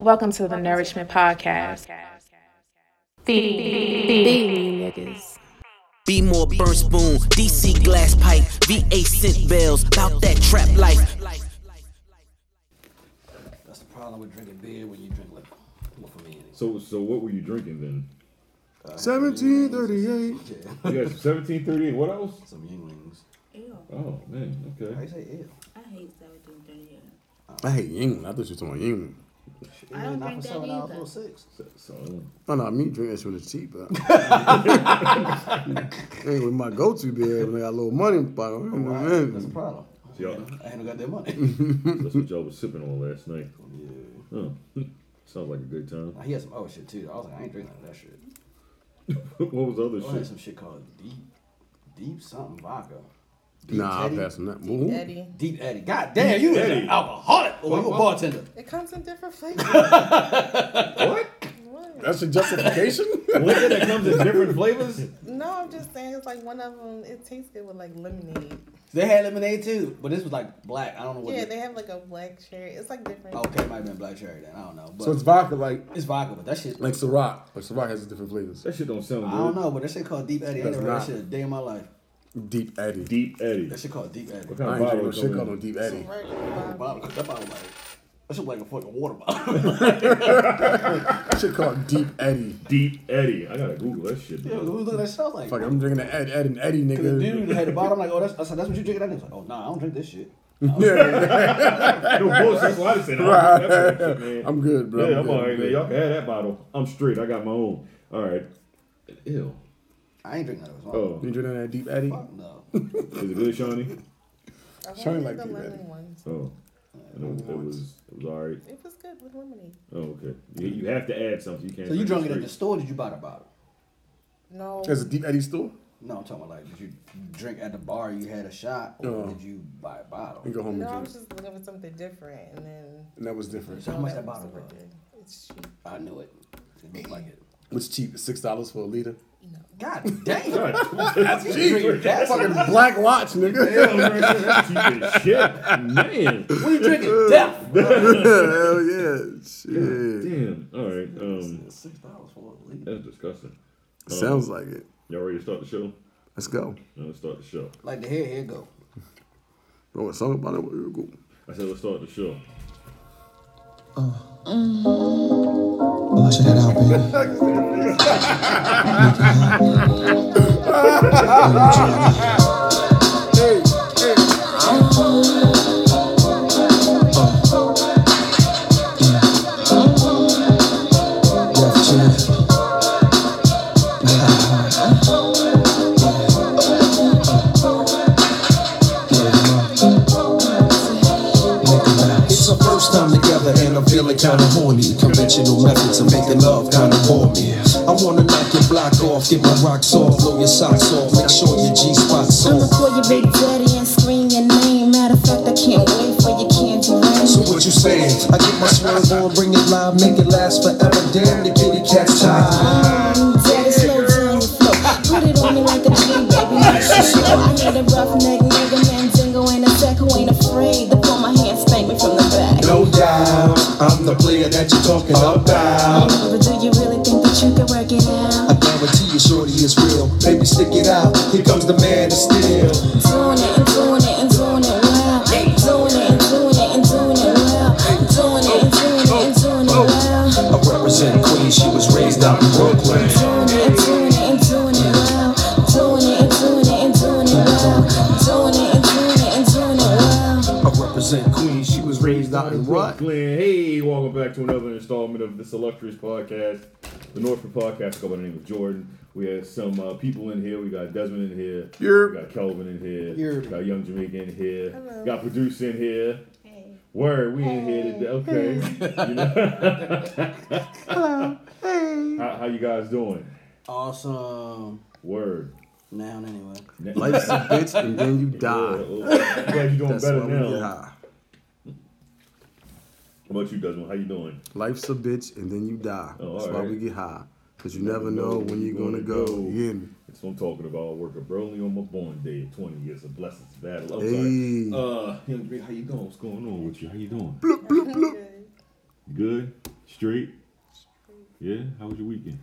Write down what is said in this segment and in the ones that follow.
Welcome to the Nourishment Podcast. Feed niggas. Be more burn spoon, DC glass pipe, VA scent bells, bout that trap life. That's the problem with drinking beer when you drink liquor. Well, for me, anyway. So, so what were you drinking then? 1738. You got some 1738. What else? Some Yinglings. Oh man, How you okay. say ew? I hate 1738. I hate England. I thought you were talking about England. I don't drink that either. six. So, uh, No, no, me drink that shit is cheap. but- Hey, with my go-to beer when I got a little money oh, in my pocket. you know what I mean? That's the problem. Yeah. I ain't got that money. that's what y'all was sipping on last night. yeah. Huh. Sounds like a good time. He had some other shit too. I was like, I ain't drinking none of that shit. what was the I other had shit? some shit called deep, deep something vodka. Deep Nah, I Eddy. passed on that. Woo. Eddie. Deep Eddie. God damn, you Eddy. an alcoholic or you a bartender? It comes in different flavors. That's your justification? Liquor that comes in different flavors. no, I'm just saying it's like one of them. It tastes good with like lemonade. They had lemonade too, but this was like black. I don't know what. Oh, Yeah, the- they have like a black cherry. It's like different. Okay, it might have been black cherry then. I don't know. But so it's vodka like it's vodka, but that shit. like Ciroc. Like Ciroc has different flavors. That shit don't sound good. I don't know, but that shit called Deep Eddie. I ain't That's never heard that shit not- a day in my life. Deep Eddy. Deep Eddie. That shit called Deep Eddie. What I kind ain't of drinking bottle it come no shit called no in? Deep Eddy. Right. Wow, that bottle like that shit like a fucking water bottle. That shit called Deep Eddy. Deep Eddie. I gotta Google that shit. yeah, Bro. who's looking at stuff like? Fuck, I'm drinking an Ed, Ed and Eddie, Cause the dude nigga. had the bottle. I'm like, oh, that's I said, that's what you drinking. I was like, oh, nah, I don't drink this shit. No Yeah, bullshit. That's what I said. I don't drink that shit, man. I'm good, bro. Yeah, good, I'm alright, man. good. Y'all can have that bottle. I'm straight. I got my own. All right. Ew. I ain't drinking that. It was all- Oh, You drinking that Deep Eddy? fuck no. is it good, Shawnee? I've Shine only like had Deep the lemon Eddy. ones. Oh, I know it was. It was all right. It was good with lemonade. Oh, okay. You, you have to add something. You can't. So you drink drunk it at straight. the store? Did you buy the bottle? No, There's a Deep Eddy store? No, I'm talking about like, did you drink at the bar? You had a shot, or No. did you buy a bottle? You go home no, and I drink. was just looking for something different, and then oh, And that was different. So how much that that was bottle super was? good. It's cheap. I knew it. It looked like it. Which cheap? Six dollars for a liter. God damn. God, You drinking that? Fucking black watch, nigga. damn, bro. Cheap as shit, man. What are you drinking? Death. Hell yeah, shit. Damn. All right. Um, Six dollars for a liter. that's disgusting. Sounds like it. Y'all ready to start the show? Let's go. No, let's start the show. Like the hair, hair go. Bro, what song about it? We'll go. I said let's start the show. Wash it out, baby. Make it happen. Uh, yeah. Rough chill. Make it hard. Yeah. Yeah, come on. It's our first time together and I'm feeling kinda horny. Conventional methods of making love kinda bore me. I wanna knock your block off, get my rocks off, blow your socks off, make sure your G spot's I'ma off. call your big daddy and scream your name. Matter of fact, I can't wait for your candy rain. So what you saying? I get my swerve on, bring it live, make it last forever. Damn, the kitty cat's tired. Mm, Daddy, slow down your flow. Put it on me like a G, baby. Make sure she know I need a roughneck nigga, man. Dingo ain't a tech who ain't afraid to pull my hand, spank me from the back. No doubt, I'm the player that you're talking about. But do you really think that you can work it I out? guarantee you, shorty is real. Baby, stick it out. Here comes the man to steal. Doing it and doing it and doing it well. Doing it and doing it and doing it well. Doing it and doing it and doing it well. I represent Queens, she was raised out in Brooklyn. Doing it, doing it, and doing it well. Doing it, and doing it, and doing it well. Doing it, and doing it, and doing it well. I represent Queens, she was raised out in what? Glenn, hey, welcome back to another installment of this illustrious podcast, the Northford Podcast. I go by the name of Jordan. We have some uh, people in here. We got Desmond in here. Yerp. We got Kelvin in here. Yerp. We got Young Jamaica in here. Hello. Got producer in here. Word, we in here today. Okay. You know? Hello. Hey. How, how you guys doing? Awesome. Word. Now and anyway. Life's a bitch and then you die. I'm glad you're doing Ah. That's better why we now. get How high. about you, Desmond? How you doing? Life's a bitch and then you die. Oh, That's all why right. we get high. Cause you never know when you're gonna go. You hear me? That's what I'm talking about. I work a Broly on my born day. 20 years of blessings, battle. I'm Oh. Hey. sorry. Uh, Young Green, how you doing? What's going on with you? How you doing? Bloop bloop bloop. Good? Straight? Yeah? How was your weekend?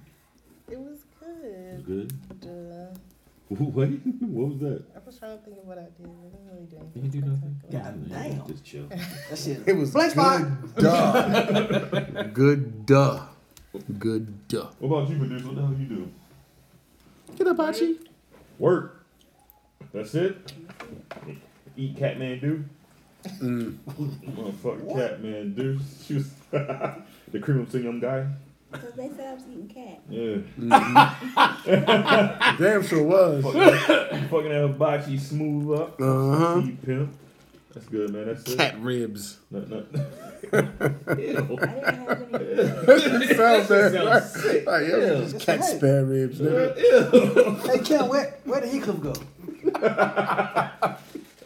It was It was good. good? Duh. What? what was that? I was trying to think of what I did. I didn't really do You didn't anything. do nothing? God damn. Just chill. That shit. It was Blank spot. good duh. good duh. Good duh. What about you, producer? What the hell you do? Get up, Achi. Work. That's it? Eat Catmandu? Mm. Motherfucker Catmandu. She was the cream of Sing Yum guy. Because they said I was eating cat. Yeah. Damn sure was. Fucking that hibachi smooth up. Uh-huh. Eat pimp. That's good, man. That's it. Cat ribs. No, no. I didn't have any. Sounds bad. sounds sick. Like, yeah, Ew. just cat spare ribs. nigga. Hey, Ken, where, where did he come go? That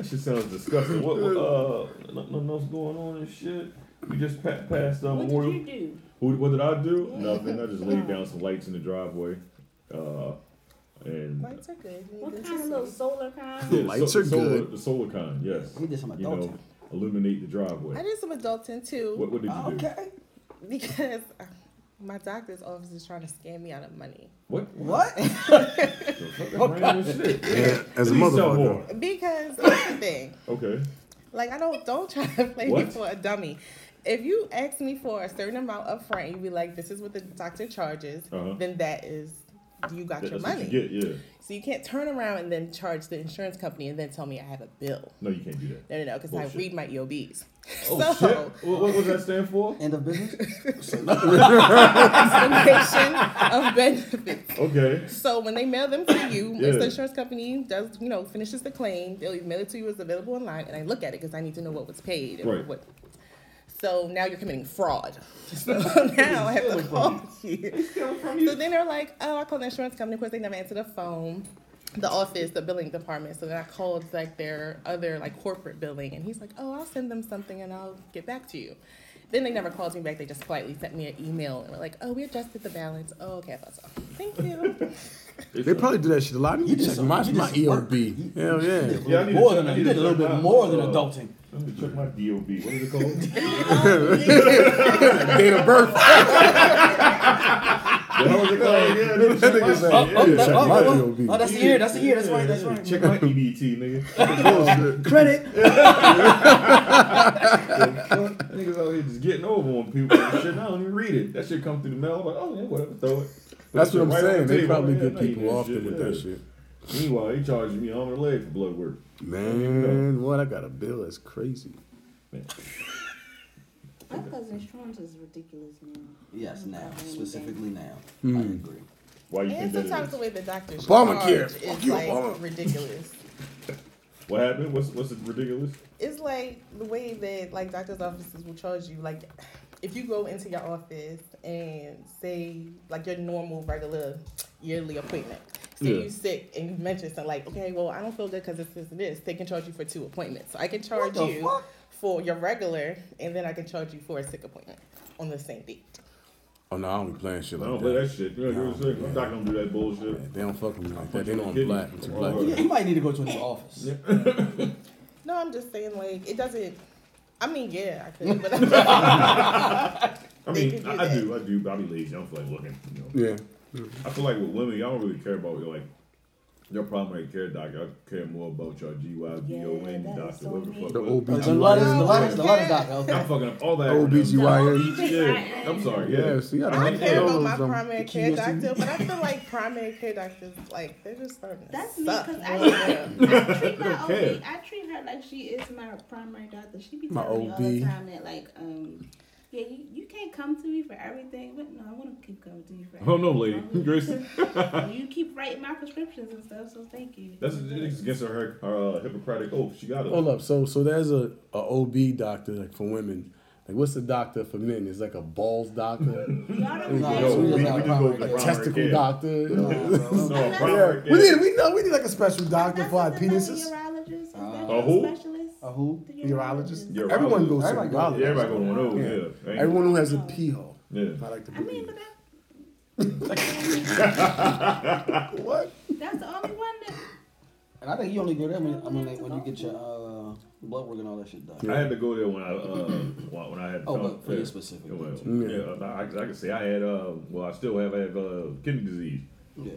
shit sounds disgusting. What, what uh, nothing else going on and shit? We just pa- passed um, What Memorial. did you do? Who, what did I do? Nothing. I just laid down some lights in the driveway. Uh, and Lights are good. You What need kind of them little to see. solar Yeah, kind? the Lights so- are the solar, good. The solar kind, yes. He did some You know, adulting. illuminate the I driveway. did some adulting too What, what did you do? Okay. because uh, my doctor's office is trying to scam me out of money. What? What? Random shit. Yeah, as a Please tell motherfucker. more. Because that's the thing. Okay. Like I don't don't try to play me What? for a dummy. If you ask me for a certain amount up front, you be like, "This is what the doctor charges," Uh-huh. then that is you got That- your that's what money. you get, yeah. So you can't turn around and then charge the insurance company and then tell me I have a bill. No, you can't do that. No, no, no, because I Bullshit. read my EOBs. Oh, so shit. What, what does that stand for? End of business? estimation of benefits. Okay. So when they mail them to you, Yeah. if the insurance company does, you know, finishes the claim, they'll mail it to you as available online, and I look at it because I need to know what was paid. and Right. What. So now you're committing fraud. So now I have to call you. So then they're like, oh, I called the insurance company. Of course, they never answered the phone. The office, the billing department. So then I called like their other like corporate billing, and he's like, "Oh, I'll send them something and I'll get back to you." Then they never called me back. They just politely sent me an email and were like, "Oh, we adjusted the balance." Oh, okay, I thought so. Thank you. They probably do that shit a lot. You did check some- my, you did my some EOB. Hell yeah. Yeah, I need to more check- than I a, need you to did a little check bit my, more than uh, adulting. Let me check my DOB. What is it called? Date of birth. How is it called? Yeah, let me That check my, nigga said, oh, yeah, oh, check that- oh, my- my oh, DOB. oh, that's the year. That's the year. That's right. That's right. Check my EBT, nigga. Bullshit. Credit. Niggas out here just getting over on people and shit. I don't even read it. That shit come through the mail. I'm like, oh yeah, whatever, throw it. Put That's the what I'm shit right on saying. the They table. probably Yeah, I get know you people did off there with that yeah. shit. Meanwhile, they charging me arm and a leg for blood work. Man, what? I got a bill. That's crazy. That's because insurance is ridiculous now. Yes, now. Specifically now. I agree. Why you and think that sometimes is? the way the doctors Obamacare. charge Fuck is you, like Obama. ridiculous. What happened? What's what's it ridiculous? It's like the way that like doctors' offices will charge you. Like if you go into your office and say like your normal regular yearly appointment. Say Yeah. you sick and you mention something like, okay, well I don't feel good because this this and this. They can charge you for two appointments. So I can charge the you fuck? for your regular, and then I can charge you for a sick appointment on the same date. Oh, no, I don't be playing shit I like don't that. play that shit. You know what I'm saying? I'm not gonna do that bullshit. They don't fuck with me like that. They you know in I'm the black. kidney. I'm black. Oh, You might need to go to a new office. No, I'm just saying like it doesn't. I mean, yeah, I could, but I'm I They mean, can do I, I that. do, I do, but I be lazy. I don't feel like looking. You know. Yeah. I feel like with women, y'all don't really care about your like your primary care doctor. I care more about your GYGON Yeah, that is doctor, so whatever the fuck. The was. The letters, the letters, the letters, doctor. I'm Okay. fucking up all that. OBGYN. Yeah, I'm sorry. Yeah. Yeah, see, I I don't care about my those, um, primary the care key is- doctor, but I feel like primary care doctors, like, they're just starting to That's me suck. because I, I treat my OB. care. I treat her like she is my primary doctor. She be My telling me all the OB. time that like, um, yeah, you, you can't come to me for everything. But no, I want to keep coming to you for. Oh no, lady, everything. Grace. you keep writing my prescriptions and stuff, so thank you. That's it's against her, her uh, Hippocratic oath. She got it. Hold up. So, so there's a, a OB doctor like for women. Like, what's the doctor for men? It's like a balls doctor, Y'all don't No, care. Yo, so we, we we got just go primary with the care. primary testicle care. doctor. No, primary Yeah, we care. need we know we need like a special doctor That's for our just another penises. Urologist. Is that A a who? specialist? Oh. A Uh, who? The Urologist. Urologist. Everyone goes to Everybody urologist. goes. Yeah, everybody going over. Yeah, Ain't- Everyone who has a pee hole. I Yeah. like to I mean, believe. but that, What? that's the only one that. And I think you only go there when, I mean, like, when you get your uh, blood work and all that shit done. I had to go there when I uh, when when I had. Oh, come- but for your specific Well, one, too. yeah, I, I can say I had. Uh, well, I still have. I have uh, kidney disease. Yeah.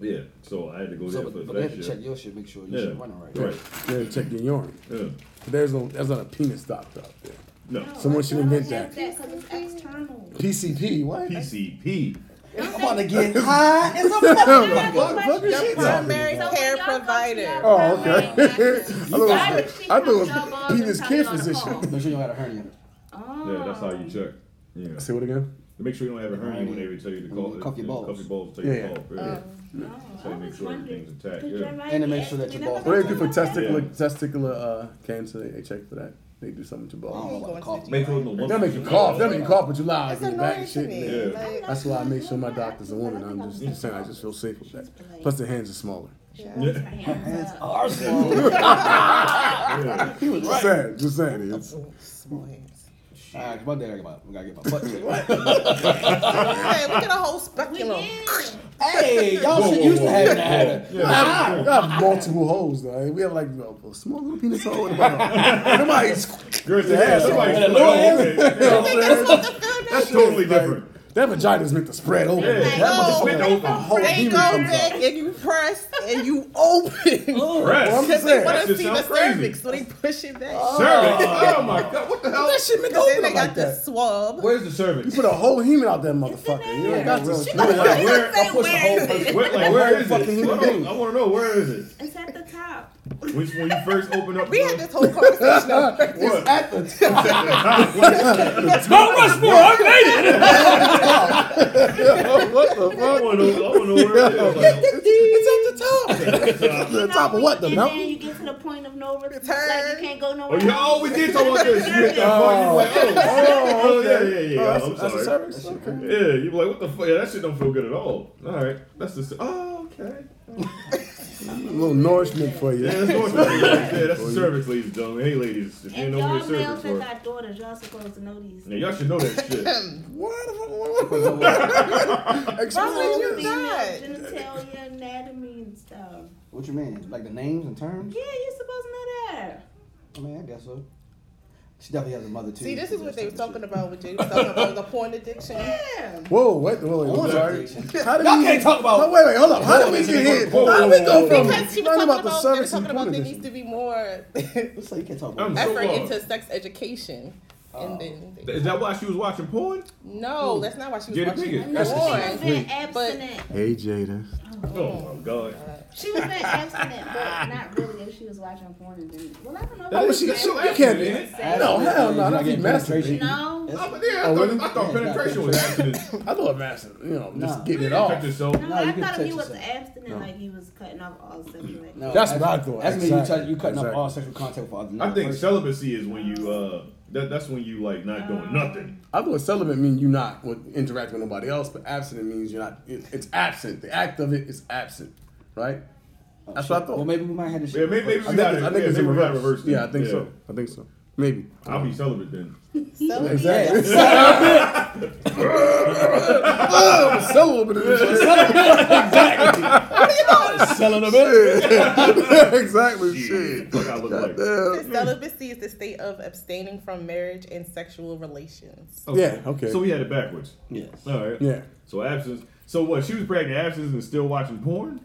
Yeah, so I had to go So, there for but, but they that have to shit. check your shit, make sure your yeah, shit running right. right. They check your urine. Yeah. But there's no, there's not a penis doctor out there. No. Oh, Someone should invent that. That's that 'cause it's external. PCP, what? PCP. I'm about to get high as a Fuck, motherfucker. fuck is she talking Your primary about? care provider. Oh, okay. I Why thought would it was, she I come thought it was jump on penis and care tell you on the phone? physician. Make sure you don't have a hernia. Yeah, that's how you check. Yeah. Say what again? Make sure you don't have a hernia when they tell you When you to call. Mm-hmm. cuff your yeah, balls. Cuff your balls. Take Yeah. your ball. Yeah. so you I make was sure wondering. everything's intact. Could Yeah. your And to make right sure that ass- your we never balls- What What they they do talked for about that. testicular testicular uh, cancer? They, they check for that. They do something to your I don't know balls. about the cough. Make sure no They'll make you cough. They'll make you cough, but you lie It's in the back annoying and to shit. me. Yeah. Like, That's why I make sure my doctor's a woman. I'm just, just saying, I just feel safe with that. Plus, the hands are smaller. Her hands Ah, up. Just saying, just saying. It's, Oh, small hands. Alright, one day I got my, I gotta get my butt checked. Hey, look at a whole We speculum. did. Hey, y'all Whoa, should whoa, used to whoa, have whoa, that. whoa. I have multiple holes though. We have like a small little penis hole. and about a- Nobody's Girl said, yeah, somebody- Yeah. Oh, okay. That's totally different. That vagina's meant to spread open. Yeah. That motherfucker- Oh, Spit open. Whole They penis go comes out. back and you press and you open. breast. I'm Because they saying, want that to shit see the sound crazy. cervix, so they push it back. Cervix. Oh my god, what the hell? That shit meant to Because then open they up like got the that. swab. Where's the cervix? You put a whole human out that motherfucker. You ain't got to split it out. Where, Say Push the whole where is it? where, like, where is it? I, don't- I want to know where is it. It's at the top. Which when you first open up, We had this whole conversation. what? At the top. What the I fuck? want to know. I want to know where it is. Like, It's at the top. the top of what? The and mountain? then you get to the point of no return. Like Return. you can't go oh, nowhere. yeah, else. oh, we did talk about this. You hit that Oh. button, you're like, oh, oh, yeah, yeah, yeah. Oh, I'm that's, that's a sorry. service. Okay. Yeah, you be like, what the fuck? Yeah, that shit don't feel good at all. All right, that's the. Oh, okay. A little nourishment for you. Yeah, that's going for Yeah, Oh, that's the cervix, ladies and gentlemen. Hey, ladies, if you If know where y'all the males cervix that work, got daughters, y'all supposed to know these. yeah, y'all should know that shit. Explore. you Female not? genitalia, anatomy, and stuff. What you mean? Like the names and terms? Yeah, you're supposed to know that. I mean, I guess so. She definitely has a mother too. See, this is what they were talking about with Jay. talking about the porn addiction. Yeah. Whoa, wait, wait, wait, I'm sorry. How did Y'all we can't talk about- No, wait, wait, hold up. How did we Whoa, get here? whoa, How did we whoa, go whoa, from whoa. Because she was learning talking about about, the they were service talking and about porn there needs addiction? to be more So you can't talk I'm about so that. effort lost. into sex education. Oh. And then they, Is that why she was watching porn? no, that's not why she was Get it watching bigger. porn. That's what She was being abstinent. Hey, Jada. Oh my god. She was being abstinent, but not really if she was watching porn and didn't. Well, I don't know. if Oh, it was she, she, you abstinent. can't be. Abstinent. No, hell no, You're not not if you getting penetration. masturbate. No. That's- But yeah, I Oh, thought, really? I thought Yeah, penetration was accident. I thought master, you know, just Nah. getting it Cut off. yourself. No, No, you I can thought if touch he was yourself. abstinent, like he was cutting off all sexual activity. No, That's what I thought, That's when you exactly. touch, you cutting off all Exactly. sexual contact for other. I another think person. celibacy is when you uh that that's when you like not doing nothing. I thought celibate means you not with, interacting with nobody else, but abstinent means you're not. It, it's absent. The act of it is absent, right? That's what I thought. Well, maybe we might have to. Yeah, Oh, maybe, maybe I we think, got it's, I think it's in reverse. reverse. yeah, I think so. I think so. Maybe. I'll be celibate then. So, Exactly. I'm celibate. selling a bit. exactly. Shit. Shit. Fuck I look like. yeah, celibacy is the state of abstaining from marriage and sexual relations. Yeah, okay. So we had it backwards. Yes. All right. Yeah. So absence. So what? She was pregnant, absence, and still watching porn.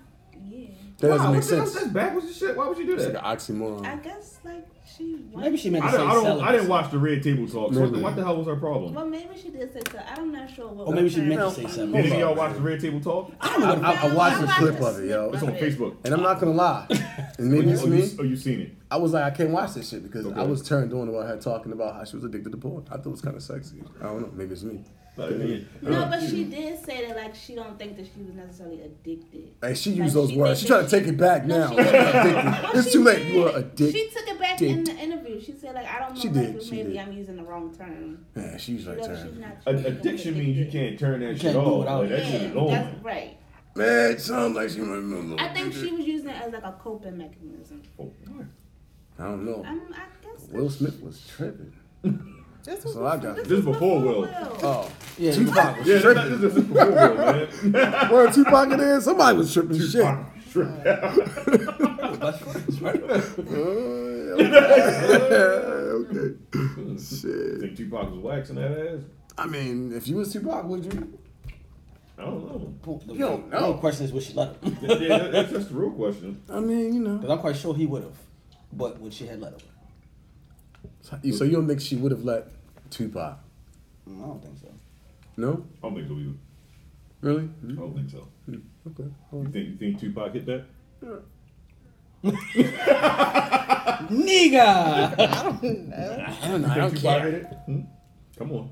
Yeah. That doesn't Wow, make what the hell? sense. That's backwards as shit. Why would you do It's like an that? I oxymoron. guess like she. Wanted, Maybe she meant I to say don't. I, don't I celibacy. didn't watch the Red Table Talk. So what, the, Maybe. what the hell was her problem? Well, maybe she did say so. I'm not sure what. Or maybe she was meant to her- say something. Did any of y'all watch the Red Table Talk? I don't know what I, I watched a clip of it, yo. It's on Facebook. And I'm not gonna lie, and Oh, maybe you, it's oh, me. you, oh, you seen it? I was like, I can't watch this shit because I Okay. was turned on about her talking about how she was addicted to porn. I thought it was kind of sexy. I don't know. Maybe it's me. Like, yeah. Uh, No, but she did say that like she don't think that she was necessarily addicted. And she Like, used those she words. thinks She that tried to take she- it back No, now. she You're didn't. addicted. No, It's she too late. did. You were She addicted. took it back in the interview. She said like I don't know. She like, did, she maybe did. I'm using the wrong term. Yeah, she's right Whatever, she's there. not A- sure she's Addiction means you addicted. can't turn that shit can't do off. without it. Like, that shit Yeah, is on. that's right. Man, it sounds like she might be a little. I think she addicted. was using it as like a coping mechanism. Oh, what? I don't know. Um, I guess. that- Will Smith was tripping. This That's was all I got. This is before Will. Oh, Yeah. Tupac was Yeah, this tripping. is this is before Will, man. Where Tupac it is? Somebody was tripping shit. Shrimp out. Oh, okay. Shit. Think Tupac was waxing that ass? I mean, if you was Tupac, would you? I don't know. The You don't know. real question is, would she let him? yeah, that- that's just the real question. I mean, you know. Because I'm quite sure he would have. But would she had let him? So you don't think she would have let Tupac? Mm, I don't think so. No, I don't think so either. really? Mm-hmm. I don't think so. Okay. You think you think Tupac hit that? Nigga! I don't know. I don't Tupac care. hit it? Hmm? Come on.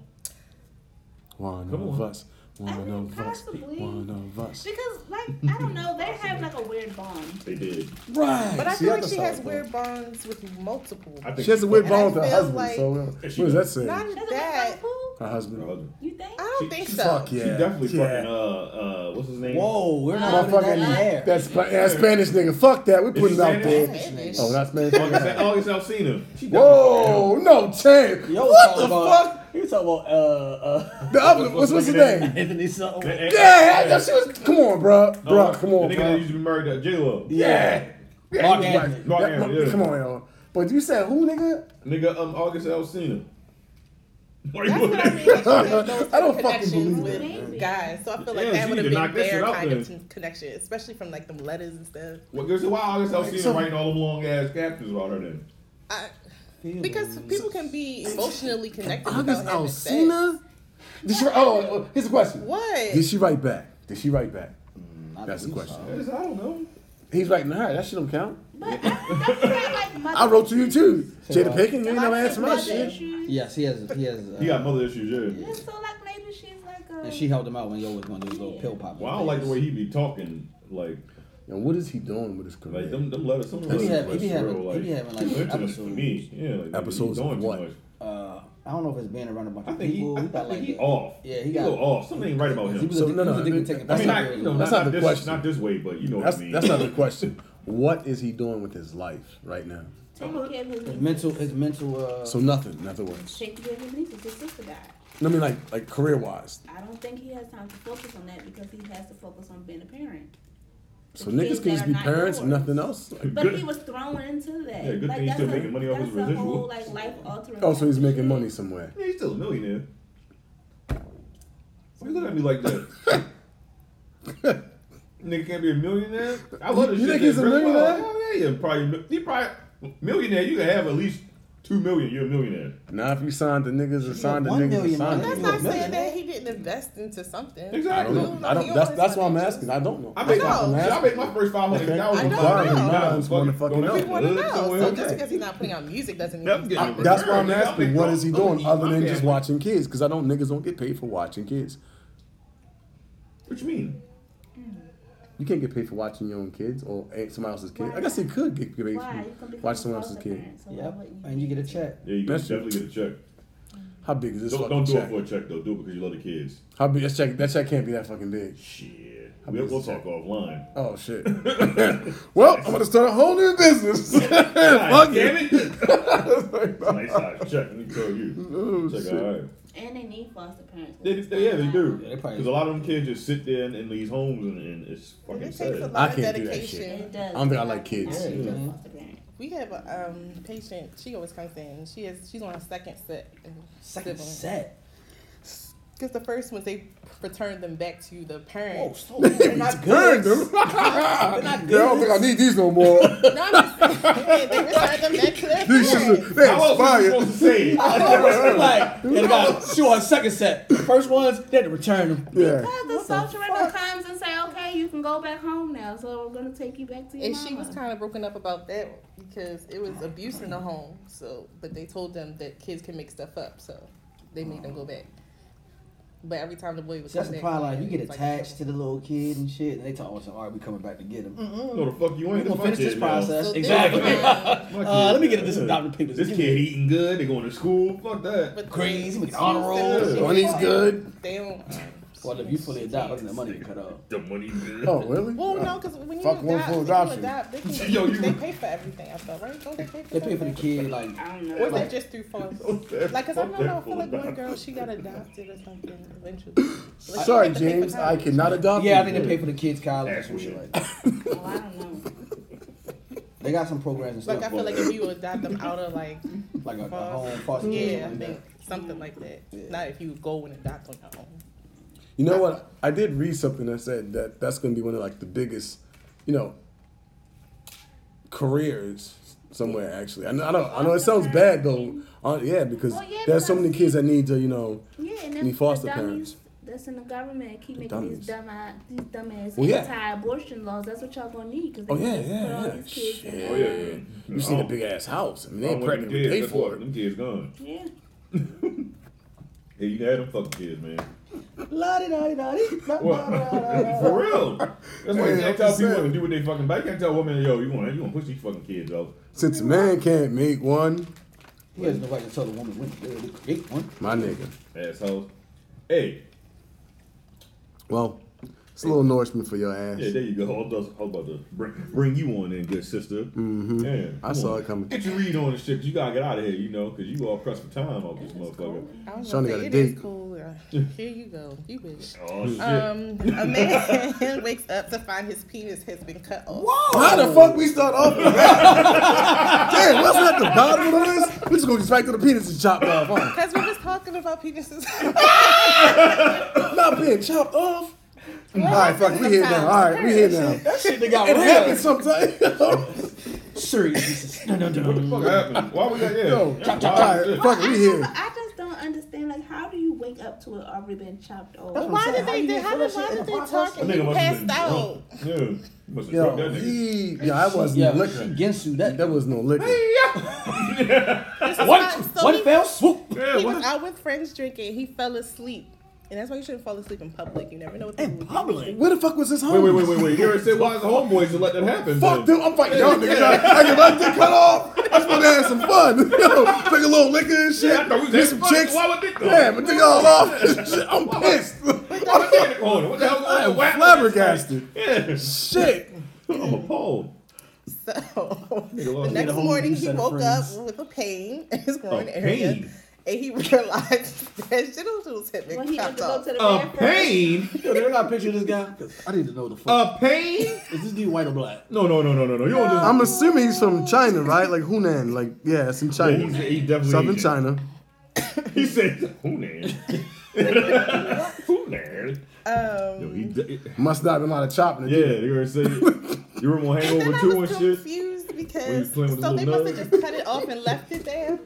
One Come of on. us. One mean, of us. possibly. One of us. Because like I don't know, they have like a weird bond. They did. right! But I See, I feel like can she solve has that. weird bonds with multiple. I think She has a weird And I bond with her feel husband. like- so uh, Yeah, what she does that does. say? Not just Doesn't that that. like cool? her Her husband. husband. You think? I don't She- think she so. Fuck yeah. She definitely yeah. fucking uh uh what's his name? Whoa, we're not putting that in the Motherfucking air. that, Sp- that Spanish nigga. Fuck that. We put she it out Spanish? there. Bitch. Oh, not Spanish. Oh, it's, oh, it's Alcina. She Whoa, no chance. Yo, What the about, fuck? You talking about, uh, uh. The other, what's, what's his name? Anthony something? definitely- Yeah, I thought she was. Come on, bro, Oh, bro, come on, The nigga that bro. used to be married to J Lo. Yeah, yeah, Mark he was Anthony. right. Mark That- Anthony, yeah. Come on, y'all. But you said who, nigga? Nigga, um, August Alcina. Why you That's doing what I mean. that? She has those I don't fucking connections believe with that, man. Guys, so I feel like Yeah, that she would need have to knock been that shit their out kind then. of connection, especially from like them letters and stuff. Well, this is why August Alcina so- writing all them long ass captions about her then. I, because people can be emotionally connected. August without having sex. Alcina. Did she? Oh, uh, here's the question. What? Did she write back? Did she write back? That's the believe question. I just- I don't know. He's writing her. That shit don't count. But I, I feel like, like mother I wrote to you too, Jada uh, Pinkett. You ain't never like, answered my mother shit. issues. Yes, he has. He has. Uh, He got mother issues, yeah. Just so like maybe she's like a. And she helped him out when Yo was gonna do his little pill pop. Well, I don't like the way he be talking. Like, And what is he doing with his career? like them, them letters. Some of He them be letters having- he be real, having- he be having, like, too intimate for episodes. me. Yeah, like, Episodes he doing of too what? much. Uh, I don't know if it's being around a bunch I of think he, people. I, I got think like he that. off. Yeah, he he got go off. Something ain't right about He him. was So, a, no, no, no, no, that- taking. I that's mean, not- not, you know, that's not, not the this, question. Not this way, but you know That's what I mean. that's not the question. What is he doing with his life right now? Taking care of his niece. mental. His mental. Uh, So nothing. In other words, Taking care of his nieces. His sister died. I mean, like like career wise. I don't think he has time to focus on that because he has to focus on being a parent. So The kids niggas can just that be are not parents and yours. nothing else. Like, But Good- he was thrown into that. Yeah, good like, thing he's that's still a- making money off his That's a residual. whole like life altering. oh, so he's making money somewhere. Yeah, he's still a millionaire. Why you look at me like that? Nigga can't be a millionaire. I love the You shit think that he's a Rick Ross- millionaire? Oh, yeah, yeah, probably. He probably millionaire. You can have at least two million. You're a millionaire. Now if you signed the niggas and signed the one niggas and million, signed the man. He That's niggas. was not million. saying that he didn't invest into something. I don't Exactly. know. I don't. He That's always that's why I'm wanted to. asking. I don't know. I made my, No. I made my first five hundred thousand. I don't know. We We want to know. So just because he's not putting out music doesn't mean. I- that's why I'm asking. What is he doing other than just watching kids? Because I don't niggas don't get paid for watching kids. What you mean? You can't get paid for watching your own kids or eh, somebody else's kid. I guess he could get paid Why? You for can become watch a someone else's foster kid. parent, so why Yep. wouldn't And you get a check. Yeah, you can That's true. definitely get a check. How big is this Don't, fucking don't do check? it for a check though. Do it because you love the kids. How big? That check, that check can't be that fucking big. Shit. How big We'll, is we'll the check? talk offline. Oh shit. well, I'm gonna start a whole new business. Fuck God damn it. it! nice size check. Let me tell you. Check all right. And they need foster parents. They, they, yeah, they do. Yeah, they probably- Because a lot of them kids just sit there in, in these homes and, and it's It fucking takes sad. a I lot can't of do that shit. dedication. It does. I don't think I like kids. I need a Yeah. foster parent. We have a um, patient. She always comes in. She is. She's on a second set. Second set. Because the first ones they returned them back to the Oh, parents. so they're not good. them. They're not Yeah, I don't think I good. need these no more. No, I'm just saying, they returned them back to their These shits parents. are- they How else are you expired. supposed to say it? like, they got she on second set. First ones, they had to return them. Yeah. Because the social worker comes and say, okay, you can go back home now, so we're going to take you back to your And mama. she was kind of broken up about that because it was abuse in the home. So, but they told them that kids can make stuff up, so they made them go back. But every time the boy was See, that's the problem. Like, you get attached to the little kid and shit, and they talk about, "All right, we coming back to get him." No, the fuck you We ain't. gonna my finish this kid now. process. exactly. Exactly. My kid. Uh, let me get this adopted paper. This kid eating good. They going to school. Fuck that. But Crazy, she we get honor was saying rolls. she Money's was- good. They don't. Well, if you fully adopt, other than the money get cut off. The money. Oh, really? Well, Uh, no, because when you fuck adopt, one for when adoption. you adopt, they, can, Yo, you- they pay for everything. I feel right. Don't they pay for They pay for the everything? kid, like I don't Or know. is that just through funds? Like, cause I remember I feel like one girl she got adopted or something eventually. Like, Sorry, you have to pay for James. I college. cannot adopt Yeah, I you. think they pay for the kids' college and That's some shit weird. like that. Well, I don't know. They got some programs and Like I stuff, feel like if you adopt them out of like like a, a home foster care. or yeah, I something like think something like that. Not if you go and adopt on your own. You know what? I did read something that said that that's going to be one of like the biggest, you know, careers somewhere. Actually, I know. I, don't, I know it sounds bad though. Uh, yeah, because Well, yeah, there's so because- many kids that need to, you know. Yeah, and Need that's foster the parents. dummies that's in the government keep making dummies. these dumb ass, these dumbass Well, yeah. anti-abortion laws. That's what y'all gonna need because they Oh yeah, just put all yeah, yeah. these kids in Shit. Oh yeah, man. You seen a big ass house? I mean, they ain't pregnant. Kids, They paid that's for Oh. what- it. Them kids gone. Yeah. Yeah, you had them fucking kids, man. that. What? For real? That's why you Yeah, can't tell that's people it. what to do with their fucking body. You can't tell women, yo, you want you gonna push these fucking kids off. Since a man can't make one, He has no right to tell a woman when to create one. my nigga. Assholes. Hey, Well, it's a little Norseman for your ass. yeah, there you go. How about, how about to bring, bring you on in, good sister? Mm-hmm. I saw it coming. Get your read on and shit. 'cause You gotta get out of here, you know, because you all pressed for time off this motherfucker. I was Shawnee gonna got say a it is date. cool. Uh, Here you go. You wish. Oh shit. Mm-hmm. Um, a man wakes up to find his penis has been cut off. How the fuck we start off? with that? Damn, what's at the bottom of this? We're just gonna get back to the penis and chop it off. Huh? Because we was talking about penises. Not being chopped off. All right, fuck, we here now. All right, we here now. That shit they got It happens sometimes. Serious. No, no, what the no. fuck happened? Why we got yeah? Yo, Chop, All right, fuck, we I, here. I just don't understand. Like, how do you wake up to it already been chopped off? But why saying. did How they? you do- get full of shit and How did? Why did they pop talk up? That and nigga he must have been drunk. passed out? Yeah, you must have Yo, drunk that nigga. he, yo, I wasn't Yeah, she liquor. Gensu that. There was no liquor. One, not- so one he- fell swoop. Yeah, He what was out with friends drinking. He fell asleep, and that's why you shouldn't fall asleep in public. You never know what they will do. Where the fuck was his Wait, home? wait, wait, wait, wait. You already said why is the homeboys to let that happen? Fuck then? them. I'm fighting y'all niggas. I get my dick cut off. I just want to have some fun. Yo, drink a little liquor and shit. Yeah, I thought we was get having some fun. chicks. Why would they go? Yeah, my dick all off. Shit, I'm pissed. What the hell? Hold on, What the hell? I am Whack- flabbergasted. Yeah. Shit. I'm appalled. So the lost next a whole morning new he set of woke up friends. with a pain in his groin A area, pain? and he realized that genitals had been When he chopped had to go off. to the A bathroom. pain? Yo, they got a picture of this guy. 'Cause I need to know the fuck. A pain? is this dude white or black? No, no, no, no, no, no. You don't just. I'm assuming he's from China, right? Like Hunan. Like, yeah, it's in China. he's, he definitely Southern Asian. China. He said, "Who nan? Who nan?" Um, Yo, he de- Must not have been a lot of chopping. yeah, you were saying you remember on And then Hangover I Two was and shit. confused When because he's playing with so his they little must nose. have just cut it off and left it there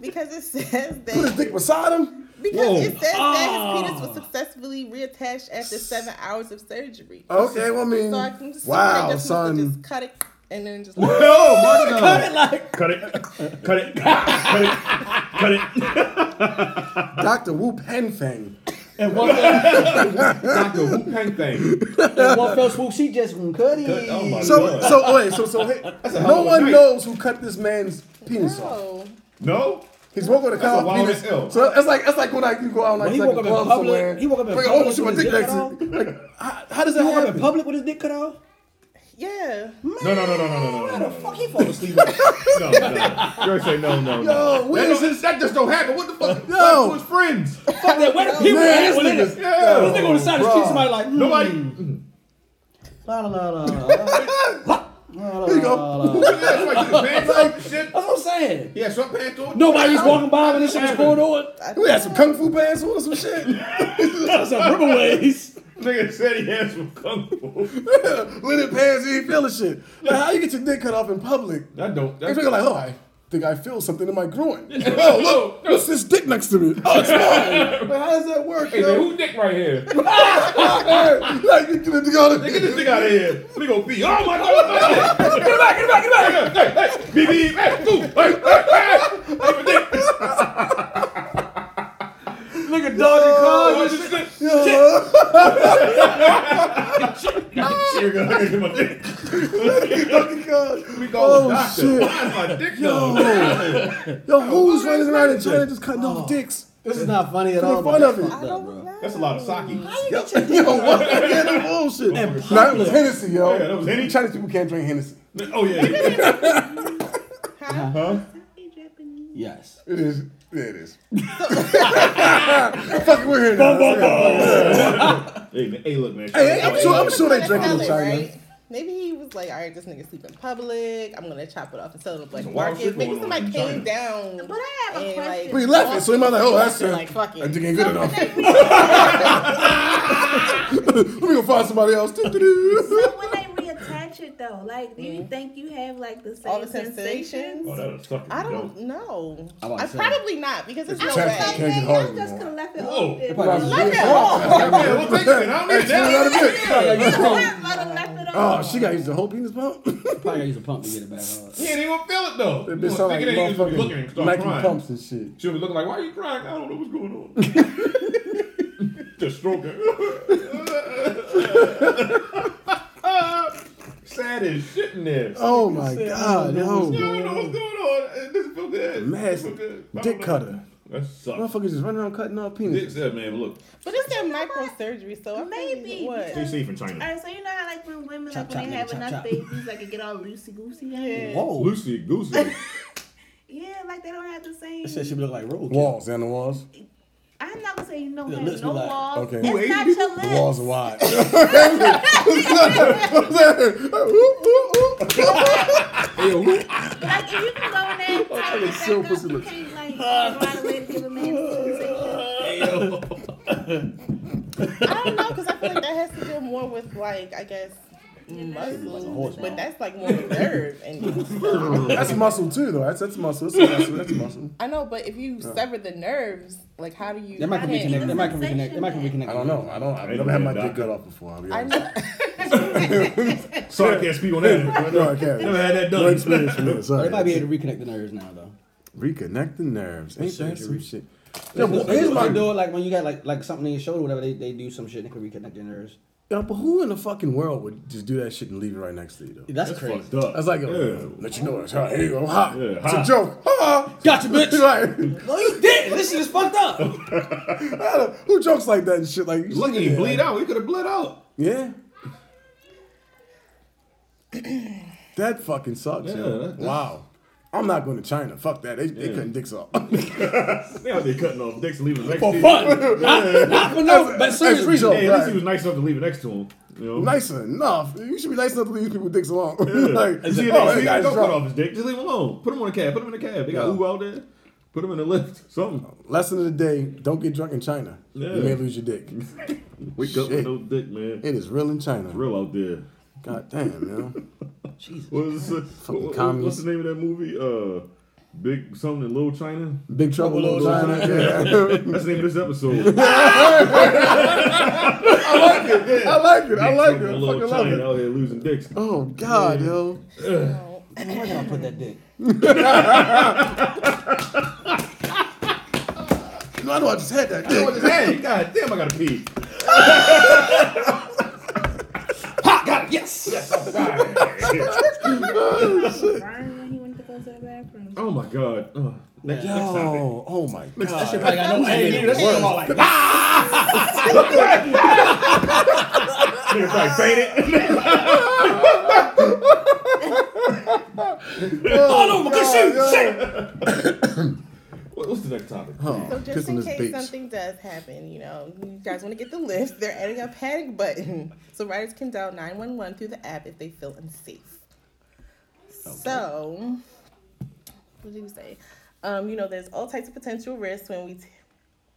because it says Put his that dick beside him. because Whoa. Ah. it says that his penis was successfully reattached after seven hours of surgery. Okay, well, I So I can mean, just somebody wow, just must have son. just cut it and then just No, like, no, cut it, like cut it, cut it, cut it, cut it. Dr. Wu Penfeng. And one fell, Doctor Wu Pang thing. and one fell swoop. She just gonna cut it. Oh my So, god. so wait, so so hey, hell no of a one night. knows who cut this man's penis off. no. no, He's woke up to That's a cut wild off penis. as hell. So that's like that's like when I you go out like, he like woke a up in club public- somewhere. he woke up in Like, public oh, shoot, my with his dick dick next. cut to- Like, how, how does that Woke up in happen? public with his dick cut off. Yeah. no, no, no, no, no, no, no, no, no, Fuck, he fall asleep. That's no, no. You already say no, no, no. Yo, where That is don't- That just don't happen. What the fuck? Yo. Talk to his friends. that where the people Man, at when this they- nigga's- Yeah. This nigga on the side is kicking somebody like no. Nobody. La la la la. la, la, la, Here you la, go. la, la. That's Yeah, that's why he had his pants on and shit. what I'm saying. Yeah, sweatpants on. Nobody's walking by when this shit was going on. We had some kung fu pants on or some shit. That's some riverways. Nigga said he had some kung fu. Linen pants, you ain't feeling shit. Like, how you get your dick cut off in public? That don't. It's That's like, oh, I think I feel something in my groin. oh, look, what's this dick next to me? Oh, it's mine. like, how does that work, Hey man, yo? who dick right here? like, you Get get the this dick out of here. We gonna be. Oh my god! Get it back! Get it back! Get it back! Hey, hey, beep, beep, hey, boom, hey, Nigga dodging oh, cars. this shit. yo. Shit, gonna get my dick. We call Oh, the doctor. shit. Why is my dick done? Yo, who's running around in China just cutting off dicks? Oh. This is not funny at Making all. fun but of that's it. fucked I up, don't bro. know. That's a lot of sake. Yo, what the hell of bullshit? And No, that was Hennessy, yo. Yeah, that was Hennessy. Chinese people can't drink Hennessy. Oh yeah. huh? Japanese. Yes. It is. Yeah, it is. Fuck, we're here now. Hey, man, hey, look, man. Oh, Hey, I'm sure. I'm sure they That's drink it in valid, China. right? Maybe he was like, all right, this nigga sleep in public. I'm gonna chop it off and sell it to the black Some wild shit market. Maybe going on somebody in China. came down. But I have a and, question. like, But he left it, so he might like, oh, that's it. Like, fuck it. That dick ain't good enough. When they- Let me go find somebody else. So Doo-doo-doo. when they reattach it though, like, do you think you have like the same All the sensations? sensations? Oh, that'll suck. I don't know. I'm about I to say. probably not because it's no It's way. Texas, Texas. Can't get hard y'all just anymore. collect it Whoa. all. Just Probably let Look it at all. well, thanks, man. I don't need that. let it- let it Oh, all. she got used to whole penis pump. that Probably gotta use a pump to get it back hard. He ain't even feel it though. You bitch know, sound like thinking that he just be looking and motherfucking start Nike crying. pumps and shit. She'll be looking like, why are you crying? I don't know what's going on. Just stroking. Sad as shit in there. Oh my god, Yeah, I no. don't know what's going on. It doesn't feel good. Mass Doesn't feel good. I don't dick know. cutter. That sucks. Motherfuckers just running around cutting off Dick penises. said, man, but look, But it's their microsurgery, so I Maybe, maybe what? stay because- safe in China. Alright, so you know how like when women Chop, chop, like when they nigga, have chop, enough chop. babies, like it get all loosey goosey. Yeah. uh, Whoa. Lucy Goosey. yeah, like they don't have the same. That shit should look like roadkill. Walls and the walls. I'm not gonna say you don't The have lips be no like- walls. Okay. It's Who not your lips. The walls are wide. Like if you can go in there and tighten it so back pussy up, you lips. can't like go out of the way to give a man sensation. I don't know because I feel like that has to do more with like I guess muscles, but that's like more with nerve and That's muscle too, though. That's that's muscle. That's muscle. That's muscle. I know. But if you sever the nerves, like how do you? They might can how do you- reconnect. They might can reconnect. They might can reconnect. I don't know. I don't. I've Ain't never had been my a dick doctor. cut off before. I'll be I honest. know. Sorry, I can't speak on that. No, I can't. Never had that No done. experience for me. They Sorry. might be able to reconnect the nerves now though. Reconnect the nerves. Ain't that some Surgery. shit? Yeah, Yeah, but here's here's what my they do it like when you got like like something in your shoulder, or whatever. They, they do some shit. They can reconnect your nerves. Yeah, but who in the fucking world would just do that shit and leave it right next to you though? That's, That's crazy. fucked up. That's like, Yeah. oh, let you know it's hot. Here you go, hot. Yeah, it's hot. a joke. Ha Gotcha, bitch. Like, No, you didn't. This shit is fucked up. who jokes like that and shit? Like, you Lucky shouldn't he do that. bleed out. He could have bled out. Yeah. that fucking sucks. Yeah, yo. that- that's- wow. I'm not going to China. Fuck that. They, they couldn't dicks off. Oh, They out there cutting off dicks and leaving next For to fun. him. Not, not for no, but serious That's a reason. joke, Hey, at least he right. was nice enough to leave it next to him. You know? nice enough. You should be nice enough to leave people dicks alone. like, You see, oh, they, that see, guy's don't cut drunk. off his dick. Just leave him alone. Put him on a cab. Put him in a cab. They got Yeah. Uber out there. Put him in the lift. Something. Lesson of the day: Don't get drunk in China. Yeah. You may lose your dick. Wake up with Shit. no dick, man. It is real in China. Real out there. God damn, man. What was this- what- what- what's commies. the name of that movie? Uh, Big something in Little China. Big trouble, in little China. Yeah. That's the name of this episode. I I like it. I like it. I Little fucking love China it. out here losing dicks. Oh God, yo. I'm not gonna put that dick. You know, I know I just had that. dick. hey, god damn, I gotta pee. Yes. Burn when he went to go to the bathroom. Oh my god. Uh, next, next topic. Oh, oh my That shit God. probably got no end in it. That shit come out like ah! Nigga probably fainted. Oh, all over good shoot. Shit. What- What's the next topic? So just Kissing in his case beach. something does happen, you know, you guys want to get the list. They're adding a panic button, so riders can dial nine one one through the app if they feel unsafe. So, what did we say? Um, you know, there's all types of potential risks when we, t-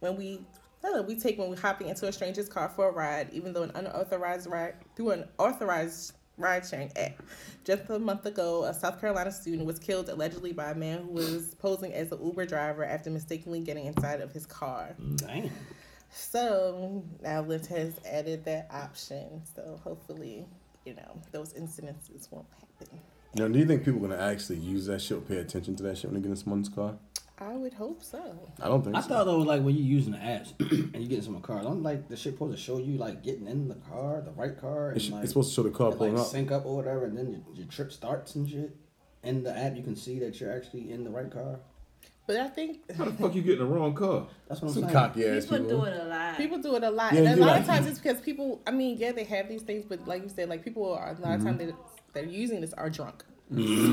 when we, uh, we take when we're hopping into a stranger's car for a ride, even though an unauthorized ride through an authorized ride sharing app. Just a month ago, a South Carolina student was killed allegedly by a man who was posing as an Uber driver after mistakenly getting inside of his car. Damn. So now Lyft has added that option. So hopefully, you know, those incidences won't happen. Now, do you think people gonna actually use that shit or pay attention to that shit when they get in someone's car? I would hope so. I don't think I so. thought though, like when you using the apps and you getting some car, don't like the shit supposed to show you like getting in the car, the right car, and It's- like it's supposed to show the car and, like, pulling up. sync up or whatever, and then your, your trip starts and shit. In the app, you can see that you're actually in the right car. But I think How the fuck you get in the wrong car? That's what I'm Some saying. cocky ass People people. do it a lot. people do it a lot. Yeah, and a you're lot right. of times it's because people, I mean, yeah, they have these things, but like you said, like people are, a Mm-hmm. lot of times they, they're using this are drunk.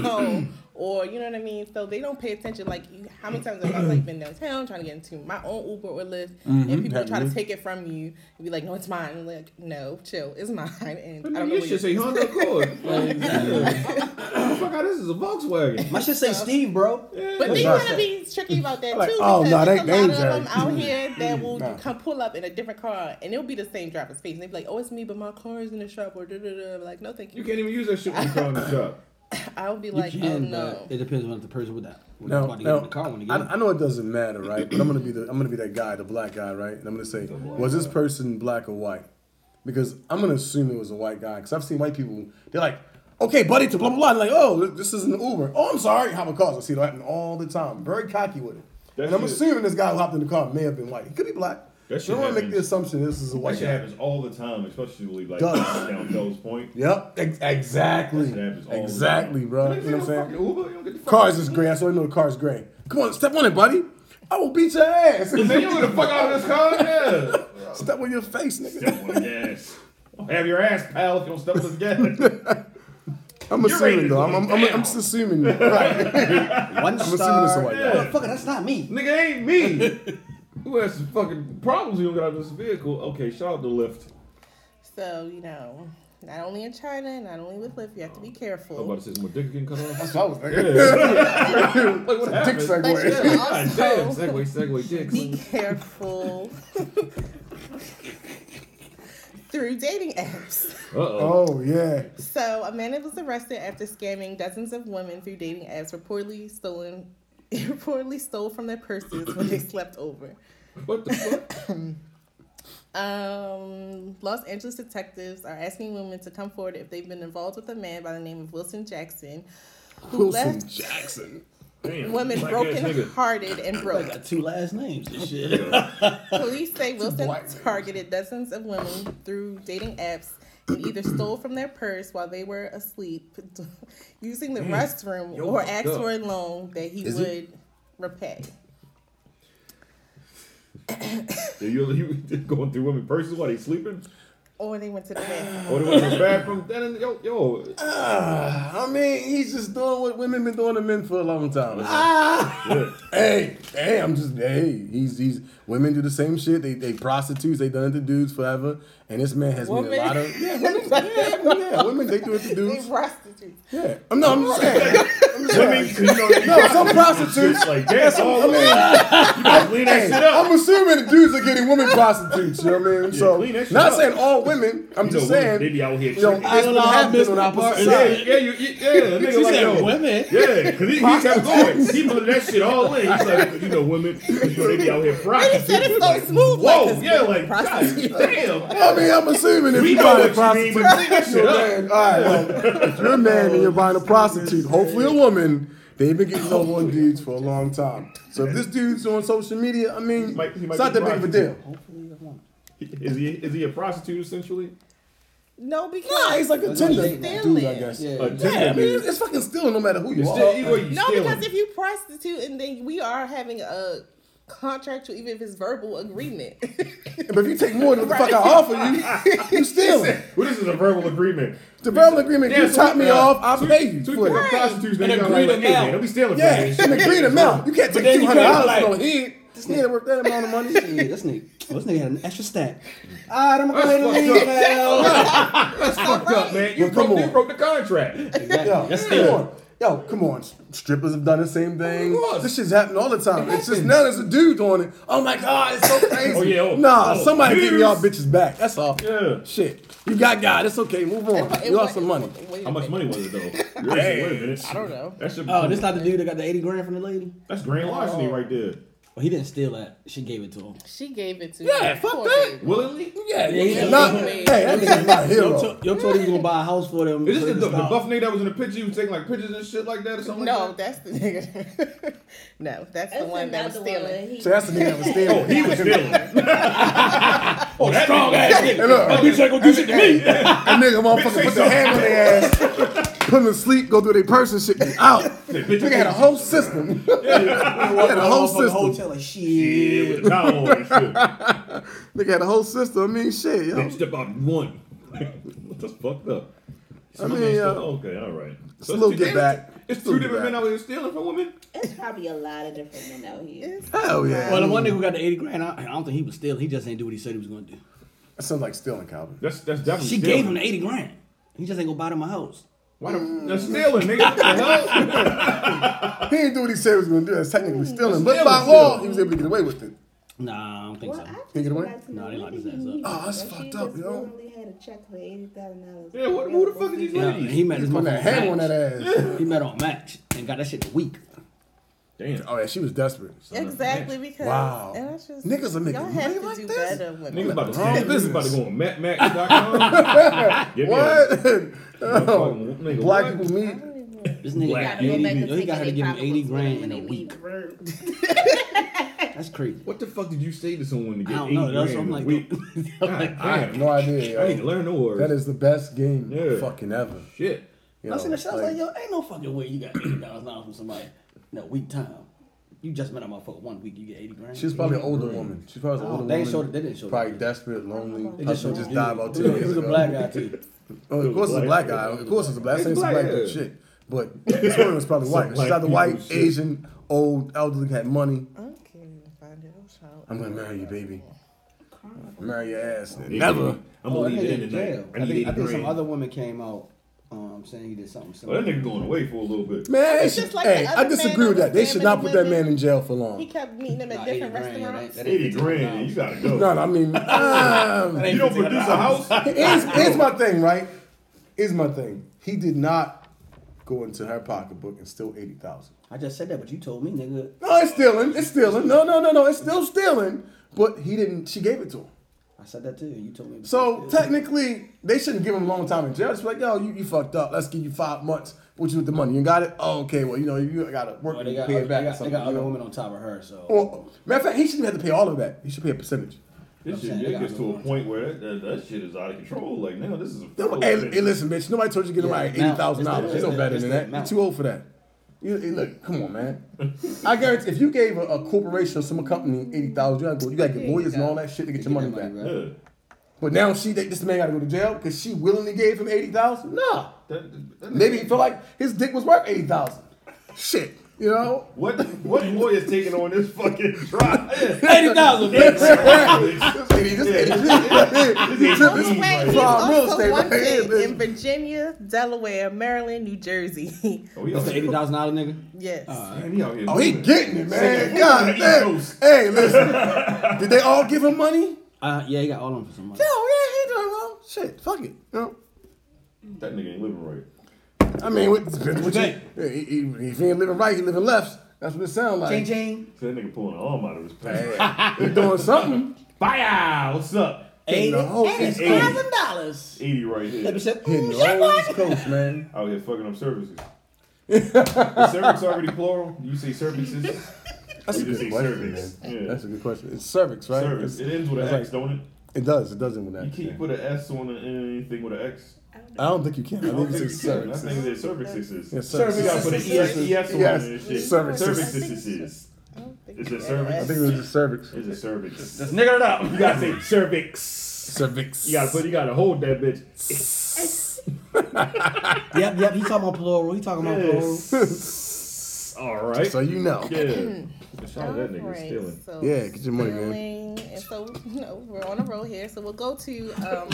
so, or you know what I mean? So they don't pay attention. Like, you- how many times have I like been downtown trying to get into my own Uber or Lyft, and people try to Mm-hmm. definitely. take it from you and be like, "No, it's mine." And like, "No, chill, it's mine." And I I don't mean, know. you What should say Honda Accord. Like, yeah. fuck out, this is a Volkswagen. My shit say Steve, bro. But they Right. gotta be tricky about that Like, too. oh, because no, they- there's a lot they of them just- out here that will nah. come pull up in a different car and it'll be the same driver's face. And they be like, "Oh, it's me, but my car is in the shop." Or da da da. Like, no, thank You you. can't even use that shit when you call in the shop. I'll be You uh, like, can, "Oh no." but it depends on the person with that. When No, about to get no, in the car when they get in. I, I know it doesn't matter, right? But I'm gonna be the I'm gonna be that guy, the black guy, right? And I'm gonna say, was this person black or white? Because I'm gonna assume it was a white guy, because I've seen white people. They're like, okay, buddy, to blah blah blah. And like, oh, this is an Uber. Oh, I'm sorry, hop a car. I see that happen all the time. Very cocky with it. That and I'm shit- assuming this guy who hopped in the car may have been white. He could be black. That you shit don't want to make the happens. assumption this is a That white shit guy. happens all the time, especially like Does. down Fells Point. Yep, ex- exactly, That shit happens all the time. exactly, bro. They You say, know what I'm "Oh, saying? fucking Uber, you don't get the fuck Cars is gray. I saw you know the car's gray. Come on, step on it, buddy. I will beat your ass. Man, you don't get the fuck out of this car, yeah. step on your face, nigga. Step on the gas. Have your ass, pal, if you don't step on this gas. I'm You're assuming rated though. I'm, I'm, I'm, down. I'm just assuming. Right. One I'm assuming it's a star. white Yeah. guy. Motherfucker, that's not me. Nigga ain't me. Who has some fucking problems you don't get out of this vehicle? Okay, shout out to Lyft. So you know, not only in China, not only with Lyft, you have to be I'm about careful. to say, is my dick getting cut off? That's what I was Like, what happened? thinking. Dick But you segue. should God damn, also segue, segue, dick. be careful through dating apps. Uh-oh. Oh yeah. So, a man was arrested after scamming dozens of women through dating apps, reportedly stolen, reportedly stole from their purses when they slept over. What the fuck? Um, Los Angeles detectives are asking women to come forward if they've been involved with a man by the name of Wilson Jackson, who Wilson left Jackson. Damn. women black ass broken nigga. hearted and broke. Got two last names and shit. Police say Wilson white men. targeted dozens of women through dating apps and either stole from their purse while they were asleep, using the Mm. restroom, Yo, or fucked asked up. for a loan that he Is he- would repay. Yeah, you, you going through women purses while they sleeping? Or Oh, they went to the bathroom. Or they went to the bathroom? Then, yo, yo. I mean, he's just doing what women been doing to men for a long time. Yeah. Hey, hey, I'm just hey. He's he's women do the same shit. They they prostitutes. They done it to dudes forever. And this man has made Women. a lot of yeah, women, yeah, yeah, women. They do it to They dudes. prostitutes. Yeah, I'm not. I'm just saying. I'm just saying. Women, you know, you No, some prostitutes. just like, that's all I mean, Clean that hey, shit up. I'm assuming the dudes are getting women prostitutes. You know what I mean? so, clean that shit not up. saying all women. I'm You know, just women, saying. they be out here you know, tricking. it's been happening on opposite Yeah, sides. yeah, you, you- yeah. that Nigga like, yo, women. Yeah, because he, he kept going. He put that shit all in. He's like, you know, women, you know, they be out here prostitutes. said it so Like, smooth, like Whoa, it's yeah, like, God, prostitutes. damn. I mean, I'm assuming if We you know buy what a you mean, prostitute, but clean that shit you're a up. man. All right, well, if you're a man and you're buying a prostitute, hopefully a woman. They've been getting over on dudes for a long time. So if this dude's on social media, I mean, might- he might it's not be that big of a prostitute. deal. Hopefully, the one. Is he is he a prostitute essentially? No, because Nah, he's like a Tinder he's dude, stealing. I guess. Yeah. A Yeah, I Tinder mean, dude. it's, it's fucking stealing no matter who you It's are. still- either way, you no, stealing. because if you prostitute and then we are having a contractual, even if it's verbal agreement. But if you take more than what the fuck I offer you, you stealing. well, this is a verbal agreement. The verbal agreement, Yeah, you so top we- me yeah. off, I'll pay you. So we for put it. up prostitutes An and they got like, agreed hey, man, amount. don't be stealing Yeah, from me. an agreed amount. You can't take then two you hundred can't, dollars like- on here. This nigga worth that amount of money. Yeah, this nigga, this nigga had an extra stack. All right, I'm gonna go ahead That's and leave now. fucked That's fucked up, man. You Well, come broke you on. broke the contract. Yo, That's come still. on. Yo, come on. Strippers have done the same thing. Of course. This shit's happening all the time. It's just now there's a dude on it. Oh my god, it's so crazy. Oh, yeah, oh, nah, oh, somebody give dudes. y'all bitches back. That's all. Yeah. Shit. You got God. It's okay. Move on. It You wa- lost some money. wait a How much minute. money was it though? Wait a minute. I don't know. That's your, Oh, this not the dude that got the 80 grand from the lady? that's grand larceny right there. Well, he didn't steal that. She gave it to him. She gave it to Yeah, me. fuck Poor that. baby. Willingly? Yeah, Yeah, he's yeah. a- Not, hey, that nigga's not a Yo, hero. to- yo told him he was gonna buy a house for them. Is so he this the, the, just thought- buff nigga that was in the picture? You was taking like pictures and shit like that or something? No, like that? that's the nigga. no, that's, the one that was stealing. So that's the nigga that was stealing. Oh, he was stealing. Oh, that strong ass nigga. Oh, Hey, look. That bitch ain't gonna do shit to me. That nigga motherfucker put the hand on their ass. put them to sleep, go through their purse and shit, and out. Nigga had a whole system. Nigga had a whole system. hotel like shit. Yeah, with a towel on and shit. Nigga had a whole system. I mean, shit, yo. Bitch, about one. what the fucked up? I mean, Okay, uh, so- okay, all right. it's a little two- get back. It's a two little different get men out here stealing from women. It's probably a lot of different men out here. back. Hell yeah. Well, the one nigga who got the 80 grand, I, I don't think he was stealing. He just ain't do what he said he was going to do. That sounds like stealing, Calvin. That's that's definitely. She stealing. gave him the 80 grand. He just ain't going to buy them a house. Why the, that's stealing, nigga. What the hell? He didn't do what he said he was going to do. That's technically stealing. But stealing, by stealing. law, he was able to get away with it. Nah, I don't think Well, I so. just Take it away? would like to No, know, they when locked did his ass up. he meet her? Oh, that's If she fucked up, just yo. willingly had a check for $80,000. Yeah, what, who the fuck is these Yeah, ladies? he met his Put that motherfucking hand on match. that ass. He met on match and got that shit in a week. Damn. Oh, yeah, she was desperate. Exactly because Wow. and that's just, Niggas are making y'all have money to like do this? better when Niggas about to Wrong steal. This is about to business. go on mattmax.com. Get me a- What? Motherfucking- nigga, Black what? people meet. This nigga Black got You Go need back me- and he take got her to give him 85 80 grand when in a they leave week. the room. That's crazy. What the fuck did you say to someone to I get don't eighty know. grand? That's what I'm in a like. week? I'm like, God I have damn. no I ain't idea. yo. learned no words. That is the best game Yeah. fucking ever. shit. You I know, seen the shit. I was like- like, yo, ain't no fucking way you got eighty dollars now from somebody in a week time. You just met a motherfucker one week, you get eighty grand. She's probably an older woman. She's probably an Oh, older they woman. showed- they didn't show probably that. desperate, lonely. They Probably just, showed you. died about two It was- years It was a ago. black guy too. Oh, of course, it's a black guy. Of course, it's a black. It's It's black, black, black yeah. shit. But this woman was probably white. black She's either people white, shit. Asian, old, elderly, had money. Okay, find it. I'm sorry. I'm gonna marry you, baby. Marry your ass. I'm Never. gonna Oh, that leave it nigga in in jail. tonight. I I need think, I eighty think some grand. other woman came out um, saying he did something Well, similar. that nigga going away for a little bit. Man, It's she- just like hey, the I other disagree man with that that. They was should jamming not put the that man women. in jail for He long. kept meeting him Nah, at 80 different grand, yeah, restaurants. that- that ain't Eighty grand, you gotta go. No, no, I mean, um, You don't produce a house. Here's, here's my thing, right? Here's my thing. He did not go into her pocketbook and steal eighty thousand. I just said that, but you told me, nigga. No, it's stealing. It's stealing. No, no, no, no. It's still stealing. But he didn't. She gave it to him. I said that too, and you told me. So Yeah. technically, they shouldn't give him a long time in jail. It's like, yo, you, you fucked up. Let's give you five months. What you with the money? You got it? Oh, okay. Well, you know, you gotta work Well, to they got, pay other, it back. they got, or they something. got you other know? women on top of her, so. Or- matter of fact, he shouldn't have to pay all of that. He should pay a percentage. This shit saying, it they gets got to a no point where that, that, that shit is out of control. Like now, this is a Hey, fellow hey, listen, bitch. Nobody told you to get Yeah, away now, eighty thousand dollars. it's You the- know better it's than the that. You're amount. too old for that. You, hey, look, come on, man. I guarantee if you gave a, a corporation or some company eighty thousand, you gotta go, you gotta get lawyers and all that shit to get your money that back. money back. Yeah. But now she, this man gotta go to jail because she willingly gave him eighty thousand. Nah, That- that- maybe he felt like his dick was worth eighty thousand. Shit, you know. What what lawyer's taking on this fucking trial? 80,000, bitch! This idiot, this idiot, this idiot, Well, this wait, is it's prime real also estate one right here, thing in bitch. Virginia, Delaware, Maryland, New Jersey. Oh, he That's out the here. $80,000 nigga? yes. Man, he out here. Oh, he moving. getting it, man. Second God East damn. Coast. Hey, listen. Did they all give him money? Uh, yeah, he got all of them for some money. Oh yeah, he doing well. Shit, fuck it. No. That nigga ain't living right. I mean, what, depends what you, Jay. he, he, if he ain't living right, he living left. That's what it sounds like. Jane. So that nigga pulling an arm out of his pants. Hey, he doing something. Fire! What's up? Hitting the whole East Coast. dollars. Eighty right here. Hitting the whole East Coast, man. Out here fucking up services. Is cervix already plural? You say services? That's a You just good say question, cervix. man. Yeah. That's a good question. It's cervix, right? Service. It It's- ends with an that's X, like- don't it? it does. It doesn't with that. You can't man. put an S on a- anything with an X. I don't think you can. I I don't think think it's you can. I cervix. think they're cervixes. Yeah, Cervix. You gotta put E an ES, ES on it and shit. Yes, cervixes. Cervixes. Is it cervix? I think it was just cervix. It's a cervix. Just nigger it up. You gotta say cervix. Cervix. You gotta put. You gotta hold that bitch. Yep, yep. He talking about plural. He talking about plural. Yes. All right. So you know. yeah. Shout out that nigga Alright, stealing. so Yeah, get your money, man. stealing, And so, you know, we're on a roll here. So we'll go to um,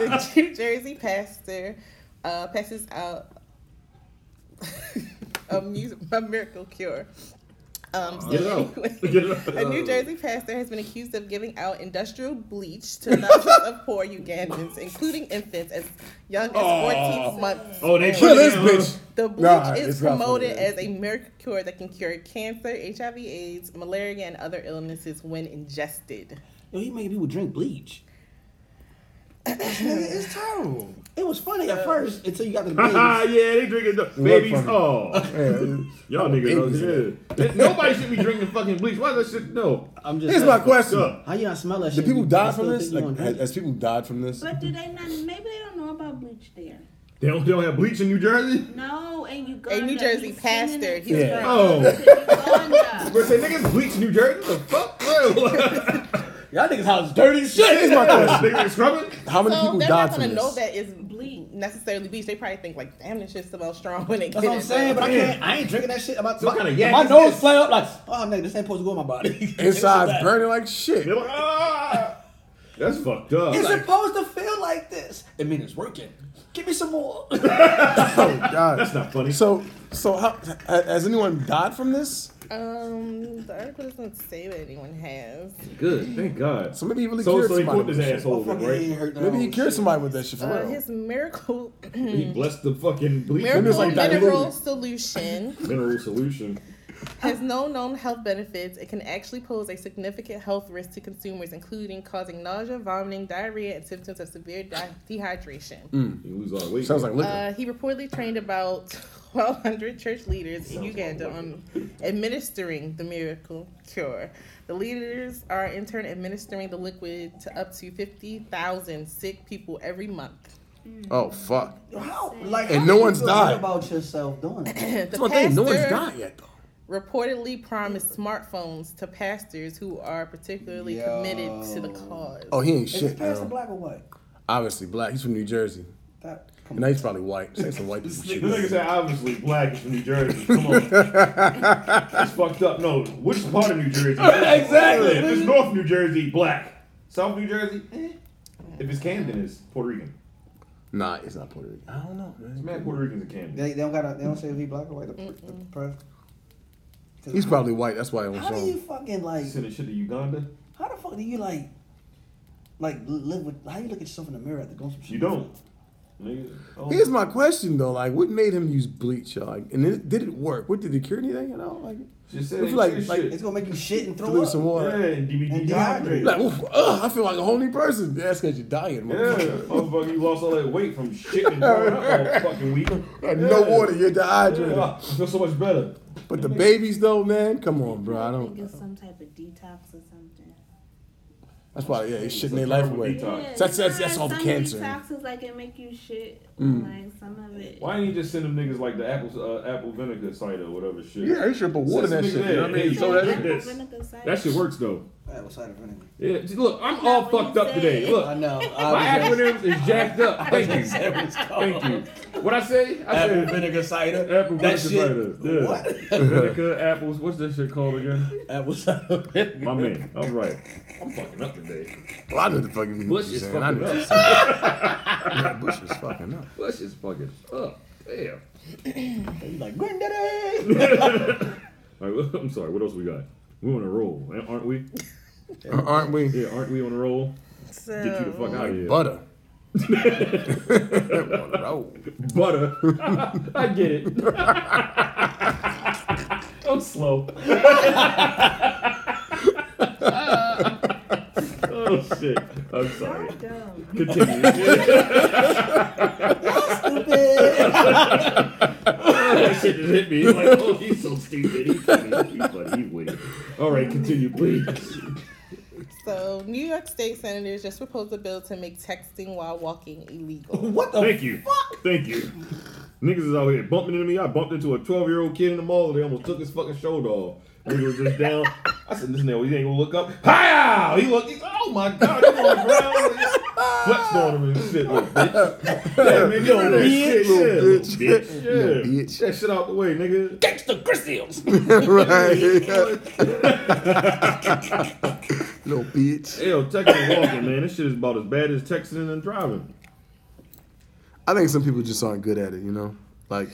the New Jersey pastor uh, passes out a, mu- a miracle cure. Um, so Get it out. anyway, Get it out. a New Jersey pastor has been accused of giving out industrial bleach to thousands of poor Ugandans, including infants as young as 14 months. Oh, they old. Kill put this it down, bitch. The bleach Nah, is it's not promoted funny. as a miracle cure that can cure cancer, HIV, AIDS, malaria, and other illnesses when ingested. Yo, he making people drink bleach. It's terrible. It was funny at first until you got the Haha, babies. yeah, they drinking the babies. funny. Oh, y'all babies niggas. Yeah. Nobody should be drinking fucking bleach. Why that shit? No. I'm just. Here's my saying, question. How you not smell that Do shit? people You die still from think this? you Like, gonna has, drink it? has people died from this? But do they not? Maybe they don't know about bleach there. They don't, they don't have bleach in New Jersey? No, and Uganda. A New Jersey He's sending pastor. it He was Yeah. from Oh. to Uganda. Bro, say niggas bleach New Jersey? The fuck? Bro. uh, Y'all niggas house dirty as shit. Here's my question. niggas scrubbing? How many So people they're died not from gonna this? know that it's bleach necessarily bleach. They probably think like, damn, this shit smells strong when they That's get what I'm it. saying, but I Yeah. can't. I ain't drinking that shit. I'm about So what my, kind of yak my is nose this? flare up like, oh nigga, this ain't supposed to go in my body. Inside's burning like shit. They're like, ah. That's fucked up. It's Like, supposed to feel like this. It means it's working. Give me some more. Oh god, that's not funny. So, so how, ha- has anyone died from this? Um, the article doesn't say that anyone has. Good. Thank God. So maybe he really so, cured so he somebody caught with his this shit. asshole, with it, right? Maybe he cured somebody with that shit for Uh, real. his miracle He blessed the fucking bleach miracle like diluted. mineral solution mineral solution. has no known health benefits. It can actually pose a significant health risk to consumers, including causing nausea, vomiting, diarrhea, and symptoms of severe di- dehydration. You lose all the weight. Sounds like liquor. Uh, he reportedly trained about 1,200 church leaders in Uganda on administering the miracle cure. The leaders are in turn administering the liquid to up to 50,000 sick people every month. oh fuck. How, like, And how no do one's you feel died. about yourself doing it. That's The my thing. No one's pastor died yet though. reportedly promised smartphones to pastors who are particularly committed to the cause. Oh, he ain't Is this shit. pastor Bro. black or white? Obviously black. He's from New Jersey. That, come And now he's probably white. Say some white people shit. This nigga said obviously black is from New Jersey. Come on. That's fucked up. No, which part of New Jersey? Exactly. If it's North New Jersey, black. South New Jersey, eh. If it's Camden, it's Puerto Rican. Nah, it's not Puerto Rican. I don't know, It's man. mad Puerto Ricans in Camden. They, they don't gotta. They don't say if he black or white. The, the press. He's probably white. That's why I don't How show do you him. fucking like? Sending shit to Uganda. How the fuck do you like? Like live with? How you look at yourself in the mirror after going some shit? You don't. Nigga. Oh. Here's my question though. Like, what made him use bleach? y'all? Like, and it, did it work? What did it cure anything? You know, like, Just said It's ain't like- serious like- shit. It's gonna make you shit and throw dilute up. some yeah, water. and DVD And dehydrated. dehydrated. Like, oof, ugh, I feel like a whole new person. That's because you're dying, Yeah, motherfucker. motherfucker, you lost all that weight from shit and growing up all fucking week. Like, No Yeah. water, you're dehydrated. Yeah, I feel so much better. But the babies though, man, come on, bro. I think don't. it's some type of detox or something. That's why, yeah, it's shitting their life away. Detox. Yeah, Oh, That's- that's- that's sometimes all the some cancer. Detoxes like it make you shit. Mm. Like some of it. Why didn't you just send them niggas like the apple uh, apple vinegar cider or whatever shit? Yeah, they should put water in that Since shit. niggas- You know what I yeah, mean? yeah, So yeah. that, this. That shit works though. That was cider vinegar. Yeah, just look, I'm all Not what fucked you up said. today. I Look, know. my I was acronyms is jacked up. Thank you. just- Thank oh. you. What I say? I Apple said vinegar cider. apple That vinegar shit. cider. Yeah. What? Vinegar, apples. What's that shit called again? Apple cider vinegar. My man. All right. I'm fucking up today. well, I know the fucking people Bush you're is saying. I fucking know. up. Yeah, Bush is fucking up. Bush is fucking up. Damn. You like granddaddy? All right, I'm sorry. What else we got? We on a roll, aren't we? Aren't we? Yeah, aren't we on a roll? Get you the So, fuck out of here. Butter. Oh, butter. I get it. I'm slow. oh shit. I'm sorry. Dumb. Continue. that shit just hit me. Like, oh, he's so stupid. He's funny. He's funny. He's witty. All right, continue, please. so New York State senators just proposed a bill to make texting while walking illegal. What the? Thank you. Thank you. Niggas is out here bumping into me. I bumped into a 12 year old kid in the mall and they almost took his fucking shoulder off. Nigga was just down. I said, this nigga, he ain't gonna look up. Hi! He looked, he's, oh my god, he's on the ground. Flexed on him and shit, little bitch. Yeah, man, you know that shit, yeah, little bitch. bitch. Yeah, Little bitch. That shit out the way, nigga. Gangsta Christians. right. Little bitch. Yo, texting walking, man. This shit is about as bad as texting and driving. I think some people just aren't good at it, you know? Like,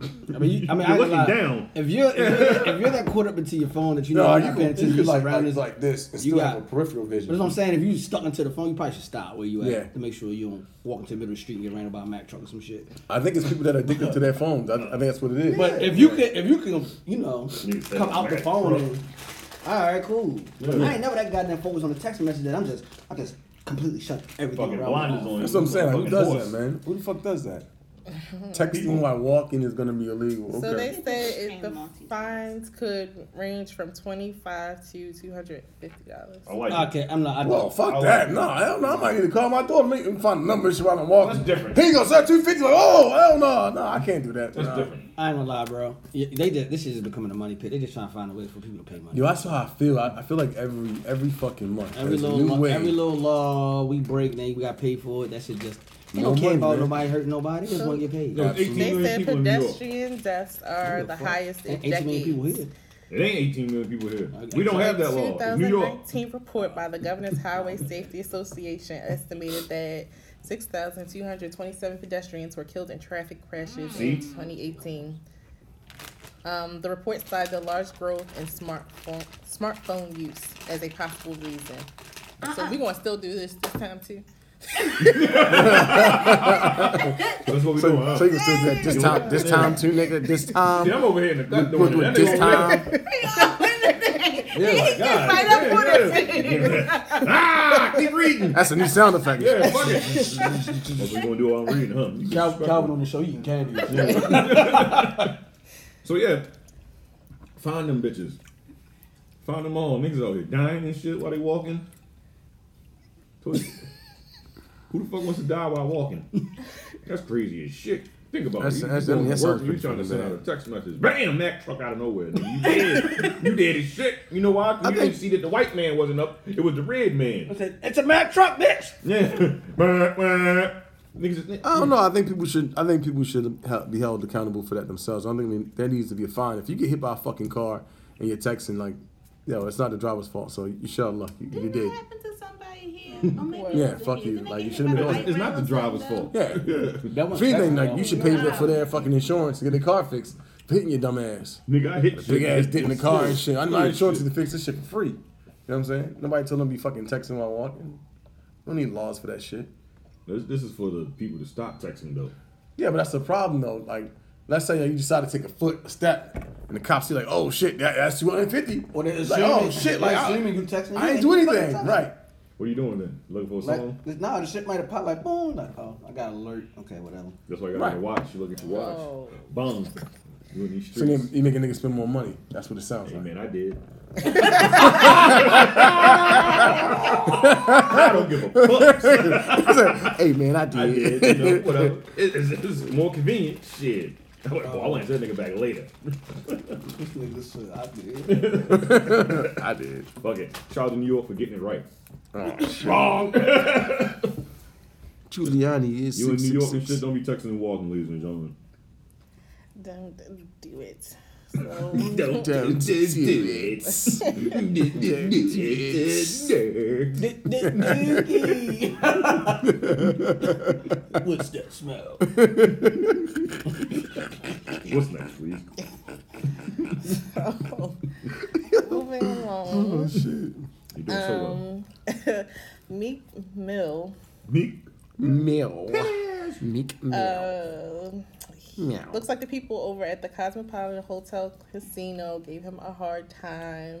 I mean, you, I mean, You're I looking lie. down. If you're, if you're if you're that caught up into your phone that you know no, you're you not paying can, attention to your you can like, like, surroundings, like this and You still have a got- peripheral But that's what I'm vision. saying. If you stuck into the phone, you probably should stop where you at Yeah. to make sure you don't walk into the middle of the street and get ran over by a Mack truck or some shit. I think it's people that are addicted to their phones. I, I think that's what it is. But if you could, if you can, you know, You said come out the Mack phone truck. and all right, cool. I ain't never that goddamn focus on the text message that I'm just, I just completely shut everything Fucking around. blinders me on off. you. that's what I'm saying. Like, who Fucking does horse. that, man? Who the fuck does that? Texting while walking is gonna be illegal. So they Okay. said it, the And multi-task. fines could range from twenty five to two hundred fifty dollars. I like it. Okay, I'm not. I Well, don't. fuck I that. like- No, hell no. I might need to call my daughter, make him find the numbers while I'm walking. That's different. He goes up two fifty. Like, oh hell no, no, I can't do that. That's Nah. different. I ain't gonna lie, bro. Yeah, they did. This shit is becoming a money pit. They just trying to find a way for people to pay money. Yo, that's how I feel. I, I feel like every every fucking month, Every there's a little, new law, way. every little law we break, then we got paid for it. That shit just. They No don't care money, about man. nobody hurting nobody. They just want to get paid. Yo, it's 18 They million said people in New York. pedestrian deaths are the highest in And 18 million people decades. here. It ain't 18 million people here. We don't have that law. It's New York. 2019 report by the Governor's Highway Safety Association estimated that 6,227 pedestrians were killed in traffic crashes in See? 2018. Um, the report cited the large growth in smartphone smartphone use as a possible reason. So we're gonna still do this this time too. That's what we doing. So, Huh? so you can still do that this time, this time too, nigga. This time, See, I'm over here in the gut we'll doing it. do That it this nigga over time. there- Yeah, my God. Yeah, yeah. Ah, keep reading. That's a new sound effect. Yeah, fuck it. That's what we gonna do while I'm reading, huh? You can Calvin, struggle. Calvin on the show eating candy. So yeah, find them bitches. Find them all. Niggas out here dying and shit while they walking. Pussy. Who the fuck wants to die while walking? That's crazy as shit. Think about it. That's- You, that's- you I going to work, mean, that sounds you pretty trying to fucking send bad. out a text message. Bam, that truck out of nowhere. Nigga, you dead. you dead as shit. You know why? 'Cause you think- didn't see that the white man wasn't up. It was the red man. it's a mad truck, bitch. Yeah. Niggas just, I don't know. I think people should. I think people should ha- be held accountable for that themselves. I don't think there needs to be a fine. If you get hit by a fucking car and you're texting like, yo, it's not the driver's fault. So you shut up. luck. You, you Didn't did. that happen to somebody here? Or maybe it Yeah, was fuck here. you. Didn't they Like, you get shouldn't be hit by doing a it. it's not the white driver's man or fault. Yeah. That If anything, like you should pay them for their fucking insurance to get their car fixed for hitting your dumb ass. Nigga, I hit Big shit. ass did in the car and shit. I know Yeah, insurance shit. to fix this shit for free. You know what I'm saying? Nobody told them to be fucking texting while walking. We don't need laws for that shit. This, this is for the people to stop texting though. Yeah, but that's the problem though. Like, let's say you decide to take a foot a step, and the cops see like, oh shit, that, that's 250. Well, they're like, assuming, oh shit, like I, assuming you text me. I ain't do anything, Fucking text me. right? What are you doing then? Looking for a song? Like, nah, the shit might have popped like boom, like oh, I got alert. Okay, whatever. That's why you got Right. to watch. You look at your watch. Oh. Boom. You in these So streets. then you make a nigga spend more money. That's what it sounds hey like. man, I did. I don't give a fuck. hey man, I I did. did. You know, whatever. It, it's, it's more convenient. Shit. I went, oh, I want that nigga back later. This nigga said I did. I did. Fuck it. Shout out to New York for getting it right. Oh, Wrong. Giuliani is you in six, New York six, and six. shit don't be texting and walking, ladies and gentlemen. Don't do it. So Don't Don't do it. What's that smell? What's next, please? moving along. You're doing so Um, well. Meek Mill. Me? Meow. Meek meow. Uh, meow. Looks like the people over at the Cosmopolitan Hotel Casino gave him a hard time.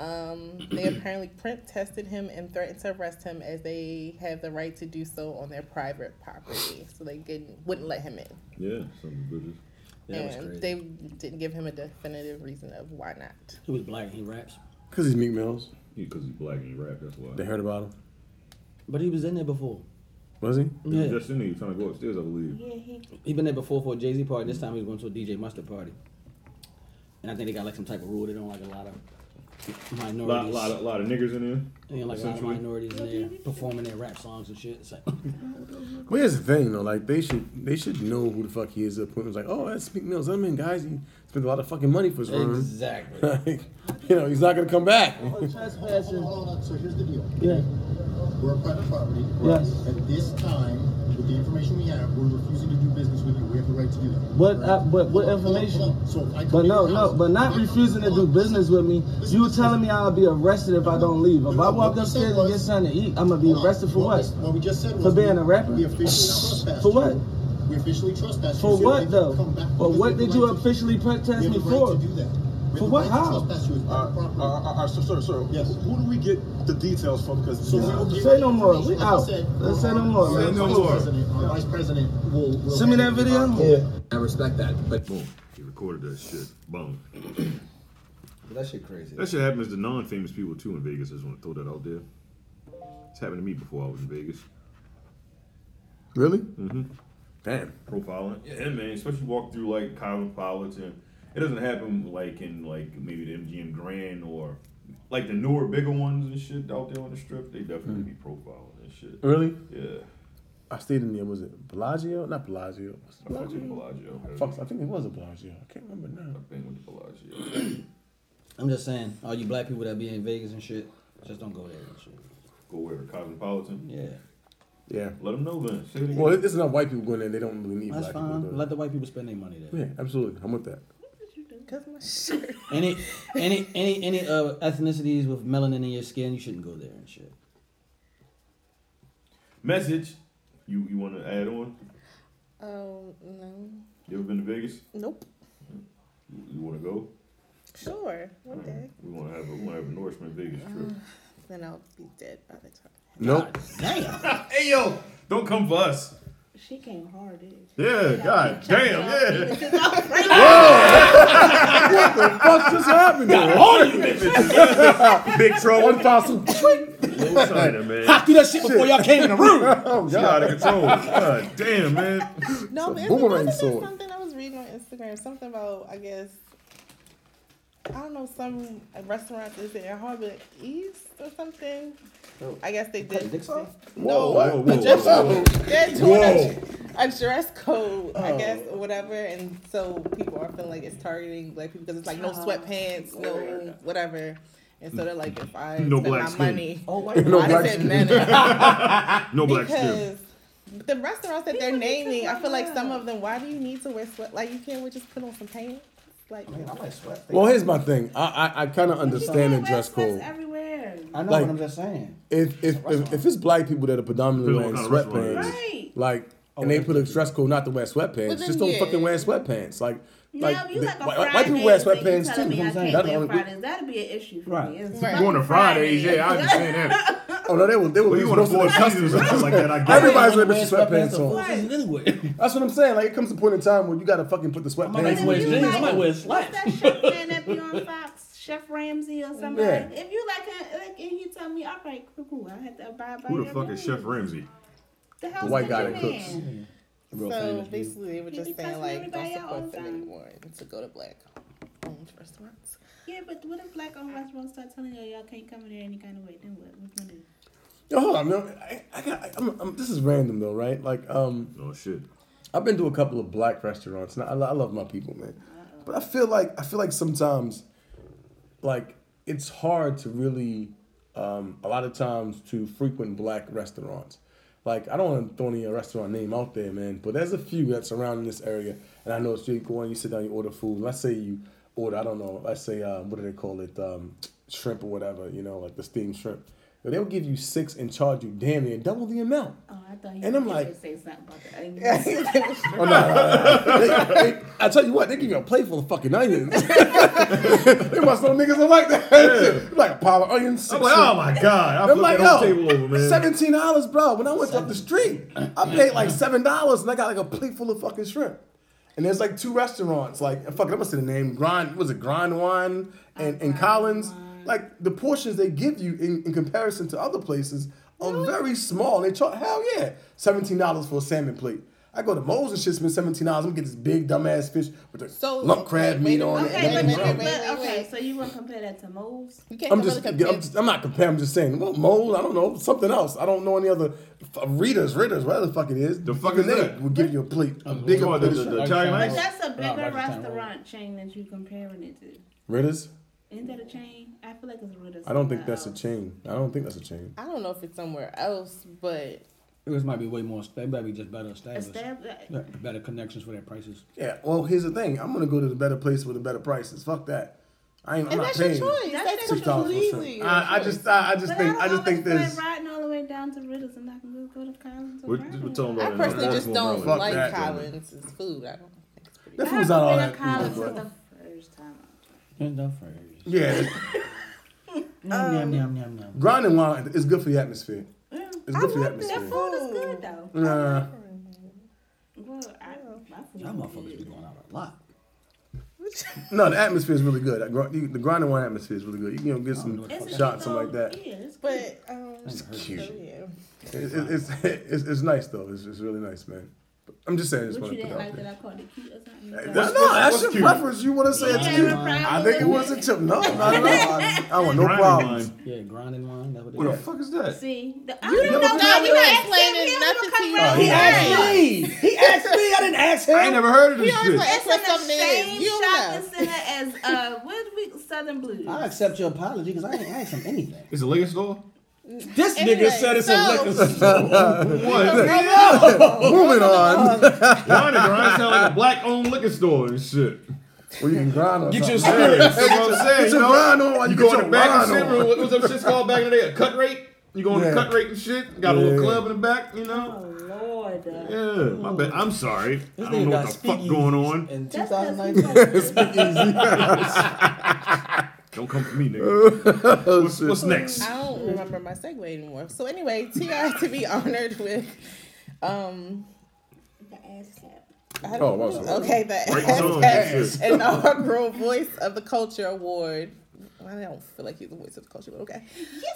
Um, they apparently print tested him and threatened to arrest him as they have the right to do so on their private property. So they didn't wouldn't let him in, Yeah, some bitches. That was and crazy. they didn't give him a definitive reason of why not. He was black and he raps, Cause he's Meek Mills. Because he's black and he rap, that's why. They heard about him. but he was in there before. Was he? He was Yeah, just in there, he was trying to go upstairs, I believe. something? Yeah, he. he been there before for a Jay Z party. This time he was going to a DJ Mustard party, and I think they got like some type of rule. They don't like a lot of A lot, minorities. lot, of- lot of niggers in there. You know, like a lot of Essentially. minorities in there performing their rap songs and shit. It's like, Well, here's the thing though, like they should they should know who the fuck he is. At the point it's like, oh, that's Meek Mills. I mean, guys, he spent a lot of fucking money for his room. exactly. Like, you know, he's not gonna come back. Hold on, so here's the deal. Yeah. We're a private property. Yes. At this time, with the information we have, we're refusing to do business with you. We have the right to do that. What, Correct? uh, but what Hold on, hold on, information? hold on. So if I come But to no, your no, house- but not Hold on, refusing to hold do on. business with me. You were telling me I'll be arrested if I don't leave. If I walk What you said upstairs and get was- something to eat, I'm gonna be Hold on. arrested for we- what? What we just said was For being we- a rapper? We officially trespassed. For what? you. We officially trespassed. you. For So what they though? come back But because what we did have the you right to- officially protest We have me the right for? to do that. For what? How? Uh, sir, sir, sir. Yes. Who do we get the details from? Because so we will get. Say no more. We out. Let's say no more, Say man. no more. Our vice president will. will Send me that video. I respect that, but boom, he recorded that shit. Boom. That shit crazy. That shit happens to non-famous people too in Vegas. I just want to throw that out there. It's happened to me before I was in Vegas. Really? Mm-hmm. Damn. Profiling. Yeah, man. Especially you walk through like cosmopolitan. and it doesn't happen like in like maybe the MGM Grand or like the newer, bigger ones and shit out there on the strip. They definitely be profiling and shit. Really? Yeah. I stayed in there. Was it Bellagio? Not Bellagio. Was it I fucked with Bellagio. Fuck, I think it was a Bellagio. I can't remember now. I think with Bellagio. I'm just saying, all you black people that be in Vegas and shit, just don't go there and shit. Go where? Cosmopolitan? Yeah. Yeah. Let them know then. Say it again. Well, it- it's enough white people going there. They don't really need That's black people. fine. going Let the white people spend their money there. there. Yeah, absolutely. I'm with that. Cause my shirt. Any, any, any, any uh, ethnicities with melanin in your skin, you shouldn't go there and shit. Message. You you want to add on? Oh no. You ever been to Vegas? Nope. You, you want to go? Sure. One day. We want to have a we want to have a Norseman Vegas trip. Then I'll be dead by the time. Nope. Uh. hey yo, don't come for us. She came hard, didn't Yeah, God damn, yeah. she? I was like, what the fuck just happened? Got all of you bitches. Big trouble. One fossil. Little China, man. I threw that shit before y'all came in the room. oh, She out of control. God damn, man. No, It's a but boomerang wasn't there sword. something I was reading on Instagram? Something about I guess I don't know some restaurants is it in Harbor East or something? I guess they did. Dixie? No, Whoa, whoa, whoa, but they're- whoa, whoa. they're doing a, Whoa. a dress code, I Oh. guess, or whatever, and so people are feeling like it's targeting black people because it's like no sweatpants, no whatever, and so they're like, if I No spend black my skin. money, Oh, white No I black said skin. men. No black skin. because the restaurants that they're naming, I feel like some of them. Why do you need to wear sweat? Like you can't wear- just put on some pants. Like I might sweat. Well, here's my thing. I I, I kind of understand the "Wear dress sweats code. everywhere. I know Like- what I'm just saying. If if, if if it's black people that are predominantly wearing Depends on what kind of sweatpants, restaurant it is. like, and they put a dress code not to wear sweatpants, Well, then, just don't yeah. fucking wear sweatpants. Like, No, like, you the- like on white, Fridays. white people wear and you sweatpants telling too. Me I That's can't the wear only- Fridays. That'd be an issue for Right. me. It's Right. Going to Fridays, yeah, I understand that. Oh no, they will. They will Well, you lose want to most of four their seasons or something like that, I guess. Everybody's Everyone wears wearing sweatpants or on. full seasons anyway. That's what I'm saying. Like, it comes a point in time where you gotta fucking put the I might sweatpants wear on. jeans. I might wear What's slacks. that chef man that be on Fox, Chef Ramsey or somebody? Yeah. If you like him, like, and you tell me, all right, cool, cool, I have to abide by Who the your fuck is rules. Chef Ramsey? The, The hell's white guy that that man? cooks. Real so famous dude. basically, they were He just be saying cussing like, don't everybody out all support the them time. anymore and to go to black-owned restaurants. Yeah, but what if black owned restaurants start telling y'all y'all can't come in there any kind of way? Then what? What's gonna do? Yo, hold on, man. I, I got. I, am I'm, this is random though, right? Like, um. No Oh, shit. I've been to a couple of black restaurants, and I, I love my people, man. But I feel like I feel like sometimes, like it's hard to really, um, a lot of times to frequent black restaurants. Like I don't want to throw any uh, restaurant name out there, man, but there's a few that's around in this area, and I know it's you go in, you sit down, you order food. Let's say you order, I don't know, let's say uh, what do they call it, um, shrimp or whatever, you know, like the steamed shrimp. They'll give you six and charge you damn near double the amount. Oh, I thought you And I'm were like- gonna say something about that. I Oh, no, no, no, no. They- they- I tell you what, they give you a plate full of fucking onions. they must know niggas are like that. like a pile of onions. I'm like, oh my god. I I'm flipped like, that whole yo, table over, man. seventeen dollars, bro. When I went up the street, I paid like seven dollars and I got like a plate full of fucking shrimp. And there's like two restaurants, like fuck, it, I'm gonna say the name. Grind was it Grind Wine and, and Collins. Like the portions they give you in, in comparison to other places are very small. They charge hell yeah, seventeen dollars for a salmon plate. I go to Moe's and shit, spend seventeen dollars. I'm gonna get this big dumbass fish with the So- lump crab meat on it. Okay, and but- everything else. but- but- wait, wait, okay, wait. so you wanna compare that to Moe's? You can't I'm come just, to I'm, compare- just- I'm not comparing. I'm just saying, well, mold. I don't know something else. I don't know any other f- readers, Ritters, whatever the fuck it is. The fuck Even is they that? Would give you a plate, a Big bigger oh, the, plate. the, of the shit. Italian But ice? that's a bigger Roger's Town Road. restaurant chain that you're comparing it to. Ritters. Isn't that a chain? I feel like it's a Ritter's. I don't think that's a somewhere chain. I don't think that's a chain. I don't know if it's somewhere else, but Yours might be way more. It might be just better else. established. Estab- Yeah, Better connections for their prices. Yeah. Well, here's the thing. I'm gonna go to the better place with the better prices. Fuck that. I ain't. I'm and not that's your paying. choice. That's That's Six dollars for completely. shrimp. I, I just, I, I just But think, I, I don't just think always feel this. like riding all the way down to Ritter's and I can just go to Collins or We're, Grind we're It. talking I about personally just international brand. don't Fuck like that, Collins' food. I don't. That I food's not all that. haven't been to Collins good, since bro. the first time. I There's no Um, furries. Yeah. Yum, yum, yum, yum, yum. Grinding wild is good for the atmosphere. It's good for the Their atmosphere. food is good though. Nah. Well, I, my food Y'all is motherfuckers be going out a lot. No, the atmosphere is really good. That gr- you- The grinding wine atmosphere is really good. You can you know, get some It's a shots and little- like that. Yeah, it's but um, It's cute. so, yeah. It, it, it's, it's it's nice though. It's, it's really nice, man. But I'm just saying, I just What want you to put didn't it like out that there. I called it cute or something? Hey, Like- That's, no, that's your preference. You want to say it's Yeah, cute. I'm proud I of think it it. was a tip. No, no, no. no. I, I want no Grinding problems. wine. Yeah, grinding wine. That what What the it is. fuck is that? See, the, I You don't don't know know why that. you You explaining explaining him. nothing to you. Oh, He asked yeah. me. He asked me. I didn't ask him. I ain't never heard of He this always shit. like, It's ask what in the something is. same You shopping don't know. center as uh, what we Southern Blues. I accept your apology because I didn't ask him anything. It's a liquor store. This Anyway, nigga said it's so- a liquor store. What? Moving on. Why did grind sound like a black owned liquor store and shit? Well, you can grind on Get your something. Hey, that's what I'm saying. You, Get your know, grind on while you you go get in your the back of the grind sitting room. on. What was that shit called back in the day? A cut rate? You go in Yeah. the cut rate and shit? Got a little Yeah. club in the back, you know? Oh Lord. uh, Yeah, my bad. I'm sorry. This nigga I don't know got what the fuck speakeasies going on. In that's 2019. 'cause you got- Don't come for me, nigga. what's, what's next? I don't remember my segue anymore. So anyway, Ti to be honored with, um, the ass cap. I Oh, don't what's up? okay, the Break songs and shit. hashtag inaugural voice of the culture award. I don't feel like he's the voice of the culture, but okay.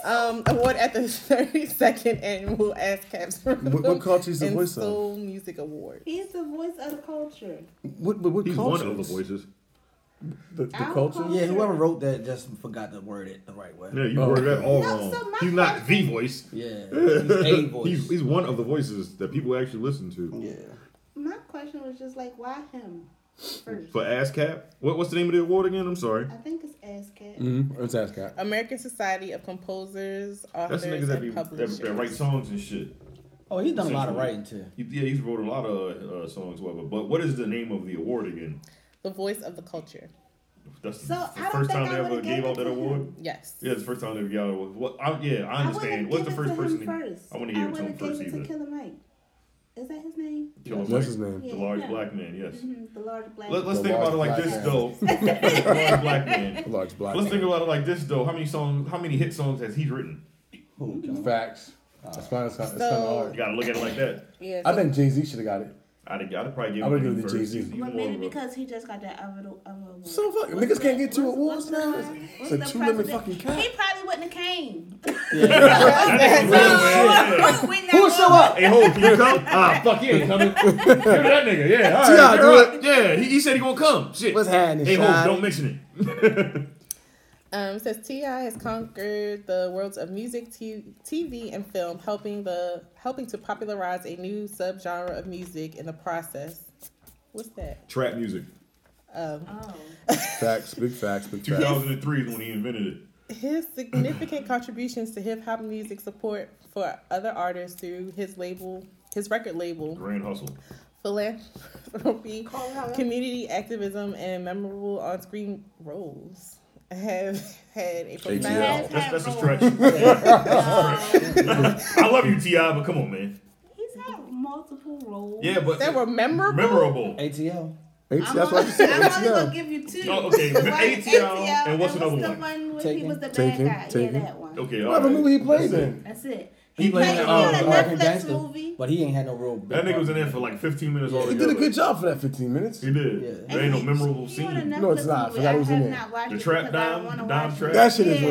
Um, award at the 32nd annual ASCAP's What- what culture is the voice of? Soul Music Award. He's the voice of the culture. What, what, what He's cultures? one of the voices. The, the Our culture? culture. Yeah, whoever wrote that just forgot to word it the right way. Yeah, you Oh. worded that all No, so wrong. my He's not the voice. Yeah, he's a voice. He's, he's one of the voices that people actually listen to. My question was just like, why him first? For ASCAP, what, what's the name of the award again? I'm sorry. I think it's ass cap. Mm, Mm-hmm. It's ASCAP. American Society of Composers, That's Authors, the niggas that, be, and that, Publishers. that write songs and shit. Oh, he's done a lot of Essentially. writing too. He- Yeah, he's wrote a lot of uh, songs, whatever. But what is the name of the award again? The voice of the culture. That's the So, I don't first think time I they ever would've gave gave out it that to him. award. Yes. Yeah, it's the first time they ever gave out. Award. What? I, yeah, I understand. wouldn't What's the give first it to person? him to- first. I want to give it to him would've gave first it to either. Killer Mike. Is that his name? Killer That's Mike, his name. The Yeah, large yeah. black man. Yes. Mhm, The large black. Let, let's The think about it large like black this, man. though. large black man. Large black. Let's think man. about it like this though. How many songs? How many hit songs has he written? Facts. That's fine. It's kind of So- You hard. gotta look at it like that. Yeah. I think Jay Z should have got it. I'd, I'd probably give I would've him given it to first. Jay-Z. He's more Well, maybe of a- because he just got that other other award. So fuck, What's niggas can't the- get two awards what's- what's now? the- It's- it's what's a the two-limit president- fucking cap. He probably wouldn't have came. When that Who show up? Hey, hold, can you come? Ah, fuck, he ain't coming. Give it to that nigga, yeah. All Yeah, right, do girl. Yeah, he, he said he gonna come. Shit. What's happening, Hey, hold, Shawty? don't mention it. Um, it says Ti has conquered the worlds of music, t- TV, and film, helping the helping to popularize a new subgenre of music in the process. What's that? Trap music. Um, Oh. Facts. Big facts. Big facts. 2003 is when he invented it. his significant contributions to hip hop music support for other artists through his label, his record label, Grand Hustle. philanthropy, community activism, and memorable on-screen roles have had a profound Has That's, had that's a roles. stretch. I love you, T.I., but come on, man. He's had multiple roles. Yeah, but that were memorable. memorable. ATL. H- I'm That's what I only, just said. I'm only gonna ATL. give you two. Oh, okay, One ATL, and what's and another one? the one when he Taken. was the bad Taken, guy? taken. Yeah, that one. Okay, all Whatever right. movie he plays in. That's it. He, played that, played- he was uh, in a American Netflix Gangster, movie. but he ain't had no role. That nigga was in there for like 15 minutes He altogether. did a good job for that 15 minutes. He did. Yeah. There ain't no He- memorable he scene. on a That No, it's Netflix not. I movie. forgot it was in have there. not watched The it Trap because I Dime- don't wanna Dime watch Trap. it. That shit is Yeah, I don't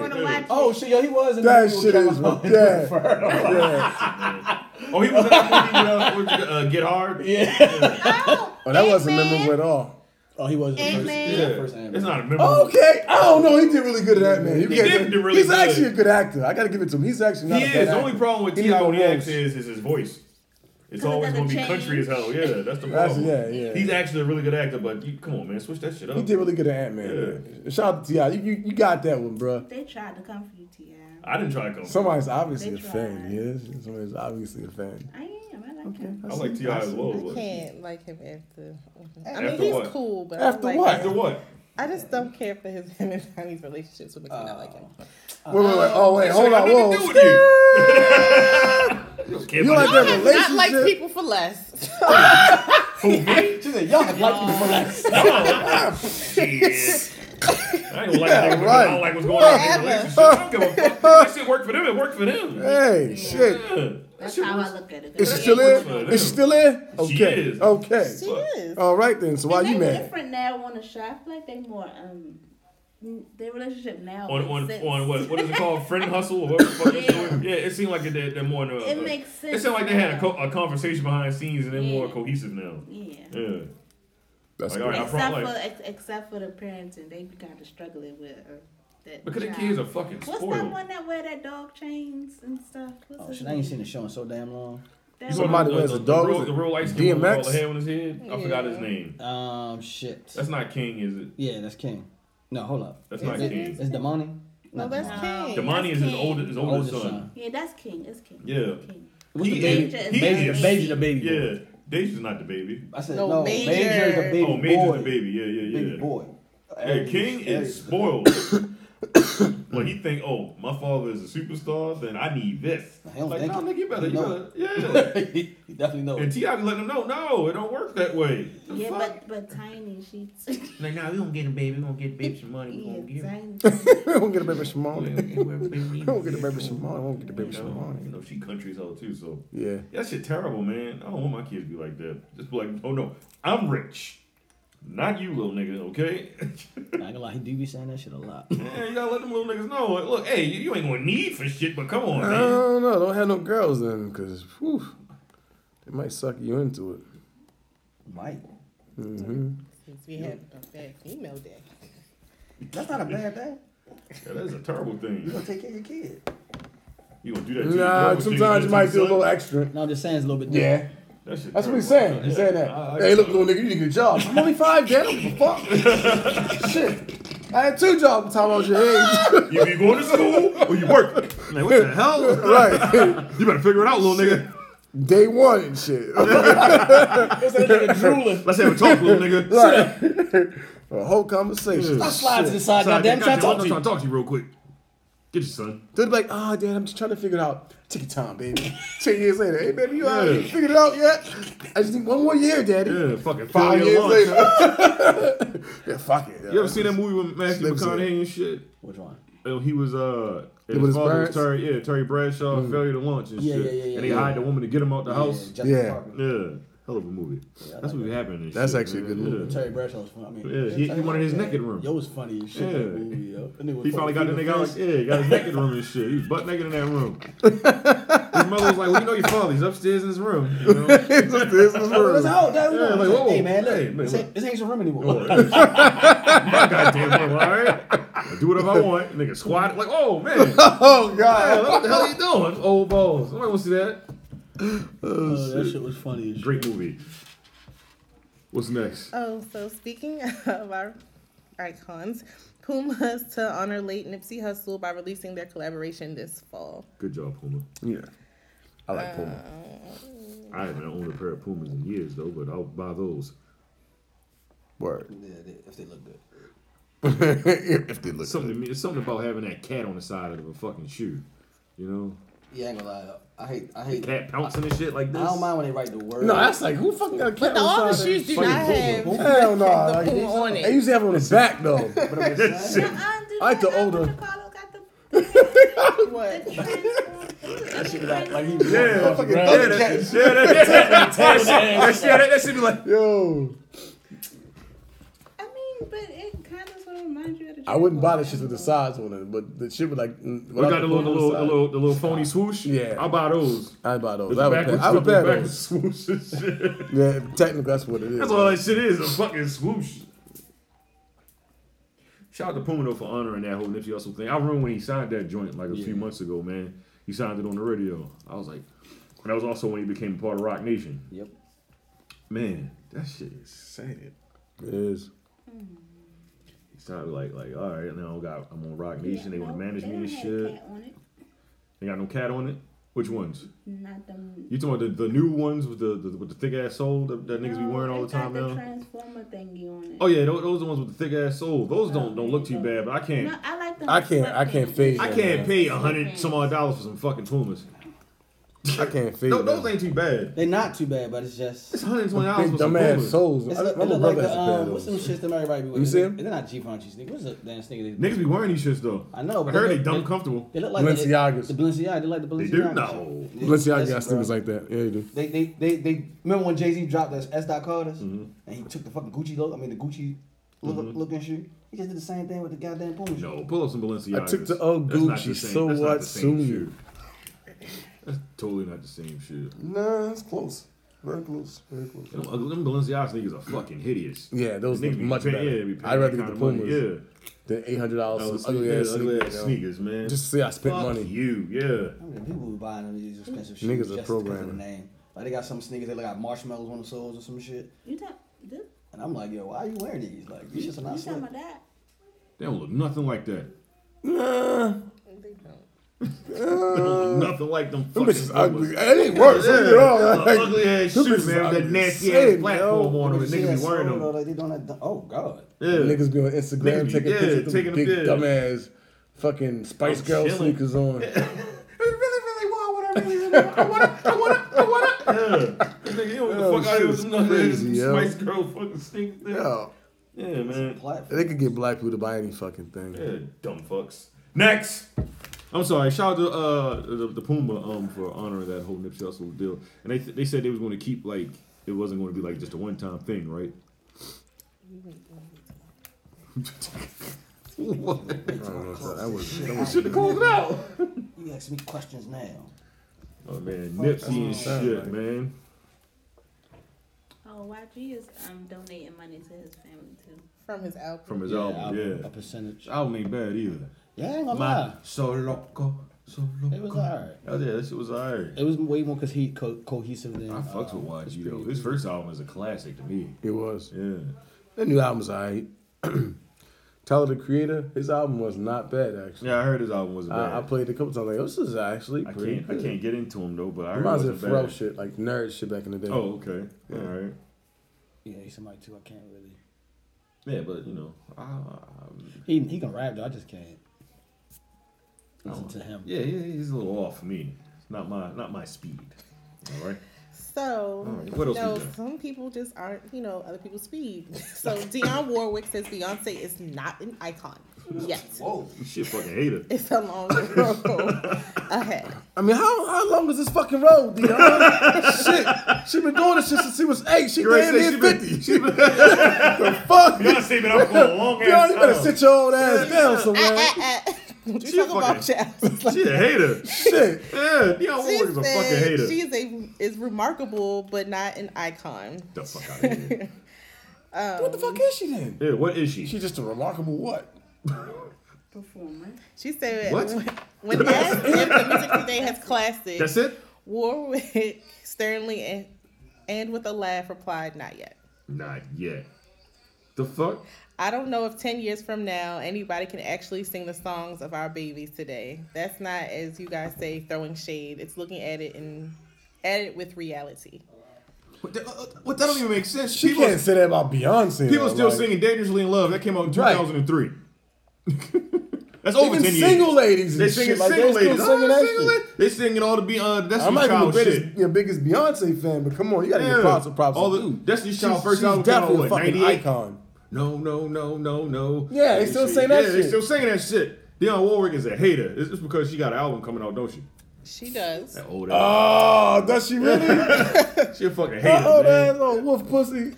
wanna retarded. watch it. Oh shit, yo, he was in That the movie shit with Kevin is Hart. yeah. yeah. Oh, he was in that movie, uh, with, uh, Get Hard? Yeah. Oh, Oh, that wasn't Ant-Man. memorable at all. Oh, he was in the first. Ant-Man. Yeah, first Ant-Man. It's not a memorable. Okay, I don't know. He did really good at that man. You He can't did get- really he's good. actually a good actor. I gotta give it to him. He's actually not He a is. bad The actor. only problem with He T.I. need when he more acts roles. is, is his voice. It's it always going to doesn't be change. country as hell. Yeah, that's the problem. That's- yeah, yeah. He's actually a really good actor, but you, come on, man, switch that shit up. He did really good at Ant Man. Shout out to Ti. You, you you got that one, bro. They tried to come for you, T.I. I didn't try to come. Somebody's obviously a They fan. tried. Yeah, somebody's obviously a fan. I am. I like him. I like T.I. as well. I but- can't like him after. I mean, After he's what? cool, but After I don't what? like After him. what? I just don't care for his him and Tiny's relationships with me. I like him. Uh, Wait, wait, wait. Oh wait, hold Got on. nothing to do Whoa. with You You like that? that Not like relationship? people for less. Who, me? She said, "Y'all have liked me for less." Shit. I ain't gonna like Yeah, niggas, but I right. don't like what's going on in their relationship. I don't give a fuck. That shit worked for them. It worked for them. Hey, shit. That's how I look at it. Is she still in? Is she still in? She Okay. is. Okay. She is. All right then. So why they you mad? different now on the show. I feel like they more um n- their relationship now. On, makes on, sense. on what what is it called? Friend hustle or whatever the fuck it's doing. Yeah, it seemed like it, they're, they're more. in a- It makes sense. It seemed like they had a, co- a conversation behind the scenes and they're more Yeah. cohesive now. Yeah. Yeah. That's like, all right, I except probably, for like, ex- except for the parenting, they be kind of struggling with uh, that. Because the child. kids are fucking What's that spoiled. one that wear that dog chains and stuff? What's Oh his shit, I ain't name? seen the show in so damn long. That You one- Somebody wears a dog. The real, with the it. real light skin with all the hair DMX. on his head. I forgot his name. Um, shit. That's not King, is it? Yeah, that's King. No, hold up. That's Is not it- King. It's Damani. No, that's King. Damani is his older his oldest Oldest son. Um, Yeah, that's King. It's King. Yeah. What's He the is- baby? he Major- is- Major the baby boy. Yeah, Deja's not the baby. I said No, no. Major. Major, is the baby oh, Major's boy. the baby. Yeah, yeah, yeah. Baby boy. Yeah, King Aries. is spoiled. like he think, oh, my father is a superstar, then I need this. I don't Like, think no, he- nigga, you better, you no. better, yeah. he definitely knows. And Ti be letting him know, no, it don't work that way. The Yeah, fuck? but but tiny she. Like, nah, we don't get a baby. We gonna get baby some money. We gonna give. him. I won't get a baby Shimon. I won't get a baby Shimon. I won't get a baby You know, Shimon. you know, she country's hoe too, so Yeah. that shit terrible, man. I don't want my kids to be like that. Just be like, oh no, I'm rich, not you, little nigga. Okay, I ain't gonna lie, he do be saying that shit a lot. yeah, you gotta let them little niggas know. like, Look, hey, you, you ain't gonna need for shit, but come on, I man. don't know. Don't have no girls then, because they might suck you into it. Might. hmm Since we had a bad female day. That's not a bad thing. Yeah, that is a terrible You thing. gonna take care of your kid. You gonna do that? to your Nah, girl, sometimes you to might your do a little son? extra. No, I'm just saying it's a little bit Yeah. different. That shit That's what he's terrible. saying. He's Yeah. saying that. I- I- hey, look, little nigga, you need to get a job. I'm only five, dad. I don't give a fuck. Shit. I had two jobs by the time I was your age. You be going to school or you work? Man, what the hell? right. You better figure it out, little nigga. Day one and shit. Let's have a talk, little nigga. A whole conversation. Stop sliding to the side, Sorry, goddamn. Try goddamn, to talk I'm to trying you. to talk to you real quick. Get your son. They'd be like, ah, dad, I'm just trying to figure it out. Take your time, baby. Ten years later, hey, baby, you Yeah. already figured it out yet? I just need one more year, daddy. Yeah, fucking Five five years years later. later. Yeah, fuck it. You ever seen that movie with Matthew Slips in. McConaughey and shit? Which one? Oh, he was uh, with his his father was parents? Mm. Terry, yeah, Terry Bradshaw, failure to launch and Yeah, shit, yeah, yeah, yeah, and they yeah. hired the woman to get him out the house. Justin Yeah. Parker. Yeah, hell of a movie. That's what happened. and That's shit, actually a man. good movie. Yeah. Terry Bradshaw was funny. I mean, Yeah, he- he wanted his naked room. Yo was funny as shit. Yeah. that movie, yo. That nigga was He finally got fucking the nigga out. famous. Yeah, he got his naked room and shit. He was butt naked in that room. His mother was like, "Well, you know your father. He's upstairs in his room." You know? It's a business Oh, world. that's out. That was Yeah, out. like, whoa, hey man, look, hey, man, this, look. ain't, this ain't your room anymore. Oh, that is- My goddamn room. All right, I do whatever I want. Nigga squat like, oh man, Oh Hey, god. what the hell are you doing? Old balls. Nobody wants to see that. Oh, that shit was funny as shit. Great movie. What's next? Oh, so speaking of our icons, Puma's to honor late Nipsey Hussle by releasing their collaboration this fall. Good job, Puma. Yeah. I like Puma. Uh, I haven't owned a pair of Pumas in years though, but I'll buy those. Word. Yeah, they- if they look good. if they look Something, it's something about having that cat on the side of a fucking shoe. You know, Yeah, I ain't gonna lie. I hate, I hate. cat pouncing and shit like I this. don't mind when they write the word. No, that's like who fucking got a cat The on all the the side of shoes do their- not have Fucking- Hell no. the Oh, like, Puma on they it. used to have it on the back though. But I'm just saying, Uh-uh, I like the dude, older- What? you call it? Got the- What? the transform- that shit be like, like he Yeah, Fucking yeah, Thundercat. that, yeah, that, that, that, shit- that, shit- that should be like. Yo. I mean, but it kind of sort of reminds you of the. I wouldn't buy the shit with the sides on it, but the shit with like mm, We without got the little, the Puma little, on the side. little, the little phony swoosh. Yeah. I buy those. I'd buy those. With I the would pay, backwards- I would with the pay backwards those. swoosh and shit. Yeah, technically that's what it is. That's all that shit is, a fucking swoosh. Shout out to Puma though for honoring that whole Nipsey Hussle thing. I remember when he signed that joint like a few months ago, man. He signed it on the radio. I was like, and that was also when he became part of Rock Nation. Yep. Man, that shit is sad. It is. He started like, like, all right, now I got, I'm on Rock Yeah, Nation. they want nope, to manage they me don't and have shit. cat on it. They got no cat on it. Which ones? Not them. You talking about the, the new ones with the, the with the thick ass sole that, that niggas be wearing all the it got time the now? Transformer thingy on it. oh yeah, those, those are the ones with the thick ass sole. Those don't don't look too bad, but I can't. No, I like them. I can't- I can't fade I Yeah, can't man. pay a hundred some odd dollars for some fucking Pumas. I can't feel. No, those ain't too bad. They're not too bad, but it's just it's 120 dollars for some dumbass food. souls. It's, I- it my look like the, brother has a pair of um, what's some those. shit them everybody wear? You see 'em? They're not G-Funchy sneakers. What's the damn sneaker? They, Niggas be wearing these shits though. I know, but I heard they look- dumb comfortable. They look like the- Balenciagas. The, Balenciaga. They like the Balenciaga. They do? No. shit. Balenciaga Listen, got bro. sneakers like that. Yeah, you do. They, they, they, they remember when Jay Z dropped that S. Dot Carter's Mm-hmm. and he took the fucking Gucci look. I mean the Gucci look, looking shoe. He just did the same thing with the goddamn Puma shoe. No, pull up some Balenciaga. I took the old Gucci, so what? Soon. That's totally not the same shoe. Nah, it's close. Very close. Very close. Them, them Balenciaga sneakers are fucking hideous. Yeah, those Niggas look be much pay- better. Yeah, be paying I'd that rather get the kind of money. Pumas Yeah. than eight hundred dollars Those for ugly ass sneakers, ugly sneakers, ass yo. sneakers, man. Just to see I spent Fuck money. You, yeah. I mean, people were buying them these expensive shoes. Niggas just because are of the programming. name. Like they got some sneakers that like, got marshmallows on the soles or some shit. You talk, you, And I'm like, yo, why are you wearing these? Like these shits are you not talking slick. about that? They don't look nothing like that. They don't. They don't look nothing like them. Them fucking bitches Pumas. ugly. It ain't worse. Don't get me wrong. Yeah, Like, ugly ass them shoes, bitches man. With ugly that as nasty shit, ass yo. platform on them. Niggas and is Niggas be wearing slow, them. though, Like they doing that. du- Oh god. Yeah. Niggas be on Instagram Niggas be- taking yeah, pictures of taking a them big pic. dumbass fucking Spice I'm Girl chilling. sneakers on. Nigga, you don't get the Yo, fuck out Oh, shit here with is some nothing. crazy, yo. Spice Girl fucking stink. Yeah. Yo, Yeah, man. they could get black people to buy any fucking thing. Yeah, dumb fucks. Next. I'm sorry. Shout out to uh, the, the Puma um for honoring that whole Nipsey Hussle deal. And they they said they was going to keep like it wasn't going to be like just a one time thing, right? what? That was that We was should have called it out. You ask me questions now. Oh man, Nipsey and sound shit, like. man. Oh, YG is um, donating money to his family too. From his album. From his Yeah, album, album, yeah. A percentage. Album ain't bad either. Yeah, I ain't gonna My lie. so loco, so loco. It was alright. Oh yeah, that shit was alright. It was way more cause he co- cohesive than. I fucks uh, with it's YG pretty though. good. His first album is a classic to me. It was. Yeah. That new album's alright. Tyler the Creator, his album was not bad actually. Yeah, I heard his album was bad. I, I played it a couple times. Like, this is actually I pretty. can't I good. can't get into him though, but I heard Reminds me it of was bad. Pharrell shit, like nerd shit back in the day. Oh, okay. All right. Yeah, he's somebody too. I can't really. Yeah, but you know, I, um, I- He he can rap though. I just can't listen don't- to him. yeah, yeah, he's a little off for me. It's not my not my speed. All right. So, Alright, what else you know, we got? some people just aren't, you know, other people's speed. So, Dionne Warwick says Beyonce is not an icon yet. Whoa, you shit fucking hater. It's a long road ahead. I mean, how how long is this fucking road, Dion? shit, she been doing this shit since she was eight. She You already damn said near she been- fifty. the fuck, Y'all see me up for a long Dion, ass you better time. sit your old ass down Ah, somewhere. ah, ah. Don't She you talk about fucking- child. She a hater. shit, Yeah, Dionne She Warwick's a fucking said hater. She is a is remarkable, but not an icon. the fuck out of here. what the fuck is she then? Yeah, what is she? She's just a remarkable what? Performer. She said What? when, when asked if the music today has classics, That's it? Warwick sternly and and with a laugh replied, "Not yet." Not yet. The fuck? I don't know if 10 years from now anybody can actually sing the songs of our babies today. That's not, as you guys say, throwing shade. It's looking at it and at it with reality. What? That, uh, what, that don't even make sense. She people can't say that about Beyonce. people though, still like, singing "Dangerously in Love." That came out in Right. 2003. That's Even over 10 years. single ladies and They singing shit, like, they single still ladies. singing Oh, that single shit. la- They singing all the be uh, that's I'm not even the child biggest, shit. your biggest Beyonce fan, but come on, you gotta give props to props. All to the dude. Destiny's Child She's- first she's album came out definitely what a fucking 98. icon. No, no, no, no, no. Yeah, they That still sing that yeah, shit. They still singing that shit. Dionne Warwick is a hater. It's just because she got an album coming out, don't she? She does. That old ass. Oh, does she really? she a fucking hater, Oh, man. that ass on wolf pussy.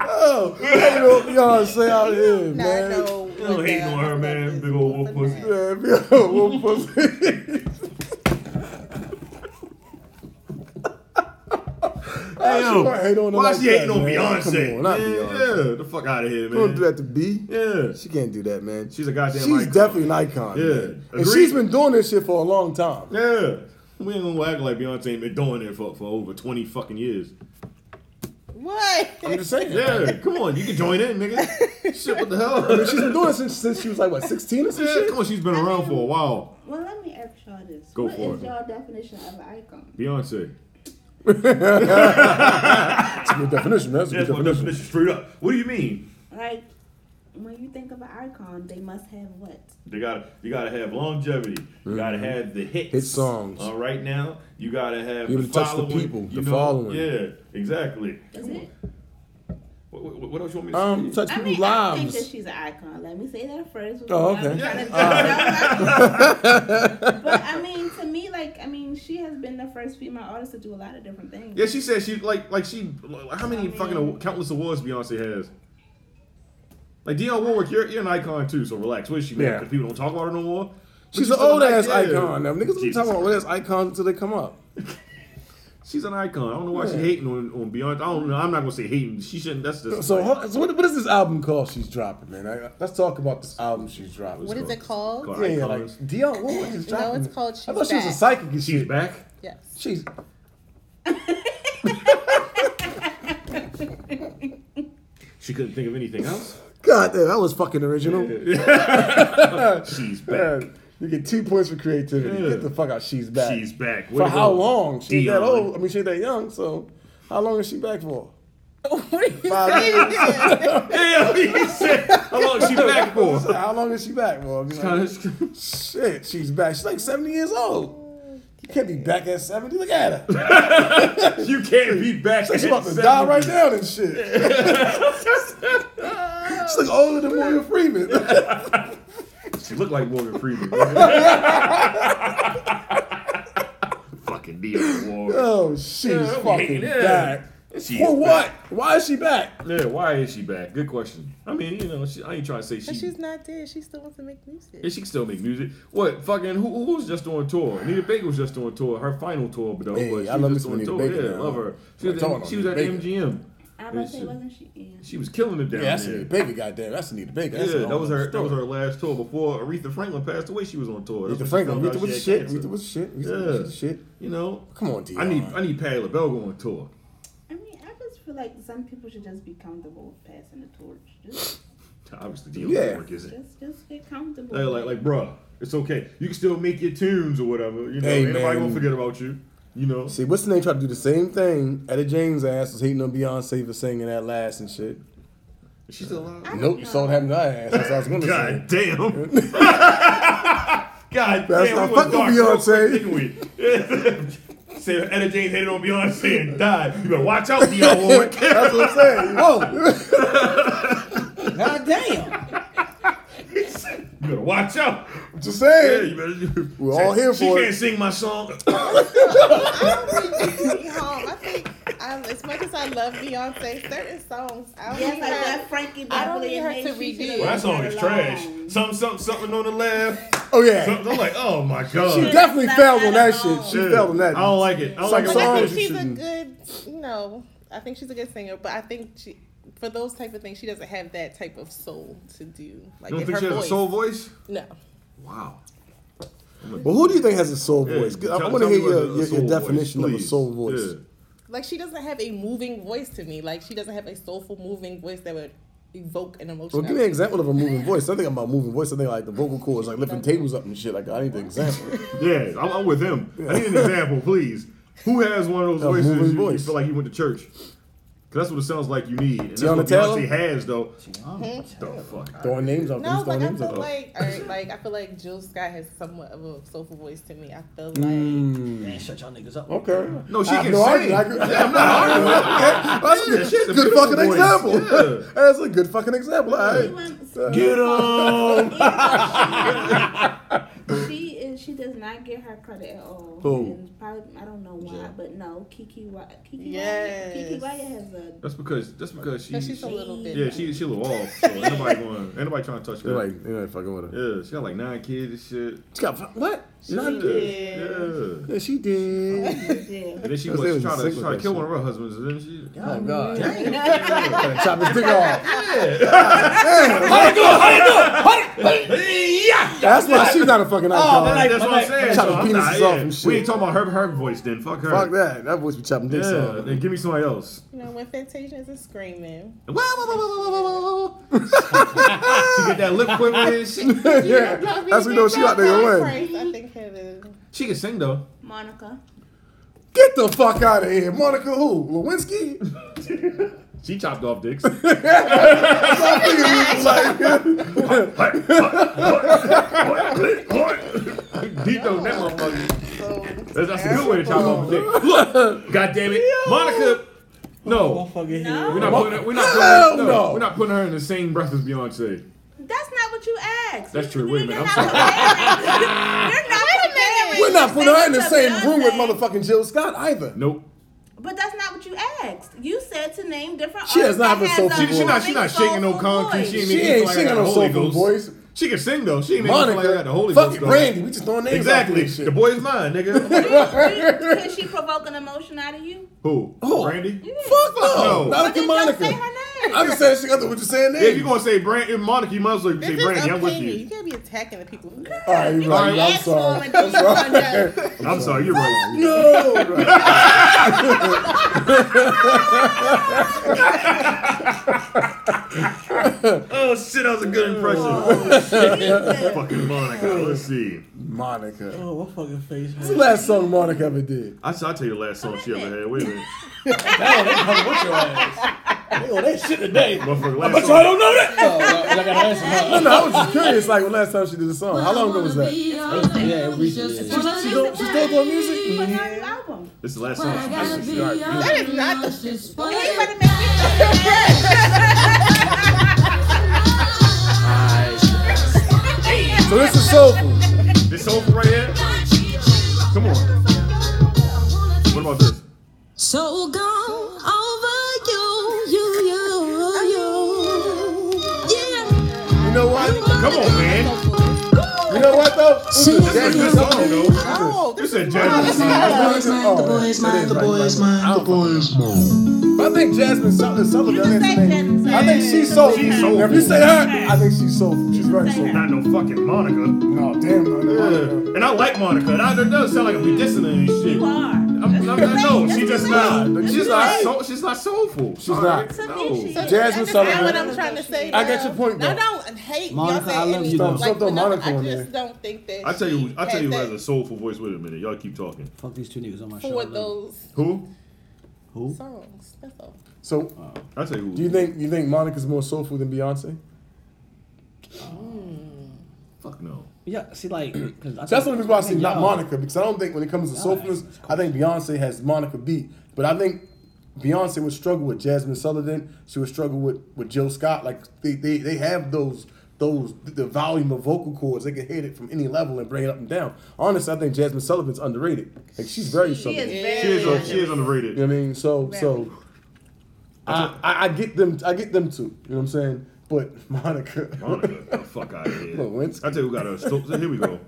oh, you know what Beyonce say out here, Now I man. know I what don't hate the- on her, man. Big old wolf pussy. Yeah, Beyonce, wolf pussy. Hey, she gonna hate on her why like she hating that, on man? Beyonce? Come on, not yeah, Beyonce. yeah, the fuck out of here, man. Don't do that to B. Yeah. She can't do that, man. She's a goddamn She's icon. definitely an icon. Yeah, man. and agreed. she's been doing this shit for a long time. Yeah. We ain't gonna act like Beyonce ain't been doing it for, for over 20 fucking years. What? I'm just saying. Yeah, come on, you can join in, nigga. Shit, what the I mean, hell? she's been doing it since, since she was like what 16 or some Yeah, shit. come on, she's been around for a while. Well, let me ask y'all this. Go What for is it. y'all definition of an icon? Beyonce. That's a good definition. man. That's That's a good my definition. definition straight up. What do you mean? Like, when you think of an icon, they must have what? They got you got to have longevity. You got to Mhm. have the hits. Hit songs. All right now, you got to have Be able the to touch the following, people, you the following. Yeah, exactly. That's it. What, what, what else you want me to Um, say? touch I people's mean, I think lives. that she's an icon. Let me say that first. Oh, before I'm okay. trying to- All right. but I mean, to me, like, I mean, she has been the first female artist to do a lot of different things. Yeah, she said she like like she like, how many fucking aw- countless awards Beyonce has. Like Dionne Warwick, you're, you're an icon too, so relax. What is she? Man? Yeah. 'Cause people don't talk about her no more. But She's you an still old like, ass yeah. icon. Now niggas be Jesus talking about old ass icons until they come up. She's an icon. I don't know why she Yeah. hating on, on Beyonce. I don't know. I'm not gonna say hating. She shouldn't. That's just So, huh, so what, what is this album called? She's dropping, man. I, let's talk about this album she's dropping. What is it called? Yeah, yeah, like Dion Warwick is No, dropping. it's called I She's thought she was a Back. psychic. And she's back. Yes. She's she couldn't think of anything else. God damn, that was fucking original. she's back. You get two points for creativity. Get the fuck out. She's back. She's back. Way for to how go, long? She ain't that Dion. old. I mean, she ain't that young. So, how long is she back for? Five years. yeah, he said, how long is she back for? How long is she back for? Just like, Shit, she's back. She's like seventy years old. You can't be back at seventy. Look at her. you can't be back. She's at about to die 70. right now and shit. She's like older than Morgan Freeman. She looked like Morgan Freeman. Fucking Dionne Warwick. Oh, she's Yeah, I'm fucking hating it. back. She For is what? Why is she back? Yeah, why is she back? Good question. I mean, you know, she, I ain't trying to say And she. she's not dead. She still wants to make music. Yeah, she can still make music. What fucking who, who was just on tour? Anita Baker was just on tour. Her final tour, but though, Hey, but she I was love me just on some tour. Anita Baker yeah, now. love her. She I'm was talking at, about she was at Anita MGM. I was about to Yeah, say, she- wasn't she? Yeah. She was killing it down Yeah, that's there. Anita Baker. Goddamn, that's Anita Baker. That's yeah, a that was whole her. That was her story. last tour before Aretha Franklin passed away. She was on tour. That's Aretha when she found Franklin. out Aretha she was had shit. cancer. Aretha was shit. Yeah. Aretha was shit. You know, Come on, I Dion. need I need Patti LaBelle going on tour. I mean, I just feel like some people should just be comfortable with passing the torch. Just, Obviously, Dionne Yeah. Warwick isn't. just, just get comfortable. Like, like, like, bruh, it's okay. You can still make your tunes or whatever. You know, Hey, ain't nobody man. gonna forget about you. You know, See, what's the name? Tried to do the same thing. Etta James' ass was hating on Beyonce for singing that last and shit. she's still alive. Nope, you saw what happened to her ass. That's what I was gonna God say. damn. God damn. That's not we went fucking dark real quick, Beyonce. didn't we? Say Etta James hated on Beyonce and died. You better watch out, Dionne Warwick. That's what I'm saying. Whoa. God damn. You better watch out. I'm just saying. Yeah, you better. We're all here she for She it. can't sing my song. Um, I think um, as much as I love Beyonce, certain songs I don't Yes, need I her- love Frankie I don't Beverly need and her Nate to She redo. should Well, that song is trash. Something, something, something on the left. Oh yeah. Something, I'm like, oh my god. She definitely failed on that shit. She Yeah. failed on that. I don't like it. I don't Some like it. Like, I songs think you she's a shouldn't- good, you know, I think she's a good singer, but I think she, for those type of things, she doesn't have that type of soul to do. Like You in don't think her she has voice. a soul voice? No. Wow. Well, who do you think has a soul Yeah, voice? tell- I want to tell hear me what your, a- a your, soul your voice, definition of a please. soul voice. Yeah. Like she doesn't have a moving voice to me. Like she doesn't have a soulful moving voice that would evoke an emotion. Well, give me an example of a moving voice. I think about moving voice. I think like the vocal cords, like lifting tables up and shit. Like I need the example. Yeah, I'm, I'm with him. I need an example, please. Who has one of those A voices moving you, you voice. feel like you went to church? Because that's what it sounds like you need. And that's Tiana what Taylor? Beyonce has, though. Oh, Mhm. The fuck? Throwing names out. These No, like throwing I names feel out. like, or, like I feel like Jill Scott has somewhat of a soulful voice to me. I feel like Mm. Man, shut y'all niggas up. Okay. No, she I- can no, I sing. agree, I agree. Yeah, I'm not arguing. Okay, That's a Yeah, she has a good, good beautiful fucking voice. example. Yeah. That's a good fucking example. All right. Get on. She is. She does not get her credit at all. Who? And probably, I don't know why, but no, Kiki. Wa- Kiki. Yes. Wa- Kiki Wyatt has a. That's because that's because she, But she's a little bit. yeah she she a little off. So ain't nobody going ain't nobody trying to touch her. They're like, they're like fucking with her. yeah, she got like nine kids and shit. She got what? Yeah, Nine yeah. kids. Yeah, she did. And then she I said was it was trying to sick she with tried to that kill shit. one of her husbands. And then she Oh god. Damn. Gotta chop his dick off. yeah. Oh, That's why she's not a fucking icon. Like, that's what I'm saying. Chopping so I'm penises not, off and yeah. shit. We ain't talking about her her voice then. Fuck her. Fuck that. That voice be chopping dicks Yeah, off. then give me somebody else. You know when Fantasia isn't screaming. Wah, wah, wah, wah, wah, wah, wah, wah. she get that lip quiver and shit. yeah, that's when you know she out there That's going. Christ, I think it is. She can sing though. Monica. Get the fuck out of here, Monica. Who? Lewinsky? She chopped off dicks. Dito, that motherfucker. That's, that's a good way to chop off a dick. Look, God damn it, Monica. No, we're not putting her, we're not Hell putting her, no, no. we're not putting her in the same breath as Beyonce. That's not what you asked. That's true. Wait a minute, I'm You're sorry. not prepared. We're not putting her in the That's same what room I'm with saying. motherfucking Jill Scott either. Nope. But that's not what you asked. You said to name different. She does artists not have that a soulful voice. has She- she not- She's not shaking no concrete. She ain't She making ain't it like I got the singing no Holy soulful Ghost. voice. She can sing though. She ain't making it like I Monica, got the Holy fuck Ghost. it, though. Brandy. We just throwing names out for Exactly. this shit. The boy's mine, nigga. Could she provoke an emotion out of you? Who? Brandy? Fuck no. no. Not if Monica. I just said she got the what you saying Yeah, if there. you're gonna say Brandy, Monica, you might as well This say is Brandy. I'm with opinion. you. You can't be attacking the people. who- All right, you're right. I'm sorry. I'm sorry. I'm sorry, you're right. No. Oh shit, that was a good impression. Fucking Monica. Let's see. Monica. Oh, what fucking face? What's the last song Monica ever did? I I'll tell you the last song she ever had. Wait a minute. They on that shit today. Motherfucker, last bet song- y'all don't know that. Oh, uh, I I gotta answer her. No, no, I was just curious. Like when last time she did a song, how long ago was that? She, Yeah, we just. she, don't- she still doing music? Mm-hmm. This is the last song. she did. That is not the shit. So this is soulful. This soulful right here. Come on. What about this? So gone over you, you, you, you. Yeah. You know what? Come on, man. You know what though? This is This is Jasmine this song, Sullivan. though. This is Jasmine. Oh, man, it is right, right, right. But I think Jasmine Sullivan. Sullivan that's her name. I think she's soulful. She's soulful. Now, If you say her, I think she's soulful. She's very soulful. Not no fucking Monica. No, damn. Monica. And I like Monica. And I don't know. it Sound like we dissing her and shit. You are. I'm, I'm not, no, she just not. That's She's what not. I'm Soul, she's not soulful. She's not. No. That's Jasmine just not Sullivan. what I'm trying to I say. got though. your point, No, though. I don't hate Monica, Monica. I love you, though. Stop throwing Monica I on just there. don't think that. I tell you, I tell you who has a that soulful voice. Wait a minute, y'all keep talking. Fuck these two niggas on my show. for those Who? Who? songs. That's all. So, I tell you who. do you think you think Monica's more soulful than Beyonce? Fuck no. Yeah, see, like, cause I That's the think- only reason why I say think not y'all- Monica because I don't think when it comes to soulfulness, I think Beyonce has Monica beat. But I think Beyonce would struggle with Jasmine Sullivan. She would struggle with with Jill Scott. Like they they, they have those those the volume of vocal cords. They can hit it from any level and bring it up and down. Honestly, I think Jasmine Sullivan's underrated. Like she's very She southern. is You She is, very. she is underrated. know what I mean? So so I, I I get them I get them too. You know what I'm saying? But Monica, Monica, get the fuck out of here. Lewinsky. I tell you who got a soul. Here we go.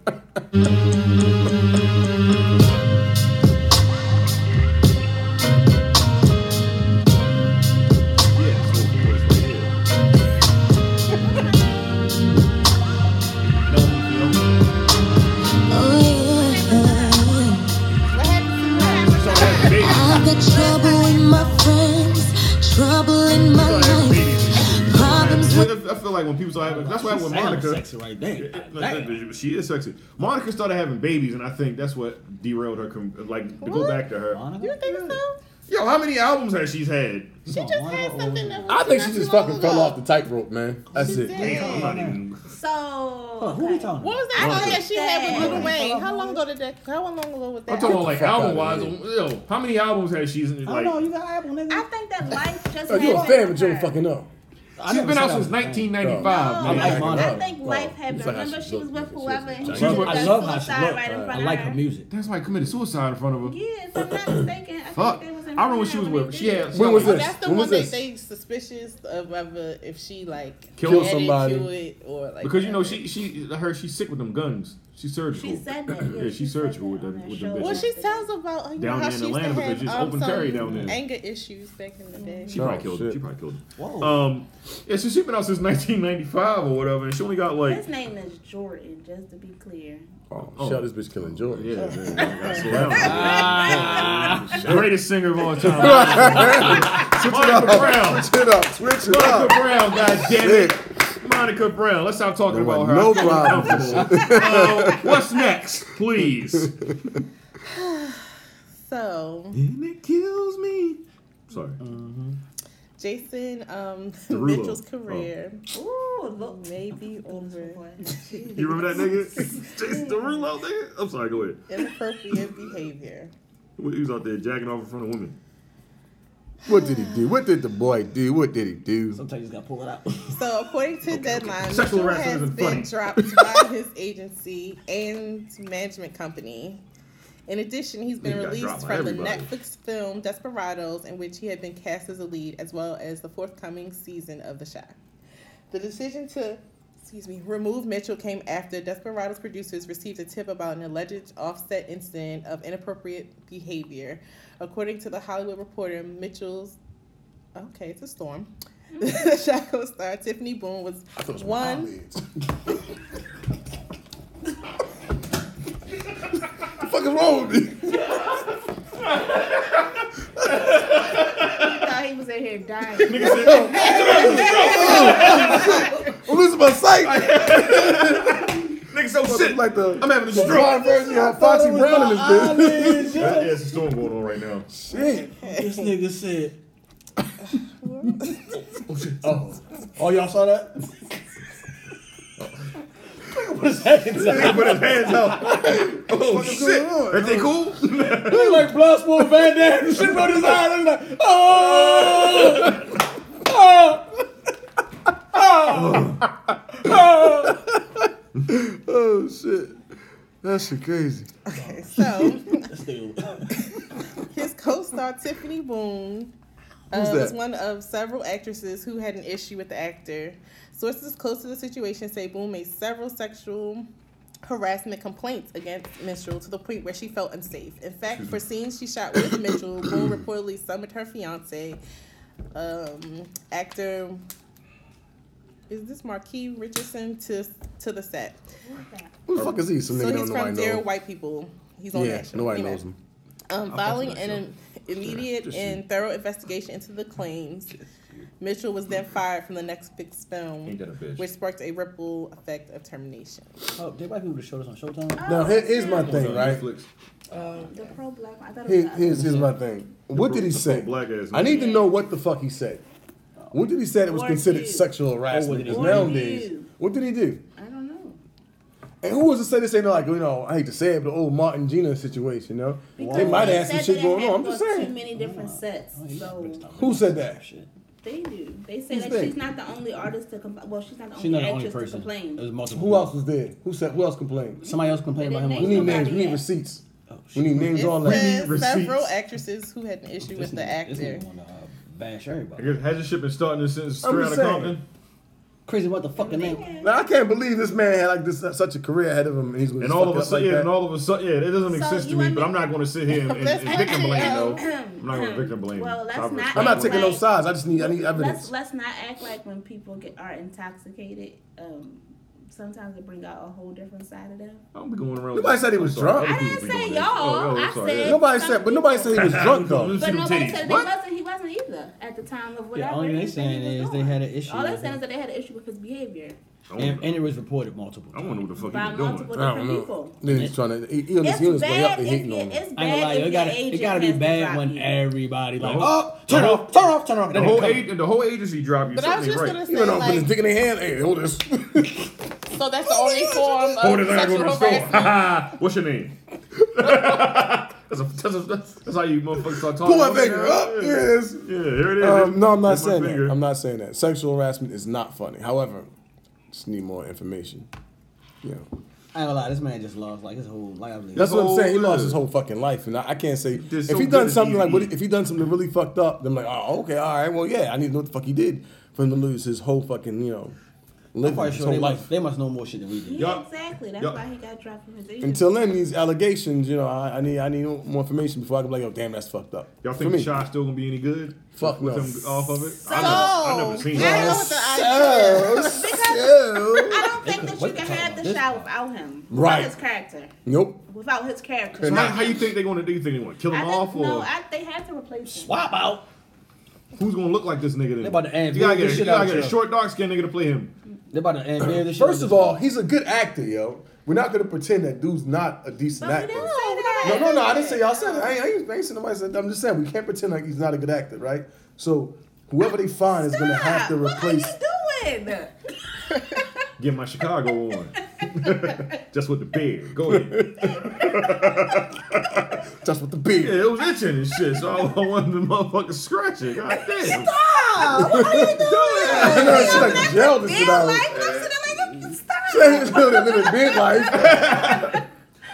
Yeah, soulful voice right here. No, What happened? no. This song has I babies. Oh, got trouble in my friends, trouble in my This song has life. babies. Problems with I feel like when people start having, that's why She with sound Monica, sexy right there. Yeah, no, Damn. that- She is sexy. Monica started having babies, and I think that's what derailed her. com- Like to go What? back to her. You think so? Yo, how many albums has she's had? She just had something that was I think she not just too long fucking fell ago. off the tightrope, man. That's it. Damn, I'm not even. So. Who we talking What about? was that Monica. song that she had with Lil Monica. Wayne? How long ago did that? How long ago was that? I'm talking about like fuck outta album wise. here. Yo, how many albums has she's I like? don't know, you got Apple, nigga. I think that life just. Oh, you a had fan, been but you don't her. fucking know. I She's never been said out I since was a fan. 1995, No, man. I like Monica. I think Wow. life had It's been. like how Remember, she she was looked. with whoever, and She's he with- I committed love how she suicide looked. right in I front of like her music. That's why I committed suicide in front of her. Yeah, if I'm not mistaken, I Fuck. think they was in I remember when she was Milan with. they She did had. When was something. this? That's the When one was that this? they suspicious of whether if she like Killed added somebody. to it or like Because you know she she her she's sick with them guns. She's surgical. She said that. Yeah, she's surgical with them with them show. bitches. Well, she tells about you know, Down how there she in used Atlanta, to because have she's um, open some carry down there. anger issues back in the day. She Oh, probably killed him. shit. She probably killed him. Whoa. Um, yeah, so she's been out since 1995 or whatever, and she only got like. His name is Jordan, just to be clear. Oh, Oh. shout this bitch killing Jordan. Yeah, man, I gotta slow down. Greatest singer of all time. Monica Brown. Switch it up. Switch it Monica up. Brown, god damn it. Monica Brown. Let's stop talking about her. No I feel problem. uncomfortable. Uh, what's next, please? So And it kills me. Sorry. Jason um, Derulo. Mitchell's Oh. career, ooh, look, maybe over. You remember that nigga? Jason Derulo, nigga? I'm sorry, go ahead. Inappropriate behavior. He was out there jacking off in front of women. What did he do? What did the boy do? What did he do? Sometimes you just gotta pull it out. So according to Deadline, Sexual Mitchell harassment has isn't been funny. dropped by his agency and management company. In addition, he's been He got dropped released by from the everybody. Netflix film Desperados, in which he had been cast as a lead, as well as the forthcoming season of The Shy. The decision to excuse me remove Mitchell came after Desperados producers received a tip about an alleged offset incident of inappropriate behavior. According to the Hollywood Reporter, Mitchell's okay, it's a storm. The Shy co-star Tiffany Boone was, one. What the fuck is wrong with me? I thought he was in here dying. I'm losing my sight. Nigga, so sick. Like the, I'm having a the stroke. blind version of Foxy Brown in this bitch. yeah, it's a storm going on right now. Shit. This nigga said. Oh, oh, y'all saw that? Put his hands Nigga up. put his hands up. Oh What the fuck is shit. going on? Everything cool? Look like Bloodsport Van Damme. The shit on his eye. Look like, oh, oh, oh, oh. oh shit. That shit crazy. Okay, so Who's His co-star Tiffany Boone Who's uh, that? was one of several actresses who had an issue with the actor. Sources close to the situation say Boone made several sexual harassment complaints against Mitchell to the point where she felt unsafe. In fact, for scenes she shot with Mitchell, Boone reportedly summoned her fiance, um, actor. Is this Marquis Richardson to to the set? Who the fuck is he? Some So nigga don't he's nobody from know. Dear White People. He's on yeah, national. nobody He knows him. um, I following fuck with an that im- immediate Just and thorough investigation into the claims, Mitchell was then fired from the next big film, Ain't that a bitch? which sparked a ripple effect of termination. Oh, did white people just show this on Showtime? Now here, here's my thing, right? The pro black. I thought it Here, was. the here's other here's one. my thing. What did he say? black ass I need to know what the fuck he said. What did he say that was Or considered you. sexual harassment? did he Because do? Or nowadays, you. what did he do? I don't know. And who was to say this ain't like, you know, I hate to say it, but the old Martin Gina situation, you know? Because they might they have had said some that shit going it on. I'm just happened on Too saying. many different sets. Oh, So Who said that? they do. They say Who's that they? she's not the only artist to complain. Well, she's not the She's only not the only actress person. to complain. There's multiple. Who else was there? Who said? Who else complained? Somebody else complained Oh, about him We on- need Nobody names. We need yet. receipts. we need It names on says that. several actresses who had an issue with the actor. uh, Bash everybody. Has your shit been starting since I'm straight out of just saying. Compton? Crazy what the fucking name. Now, I can't believe this man had like this such a career ahead of him, and he's going And all of a us sudden, like yeah, that. and all of a sudden, yeah, it doesn't make So sense to you me. want But I'm not going to sit here and, and, and victim blame, Um, though. I'm not going hmm. to victim blame. uh, Well, let's Proverbs not I'm not act taking no like- sides. I just need I need Let's evidence. let's not act like when people get are intoxicated. Um, sometimes they bring out a whole different side of them. I don't be going around. Nobody said he was drunk. I didn't say y'all. I said nobody said, but nobody said he was drunk though. But nobody said they wasn't. He wasn't either at the time Yeah, of whatever. only they saying is they had an issue. All they're with him. saying is that they had an issue with his behavior. And, and it was reported multiple. I wonder what the fuck he By was doing. multiple I don't different know. people. Then he's trying to. He, he on It's his heels, but he bad out there if hating you- on him. it's I ain't bad gonna lie, if yo, your it gotta, it agent gotta be has to bad drop when you. everybody like, whole- oh, turn off, turn off, turn off. The whole ag- the whole agency dropped you. But I was something just ain't right. gonna say, You know, put his like- dick in their hand. Hey, hold this. So that's the only form Oh, then of I gotta go to sexual the store. harassment. What's your name? that's, a, that's, a, that's, that's how you motherfuckers start talking. Pull my finger up. Here it is. Yeah, here it is. Um, no, I'm not Here's my saying finger. that. I'm not saying that. Sexual harassment is not funny. However, just need more information. Yeah, I ain't gonna lie, this man just lost like his whole livelihood. that's what I'm saying. He lost his whole fucking life, and I, I can't say if so he good done at something like what, TV. if he done something really fucked up. Then I'm like, oh, okay, all right, well, yeah, I need to know what the fuck he did for him to lose his whole fucking you know, I'm live quite his sure whole they life. must, they must know more shit than we do. Yeah, exactly. That's yup. why he got dropped from his agent. Until then, these allegations, you know, I, I need I need more information before I can be like, oh, damn, that's fucked up. Y'all For think me. the shot's still gonna be any good? Fuck with uh, no. him off of it. I never, I never seen So- it. So- Because I don't think that you can have the show without him. Without Right. his character. Nope. Without his character. So how, how you think they gonna do? You think they gonna kill him I think- off or No, I, they had to replace him. swap out? Who's gonna look like this nigga? Then? They about to add you gotta video get, a- you shit gotta out, get a yo. short, dark skinned nigga to play him. They about to end this shit. First of all, he's a good actor, yo. We're not gonna pretend that dude's not a decent actor. Say that. No, no, no. I didn't say y'all said it. I ain't, I ain't, I ain't saying nobody said. That. I'm just saying we can't pretend like he's not a good actor, right? So whoever they find is gonna have to replace. doing? Get my Chicago on. Just with the beard. Go ahead. Just with the beard. Yeah, it was itching and shit. So I, I wanted the motherfucker scratch it. God damn. Stop! What are you doing? I know she like jailed this shit out. She ain't living living big life.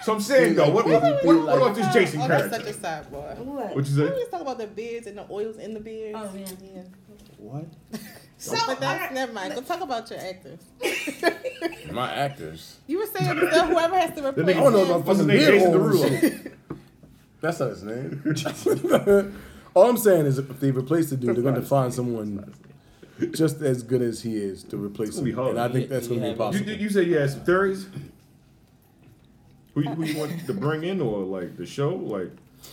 So I'm saying though, what, what, what, what about this Jason Oh, that's character? such a sidebar. What What? you say? We always talk about the beards and the oils in the beards. Oh, yeah, yeah. What? So, but that's, never mind. Go talk about your actors. My actors. You were saying that whoever has to replace. Oh, I don't know about him. fucking name? beard Jason oil Derulo. and shit. That's not his name. All I'm saying is if they replace the dude, they're gonna find someone just as good as he is to replace gonna be him, hard. and I think that's gonna be You, impossible. you you said you had some theories. Who you, who you want to bring in or like the show? Like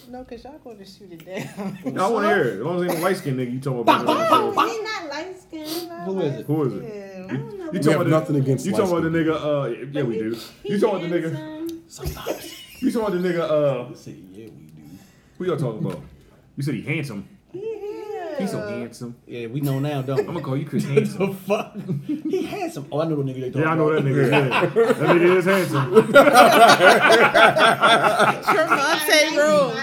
No, because y'all going to shoot it down. I want to hear it. As long as ain't no light skinned nigga, you talking about? bringing on the show. Oh, He not light skinned. Who is it? Who is it? You We have talking about nothing the, against You talking about the light-skinned. nigga? Uh, yeah, we do. You talking about the nigga? You talking about the nigga? Uh, yeah, we do. Who y'all talking about? You said he handsome. He's so handsome. Yeah, we know now, don't we? I'm gonna call you Chris Handsome. the fuck? He handsome. Oh, I know the nigga they talking Yeah, I know that about. nigga. Yeah. that nigga is handsome. Trevante Rose.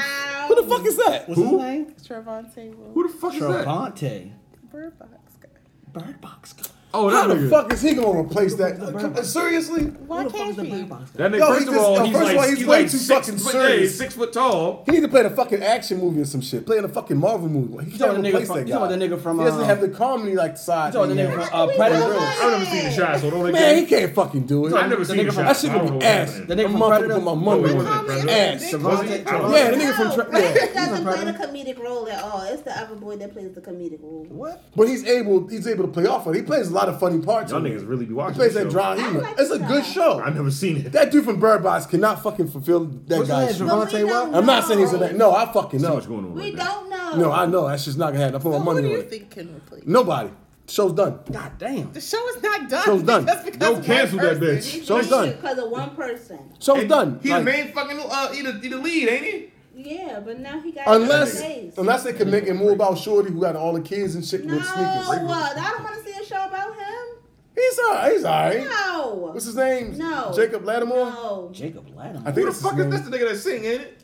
Who the fuck is that? What's his name? Trevante Rose. Who the fuck Travante. Bird Box guy. Oh, how that the nigga. fuck is he gonna replace that? Uh, Seriously? Why can't he? That nigga, Yo, he first of just- all, yo, he's first like, of all, he's he's way like too six, fucking foot- yeah, serious. he's six foot tall. He need to play in a fucking action movie or some shit. Play in a fucking Marvel movie. He You talking can't the nigga replace from- that you guy. talking the nigga from, He doesn't uh, have the comedy like side. you talking the he nigga has. from, uh, Predator? Really? I've never seen the shot, so don't Man, he get can't fucking do it. I've never the seen nigga the from, shot. That shit I don't would be know what ass. happened. The nigga nigga from Predator? my No, money. it on wasn't that. Predator. Ass. Was it? I don't Yeah, the know. nigga from. Tra- yeah. Ratchet doesn't play the comedic role at all. It's the other boy that plays the comedic role. What? But he's able, he's able to play off of it. He plays a lot of funny parts. Y'all in it. niggas really be He watching. plays this that show. dry humor. It's a good show. I've never seen it. That dude from Bird Box cannot fucking fulfill that What's guy's his shit. name? Javante what? I'm not saying he's a that. No, I fucking Too know. much going on. We right now. don't know. No, I know. That's just not gonna happen. I put my Who do money on you it. think can replace? Nobody. Show's done. God damn. The show is not done. Show's done. Just because Yo, one cancel that person- bitch. Show's done. Because of one person. Show's done. He the Like, main fucking uh, he the, he the lead, ain't he? Yeah, but now he got unless his face. unless they can make it more about Shorty who got all the kids and shit No, with what? sneakers. I don't want to see a show about him. He's alright. He's alright. No. What's his name? No. Jacob Lattimore. No. Jacob Lattimore. I think Who the that's fuck his is name. that's the nigga that sing, ain't it?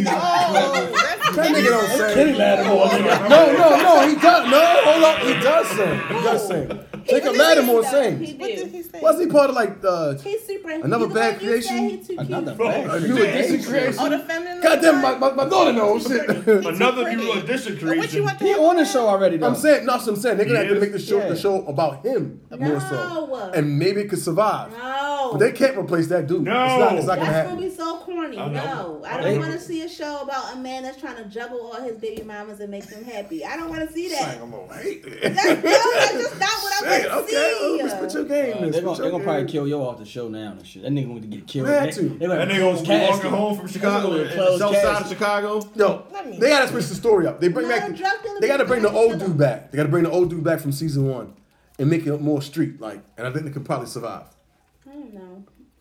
Oh, that's That nigga don't sing. Kenny Lattimore. nigga. No, no, no. He does. No, hold up. He does sing. He does sing. Jacob Lattimore He sings. What did he did. say? Was he part of like the? He's super. Another he's the bad one you said creation? he too Another cute. bad A new edition Oh, creation. the feminine. God damn, my, my, my daughter knows shit. Another new audition What you creation. want He to on the show already, though. I'm saying, no, that's what I'm saying. They're gonna have to Yes. make the show Yeah. the show about him more so, No. and maybe it could survive. No. But they can't replace that dude. No. it's not, it's not gonna That's gonna happen. be so corny. I know. No, I I don't know. want to see a show about a man that's trying to juggle all his baby mamas and make them happy. I don't want to see that. That's, no, that's just not what I Shit, want okay, to see. ooh, let's put your game. Uh, in, they're gonna, they put your gonna game probably in. kill yo off the show now and shit. That nigga gonna get killed. They had They- to. they gonna That nigga was close walking casket. home from Chicago, That's in a the closed south side casket. of Chicago. Yo, Let me- they gotta switch the story up. They bring No, back. drug The, dealer they gotta be bring the trying old to kill dude him. back. They gotta bring the old dude back from season one, and make it more street like. And I think they can probably survive. I don't know.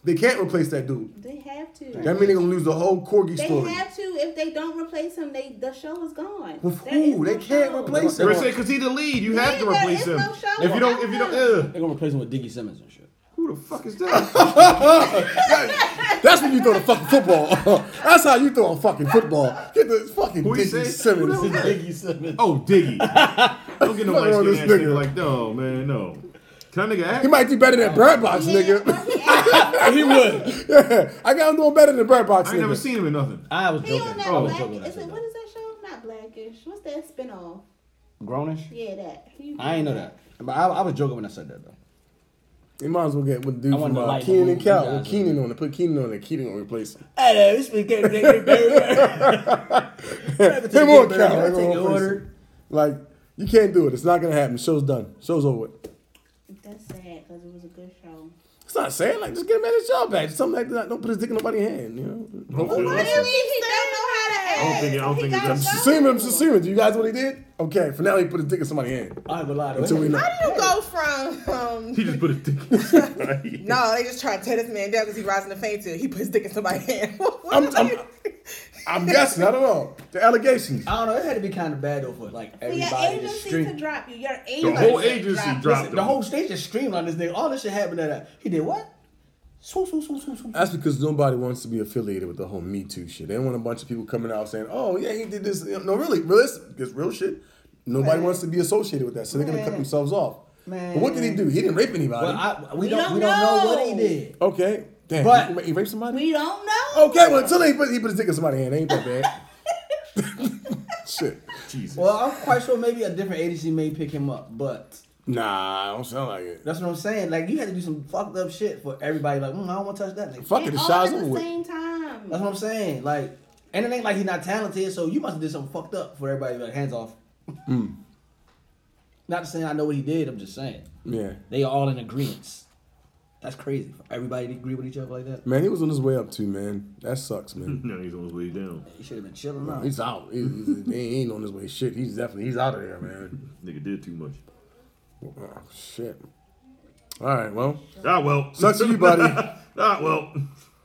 They can't replace that dude. They have to. That means they're gonna lose the whole Corgi They story. have to. If they don't replace him, they the show is gone. With There is who? They no can't show. replace They him. were saying because he the lead, you have to Yeah, replace it's him. no show. If you don't, if you don't, ugh. They gonna replace him with Diggy Simmons and shit. who the fuck is that? That's when you throw the fucking football. That's how you throw a fucking football. Get the fucking Who you Dickie say? Simmons. Who the- Diggy Simmons. Oh, Diggy. Don't get no Fuck light skin ass wrong with this nigga nigga? like, no man, no. Can that nigga act? He might do better Oh. than Bird Box, Yeah, nigga. but he actually- Oh, he would. Yeah, I got him doing better than Bird Box, I ain't nigga. never seen him in nothing. I was He joking. on that I was Oh, black. joking. when I Is it, said what that. is that show? Not blackish. What's that spinoff? Grownish? Yeah, that. He- I ain't know that. But I, I was joking when I said that though. You might as well get with the I dude wanted to from uh, lighten Keenan the and mood, Cal. you With guys. Keenan on it. Put Keenan on it. Keenan gonna replace him. Hey, there, this been getting bigger, Him or Cal. they're gonna replace him. Like, you can't do it. It's not gonna happen. Show's done. Show's over with. That's sad because it was a good show. It's not saying like just get him at his job back. Something like that. Don't put his dick in nobody's hand. You know. Hopefully- Why do you think he don't know how to act? I don't think- I don't think got it's- a Just assume him. show. Just assume it. Do you guys know what he did? Okay. For now, he put his dick in somebody's hand. I would lie to Until we him. know. You go from um, He just put his dick. in somebody. no, they just try to tear this man down because he rising to fame till he puts dick in somebody's hand. I'm, I'm, I'm guessing. I don't know. The allegations. I don't know. It had to be kind of bad though for like For your everybody in the agency street. to drop you. Your agency. Listen, whole agency dropped The him. whole state just streamlined this nigga. All this shit happened to that. He did what? Swoo, swoo, swoo, swoo, swoo. That's because nobody wants to be affiliated with the whole Me Too shit. They don't want a bunch of people coming out saying, "Oh yeah, he did this." No, really, realistic, it's real shit. Nobody wants to be associated with that, so they're gonna cut Man. themselves off. But what did he do? He didn't rape anybody. Well, I, we We don't, don't we don't know know. what he did. okay, damn. But- he, he raped somebody. We don't know. okay, well until he put he put his dick in somebody's hand, ain't that bad? shit, Jesus. Well, I'm quite sure maybe a different agency may pick him up, but Nah, I don't sound like it. that's what I'm saying. Like you had to do some fucked up shit for everybody. Like mm, I don't want to touch that nigga. Fuck it, the shot's over with. Same time. That's what I'm saying. Like, and it ain't like he's not talented, so you must have did something fucked up for everybody. to be Like hands off. Mm. Not saying I know what he did. I'm just saying Yeah. they are all in agreement. That's crazy. For everybody to agree with each other like that. Man, he was on his way up too, man. That sucks, man. no, he's on his way down. He should have been chilling Nah, out. He's out. He's, he's, he ain't on his way. Shit, he's definitely he's out of there, man. Nigga did too much. Oh, shit. All right, well, Ah, well. sucks for you, buddy. ah, well.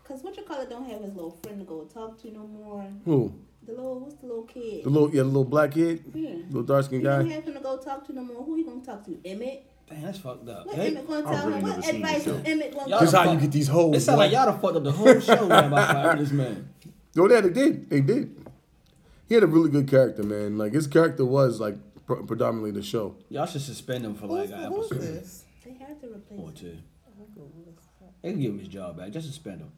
Cause what you call it don't have his little friend to go talk to no more. Who? The little what's the little kid? The little yeah, the little black kid, Yeah. little dark He skinned don't guy. have him to go talk to no more. Who he gonna talk to? Emmett. Damn, that's fucked up. What Hey, Emmett gonna I've tell really him? never What seen advice this is show. Emmett gonna Y'all This give how him? you get these hoes. It sound like boy. y'all done fucked up the whole show man, by firing this man. Oh yeah, they did. They did. He had a really good character, man. Like his character was like pr- predominantly the show. Y'all should suspend him for like an Who's episode this? They had to replace. or him. two. They can give him his job back. Just suspend him.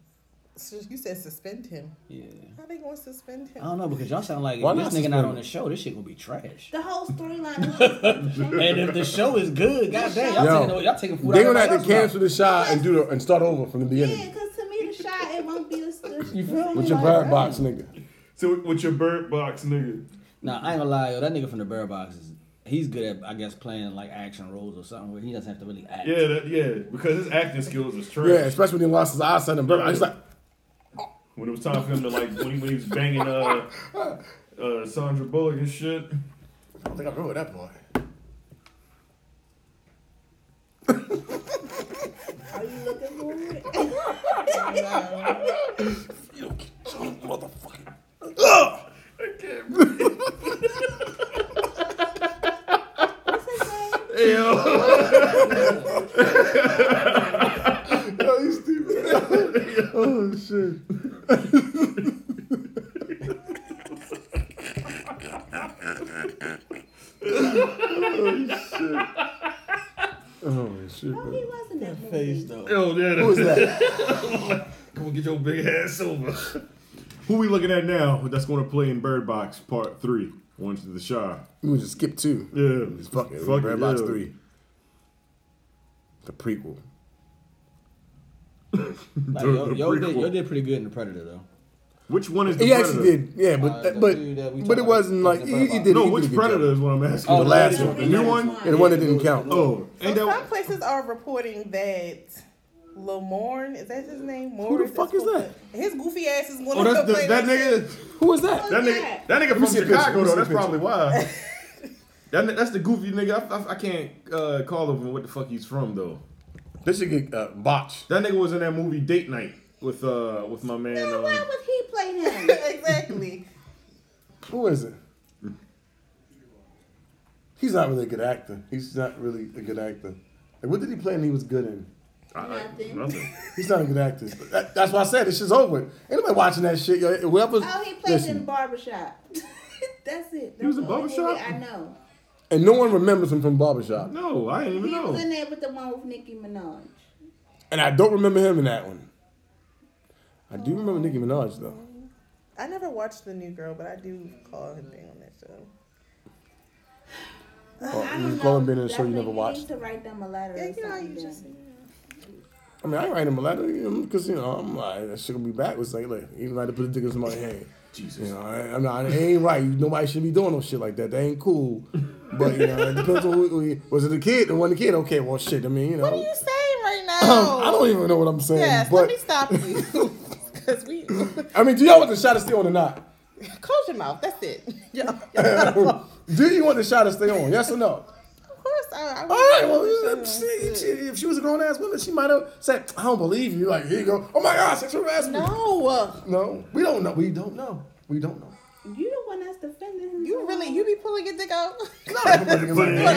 So you said suspend him. Yeah. How they gonna suspend him? I don't know because y'all sound like Why if not this nigga suspend not him? on the show. This shit gonna be trash. The whole storyline. is just- and if the show is good, goddamn, y'all Yo, taking y'all taking food They out gonna of have to cancel the shot and do the and start over from the yeah, beginning cause to me the shot it won't be a. the- You feel me? with your Like, bird damn. box, nigga. So with your bird box, nigga. Nah, I ain't gonna lie, yo. That nigga from the Bear Box is he's good at I guess playing like action roles or something where he doesn't have to really act. Yeah, that, yeah. Because his acting skills was trash. Yeah, especially when he lost his eyesight and bird. I was like, When it was time for him to like, when he, when he was banging uh, uh, Sandra Bullock and shit. I think I remember that part. Are you looking for it? Yo, you stupid. oh shit. oh shit. No, he wasn't that movie. Face though. Oh, yeah. Who is that? Come on, get your big ass over. Who we looking at now that's going to play in Bird Box Part 3? Orange to the Shire. We would just skip two. Yeah. It's fucking Fuck Red it, Box yeah. Three. The prequel. Like, The- yo, the yo, did, prequel. yo did pretty good in the Predator though. Which one is the He Predator? actually did, yeah, but Uh, the but dude that we but talked it about, wasn't like Captain he, he Bird did. No, he which did a good job. Predator is what I'm asking. Oh, The the last lady one, the with the new red one, one. and the one that didn't count. Oh, So ain't that some places are reporting that Lamorne is that his name? Who the fuck is that? His goofy ass is one Oh, of that's the the, players. that nigga. Who was that? That Yeah. nigga. That nigga me from see a picture. Chicago Let me though. see a That's picture. probably why. That, ni- that's the goofy nigga. I, I, I can't uh, call him what the fuck he's from though. This should get uh, botched. That nigga was in that movie Date Night with uh with my man. Now, why Um, would he play him? exactly. Who is it? He's not really a good actor. He's not really a good actor. Like, what did he play and he was good in? I- I- Nothing. nothing. He's not a good actor. That- that's why I said this shit's over. Anybody watching that shit, yo, whoever. Oh, he plays in Listen, barbershop. That's it. He was in That's the only Barbershop? movie I know. and no one remembers him from Barbershop. No, I didn't even He was in know. there with the one with Nicki Minaj. And I don't remember him in that one. I do remember Nicki Minaj though. I never watched the new girl, but I do call him being on that show. Oh, I you don't call know. him being in a show you Definitely never Need watched. to write them a letter. Yeah, or you know, something you just- then. I mean, I write him a letter because you know I'm like that shit gonna be backwards. Like, look, you like to put a dick in somebody's hand. You Jesus. know, I, I'm not. It ain't right. Nobody should be doing no shit like that. That ain't cool. But you know, it depends on who, who you- was it a kid? The one the kid? Okay, well, shit. I mean, you know, What are you saying right now? I don't even know what I'm saying. Yes, but let me stop you. Cause we close I mean, do y'all want the shot to stay on or not? your mouth. That's it. Yeah. do you want the shot to stay on? Yes or no? Of course all right. All right, well, she, she, if she was a grown ass woman, she might have said, "I don't believe you." Like, here you go. Oh my God, sexual harassment. No, no, we don't know. We don't know. We don't know. You the one that's defending him. You really, you be pulling your dick out.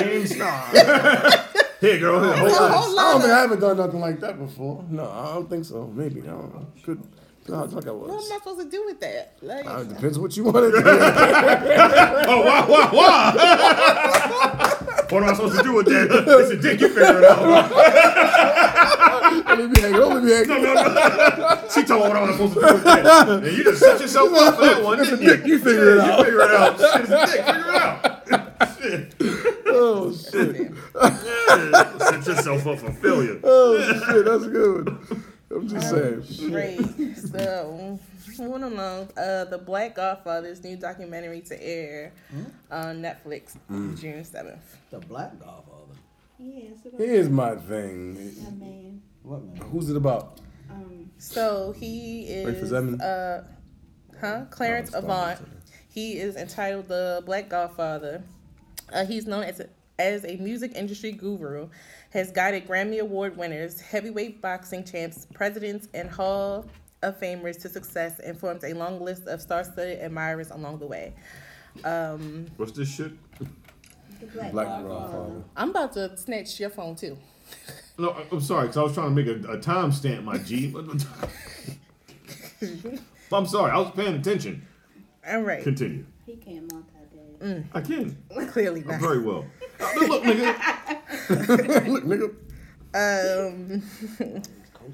Names? Nah. Here, Oh, girl. Oh, Here, I hold on. don't, think- I don't think I haven't done nothing like that before. No, I don't think so. Maybe I don't know. Could, I think I What was. am I supposed to do with that? Like, Uh, it depends what you want to do. Oh, wah, wah, wah. What am I supposed to do with that? It's a dick, you figure it out. Let me be angry. Don't let me be angry. No, no, no. She told me what I was supposed to do with that. And you just set yourself up for that one, It's a didn't you? dick, you figure it Yeah, out. You figure it out. Shit, it's a dick, figure it out. Oh shit! Yeah, Set yourself up for failure. Oh shit! That's a good. One. I'm just saying. Great. So, I don't know. Uh, the Black Godfather's new documentary to air Mm-hmm. on Netflix Mm. June seventh. The Black Godfather. Yeah, it's about- Here's my thing. My man. What man? Who's it about? So he Wait for is, Zeman. uh, huh? Clarence stop. Avant. He is entitled the Black Godfather. Uh, he's known as a, as a music industry guru, has guided Grammy Award winners, heavyweight boxing champs, presidents, and Hall of Famers to success, and forms a long list of star-studded admirers along the way. Um, What's this shit? The black. Black Godfather. I'm about to snatch your phone too. No, I- I'm sorry, because I was trying to make a, a time stamp, my G. I'm sorry, I was paying attention. All right. Continue. He can't multitask. Mm. I can. Clearly not. I'm very well. Uh, no, look, nigga. Look, nigga. Um,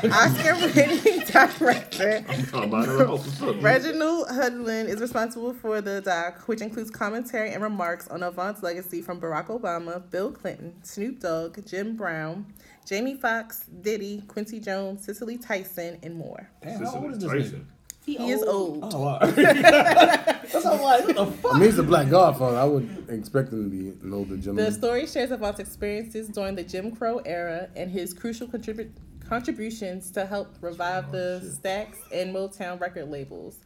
Oscar winning director I'm talking about Oh, her house. What's up, man? Reginald Hudlin is responsible for the doc, which includes commentary and remarks on Avant's legacy from Barack Obama, Bill Clinton, Snoop Dogg, Jim Brown, Jamie Foxx, Diddy, Quincy Jones, Cicely Tyson, and more. Damn, how old is this Tyson. He is old. Oh wow. That's how I'm like, what the fuck? I mean, he's the Black Godfather. I would expect him to be an older gentleman. Mm-hmm. The story shares Avant's experiences during the Jim Crow era and his crucial contribu- contributions to help Oh, revive the Stax and Motown record labels.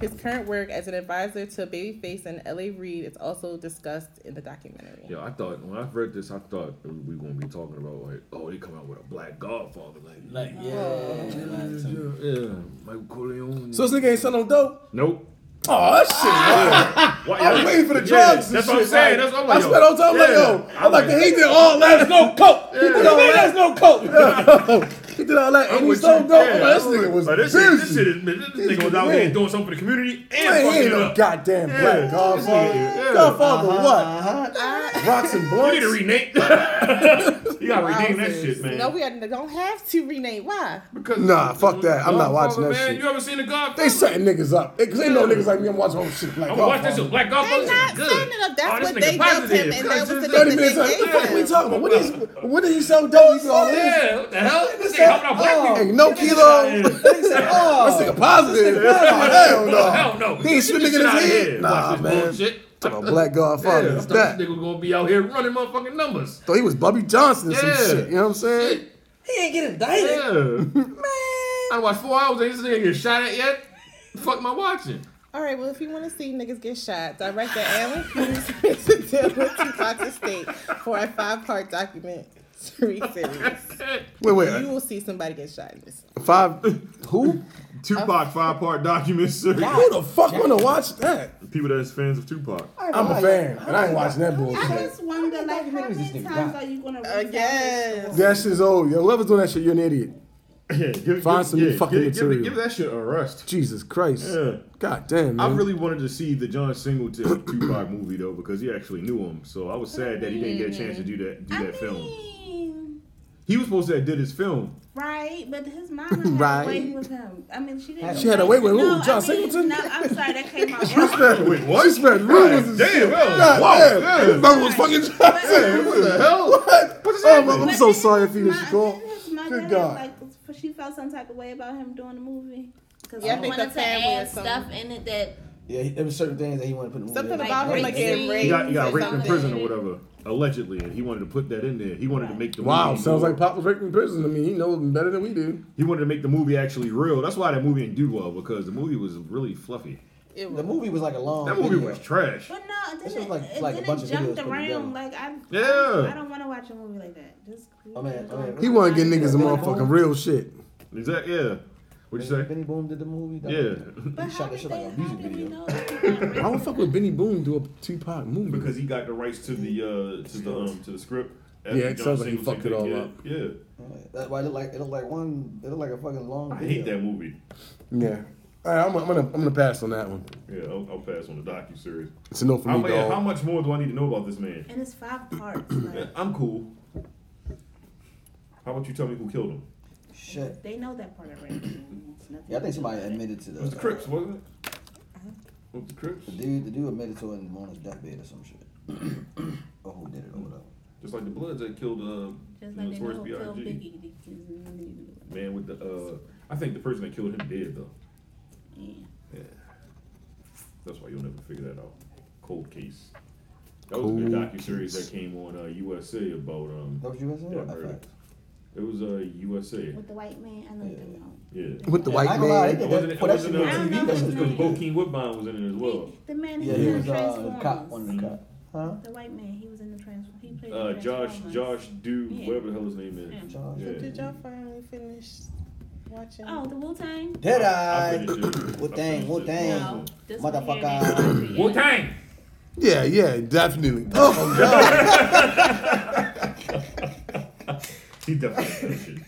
His current work as an advisor to Babyface and L.A. Reid is also discussed in the documentary. Yeah, I thought when I read this, I thought we were gonna be talking about like, oh, they come out with a black Godfather, like, Like, yeah. yeah, Michael Corleone. so this nigga ain't selling no dope. nope. Oh shit! Why- I was waiting for the yeah, drugs. and that's what I'm shit, saying. like, That's what I'm I like. yo, spent all time like, yo, yeah. I'm like, he did all that. No coke. He did all that. No coke. He did all that, I'm and he with sold you. dope. Yeah, I'm like, this I'm nigga with- was Like, this, shit, this busy. shit is, this This nigga was was out here lit. doing something for the community and Man, he fucking ain't it no up. goddamn black godfather. yeah. Uh-huh, Godfather I- what? Rocks and You need blunts. to rename. you gotta rename that Wowzers. shit, man. No, we had- don't have to rename. Why? Nah, fuck that. I'm not Godfather, watching that man. shit. You ever seen the Godfather? They setting niggas up. They, Cause they know niggas like me. I'm watching all shit like I'm gonna watch Godfather. this shit. Black They're Godfather. not good. saying it up. That's Oh, this what nigga they dubbed him, positive. and that was the Because nigga 30 they minutes. Like, gave what are we him. talking about? What is? What did he sell dope? He did all this. Yeah, what the hell? This nigga helping out black people. Ain't no kilo. Yeah. This nigga positive. hell no. Hell no. He ain't Get shooting this nigga in shit outta his here. head. Nah, Watch this man. bullshit. Talking about Black Godfather. Yeah, I It's thought that. this nigga gonna be out here running motherfucking numbers. So he was Bubby Johnson or Yeah. some shit. You know what I'm saying? He ain't get indicted. Yeah. Man. I watched four hours and this nigga get shot at yet? Fuck my watching. All right, well, if you want to see niggas get shot, director Alan Hughes is a deal with Tupac Estate for a five-part documentary series. Wait, You wait. will see somebody get shot in this. Five. Who? Tupac five part documentary series. Who the fuck wanna watch that? People that's fans of Tupac. I'm a fan, and I ain't watching that I bullshit. just wonder, like, how documentaries this many nigga times got? are you gonna Uh, read yes. That shit's old. Yo, whoever's doing that shit, you're an idiot. Yeah, give, Find some new fucking give, give- material. Give, that shit a rest. Jesus Christ. Yeah. God damn, I man. really wanted to see the John Singleton Tupac movie though because he actually knew him. So I was sad that he didn't get a chance to do that do I that film. mean, He was supposed to have did his film. right, but his mom had Right. a way with him. I mean, she didn't. She had a way with who? No, I John mean, Singleton? No, I'm sorry, that came out. wrong. Wait, She spread rumors and Damn, shit. well, God wow, damn. yeah. His mother was fucking Johnson. What the hell? What? What's Oh, happening? I'm, I'm But so didn't sorry his for you, mo- Shakur. didn't his mother, Good God. Like, she felt some type of way about him doing the movie. Because Yeah, I he think the wanted to family add or something. stuff in it that Yeah, he- there were certain things that he wanted to put in the movie. Something that- about him rape like getting scene. raped. He got, he got or raped in something. prison or whatever, allegedly, and he wanted to put that in there. He wanted to make the Wow, movie sounds more- like Pop was raped in prison. I mean, he knows better than we do. he wanted to make the movie actually real. That's why that movie didn't do well because the movie was really fluffy. The movie was like a long. That movie was trash. But no, it This didn't. was like- it like a didn't bunch of jump videos put together. around. Like I, Yeah. I don't want to watch a movie like that. Just I mean, I mean, He want to get niggas a motherfucking real shit. Exactly. Yeah. What you say? Benny Boom did the movie. dog. Yeah. He shot that shit like a music video. I don't fuck with Benny Boone do a Tupac movie because he got the rights to the uh to the um to the script. after Yeah, it John sounds like he Singleton fucked it did all Kid. up. Yeah. That's why it looked like it looked like one. It looked like a fucking long. I hate video. that movie. Yeah. All right, I'm, I'm gonna I'm gonna pass on that one. Yeah, I'll, I'll pass on the docu series. It's a no for How, me, man, dog. how much more do I need to know about this man? and it's five parts. Like I'm cool. How about you tell me who killed him? Shit. they know that part already. It's nothing Yeah, I think new. somebody admitted to the. It was the Crips, wasn't it? Uh-huh. It was the Crips. The dude, the dude admitted to it in Mona's deathbed or some shit. or who did it or whatever. Just like the Bloods that killed uh, Just like they know Notorious who killed B.I.G. Biggie. they- they- Man with the, uh, I think the person that killed him dead though. Yeah. Yeah. That's why you'll never figure that out. Cold case. That was a good Cold docu series that came on uh, USA about um. That was USA? that I murder. thought. It was uh, USA. With the white man, I know you don't know. Yeah. With the Yeah, white I ain't gonna lie, man. It wasn't, it Put that wasn't shit on on TV. TV. That was That's because pretty Bokeem Woodbine was in it as well. The man who Yeah, was he in was uh, the Transformers. cop, one of the cops. Huh? The white man, he was in the trans. He played. Uh, in Josh, Transformers. Josh, dude, Yeah. whatever the hell his name is. Yeah. Josh. So did Yeah. y'all finally finish watching? Oh, the Wu Tang. Dead Uh, I Eye. finished it. Wu Tang, Wu Tang. this one here Motherfucker. Wu Tang. Yeah, yeah, definitely. Oh god. He definitely finished it.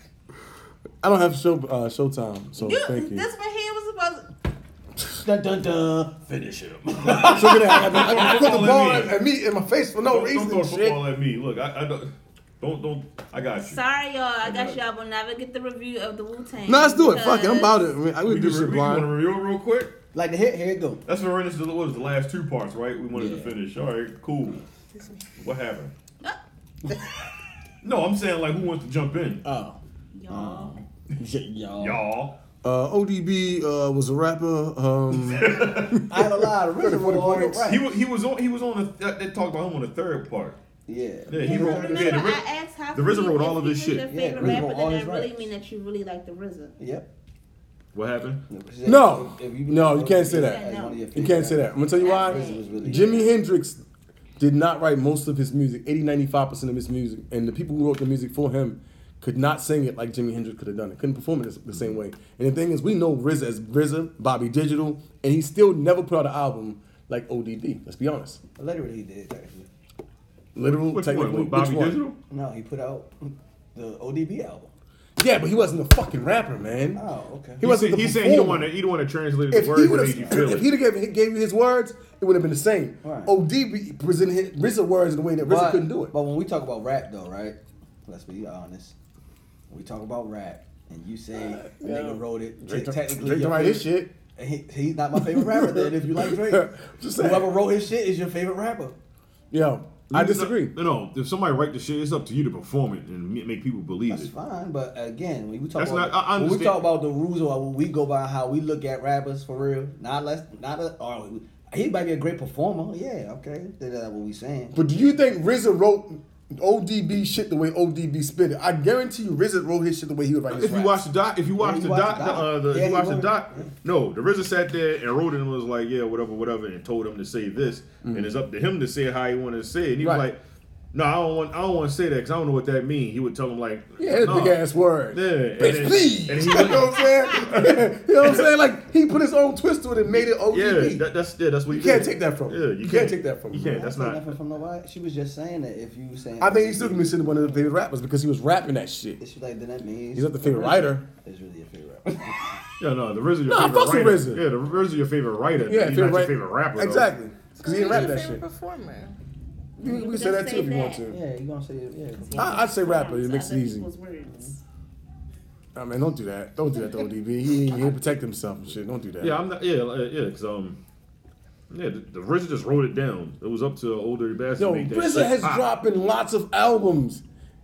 I don't have show uh, showtime, so You, thank you. This one here was supposed. Dun dun dun. Finish him. Oh, so then I, I, I put the Football ball at me. at me in my face for no don't, reason. Don't throw shit. football at me. Look, I, I don't. Don't don't. I got you. Sorry, y'all. I I guess got it. y'all will never get the review of the Wu Tang. No, let's do it. Fuck it. I'm about it. I, mean, I would We do can- shit we want to blind. review it real quick. Like the hit, here it go. That's what this is. What is the last two parts, right? We wanted Yeah. to finish. All right, cool. What happened? no, I'm saying like who wants to jump in? Oh. Uh, Y'all. Um, Y'all. Y'all. Uh, ODB uh, was a rapper. Um, I ain't gonna lie, the reservoir audio right. He was he was on he was on a, that, that talked about him on the third part. yeah. Yeah, he wrote. Remember, yeah, the, I Ri- asked how the RZA wrote all of his Your shit. Yeah, favorite RZA rapper, wrote then all his that really raps. mean that you really like the RZA. Yep. What happened? No. If- if No, you can't say that. As one of your You can't say that. I'm gonna tell you why. This was really Jimi Hendrix did not write most of his music, 80 95% of his music, and the people who wrote the music for him could not sing it like Jimi Hendrix could have done it. Couldn't perform it the same way. And the thing is, we know RZA as RZA, Bobby Digital, and he still never put out an album like ODD. Let's be honest. Literally, uh, he did actually. Literal, Which one? technically, With Bobby which one? Digital? No, he put out the ODB album. Yeah, but he wasn't a fucking rapper, man. Oh, okay. He wasn't. He, the he's saying he don't performer. want to he don't want to translate his if he words and would made you have, feel if it. he'd have gave, gave you his words, it would have been the same. Right. ODB presented his, RZA words in a way that RZA But- couldn't do it. But when we talk about rap, though, right? Let's be honest. When we talk about rap, and you say the nigga wrote it. Uh, Drake Drake, don't- technically, Drake your don't write his favorite- He, he's not my favorite rapper. Then, if you like Drake, Just saying. whoever wrote his shit is your favorite rapper. Yo, I You know- disagree. No, no, if somebody write the shit, it's up to you to perform it and m- make people believe That's it. fine, but again, when we talk That's about not- I- I when we understand. talk about the rules or when we go by how we look at rappers for real, not less, not a, or he might be a great performer. Yeah, okay, That- that's what we saying. But do you think RZA wrote ODB shit the way ODB spit it? I guarantee you, RZA wrote his shit the way he would write his If you raps. watch the doc, if you watch you the watch doc, the the, doc. uh, the, Yeah, if you he watch the wrote doc, no, the RZA sat there and wrote it and was like, yeah, whatever, whatever, and told him to say this, and it's up to him to say how he wanted to say it. And he was Mm. Right. like, no, I don't want, I don't want to say that because I don't know what that means. He would tell him like, yeah, his "Nah." big ass word. yeah, and Bitch, then- please. and he you would- know what I'm saying? you know what I'm saying? Like he put his own twist to it and made it ODB. yeah, that, that's yeah, that's what you he can't did. take that from. him. Yeah, you, can't, take that from. You him. can't. That's Not not. nothing from nobody. She was just saying that if you saying, I think he's still considered one of the favorite rappers because he was rapping that shit. It's like then that means He's not the favorite writer. Is really your favorite rapper. Yeah, no, the RZA your Nah, favorite fuck with writer. RZA. Yeah, the RZA your favorite writer. Yeah, Yeah, he's favorite not your writer. favorite rapper. though. Exactly. Because he didn't rap that shit. Performer. You, we can say that too if you want to. yeah, you gonna say yeah. I, I'd say rapper. It makes it easy. People's words. I mean, don't do that. Don't do that to ODB. He ain't- he'll protect himself and shit. Don't do that. Yeah, I'm not. Yeah, uh, yeah, because um, yeah, the, the RZA just wrote it down. It was up to Old Dirty Bastard. Yo, to make that RZA shit has pop. dropping lots of albums.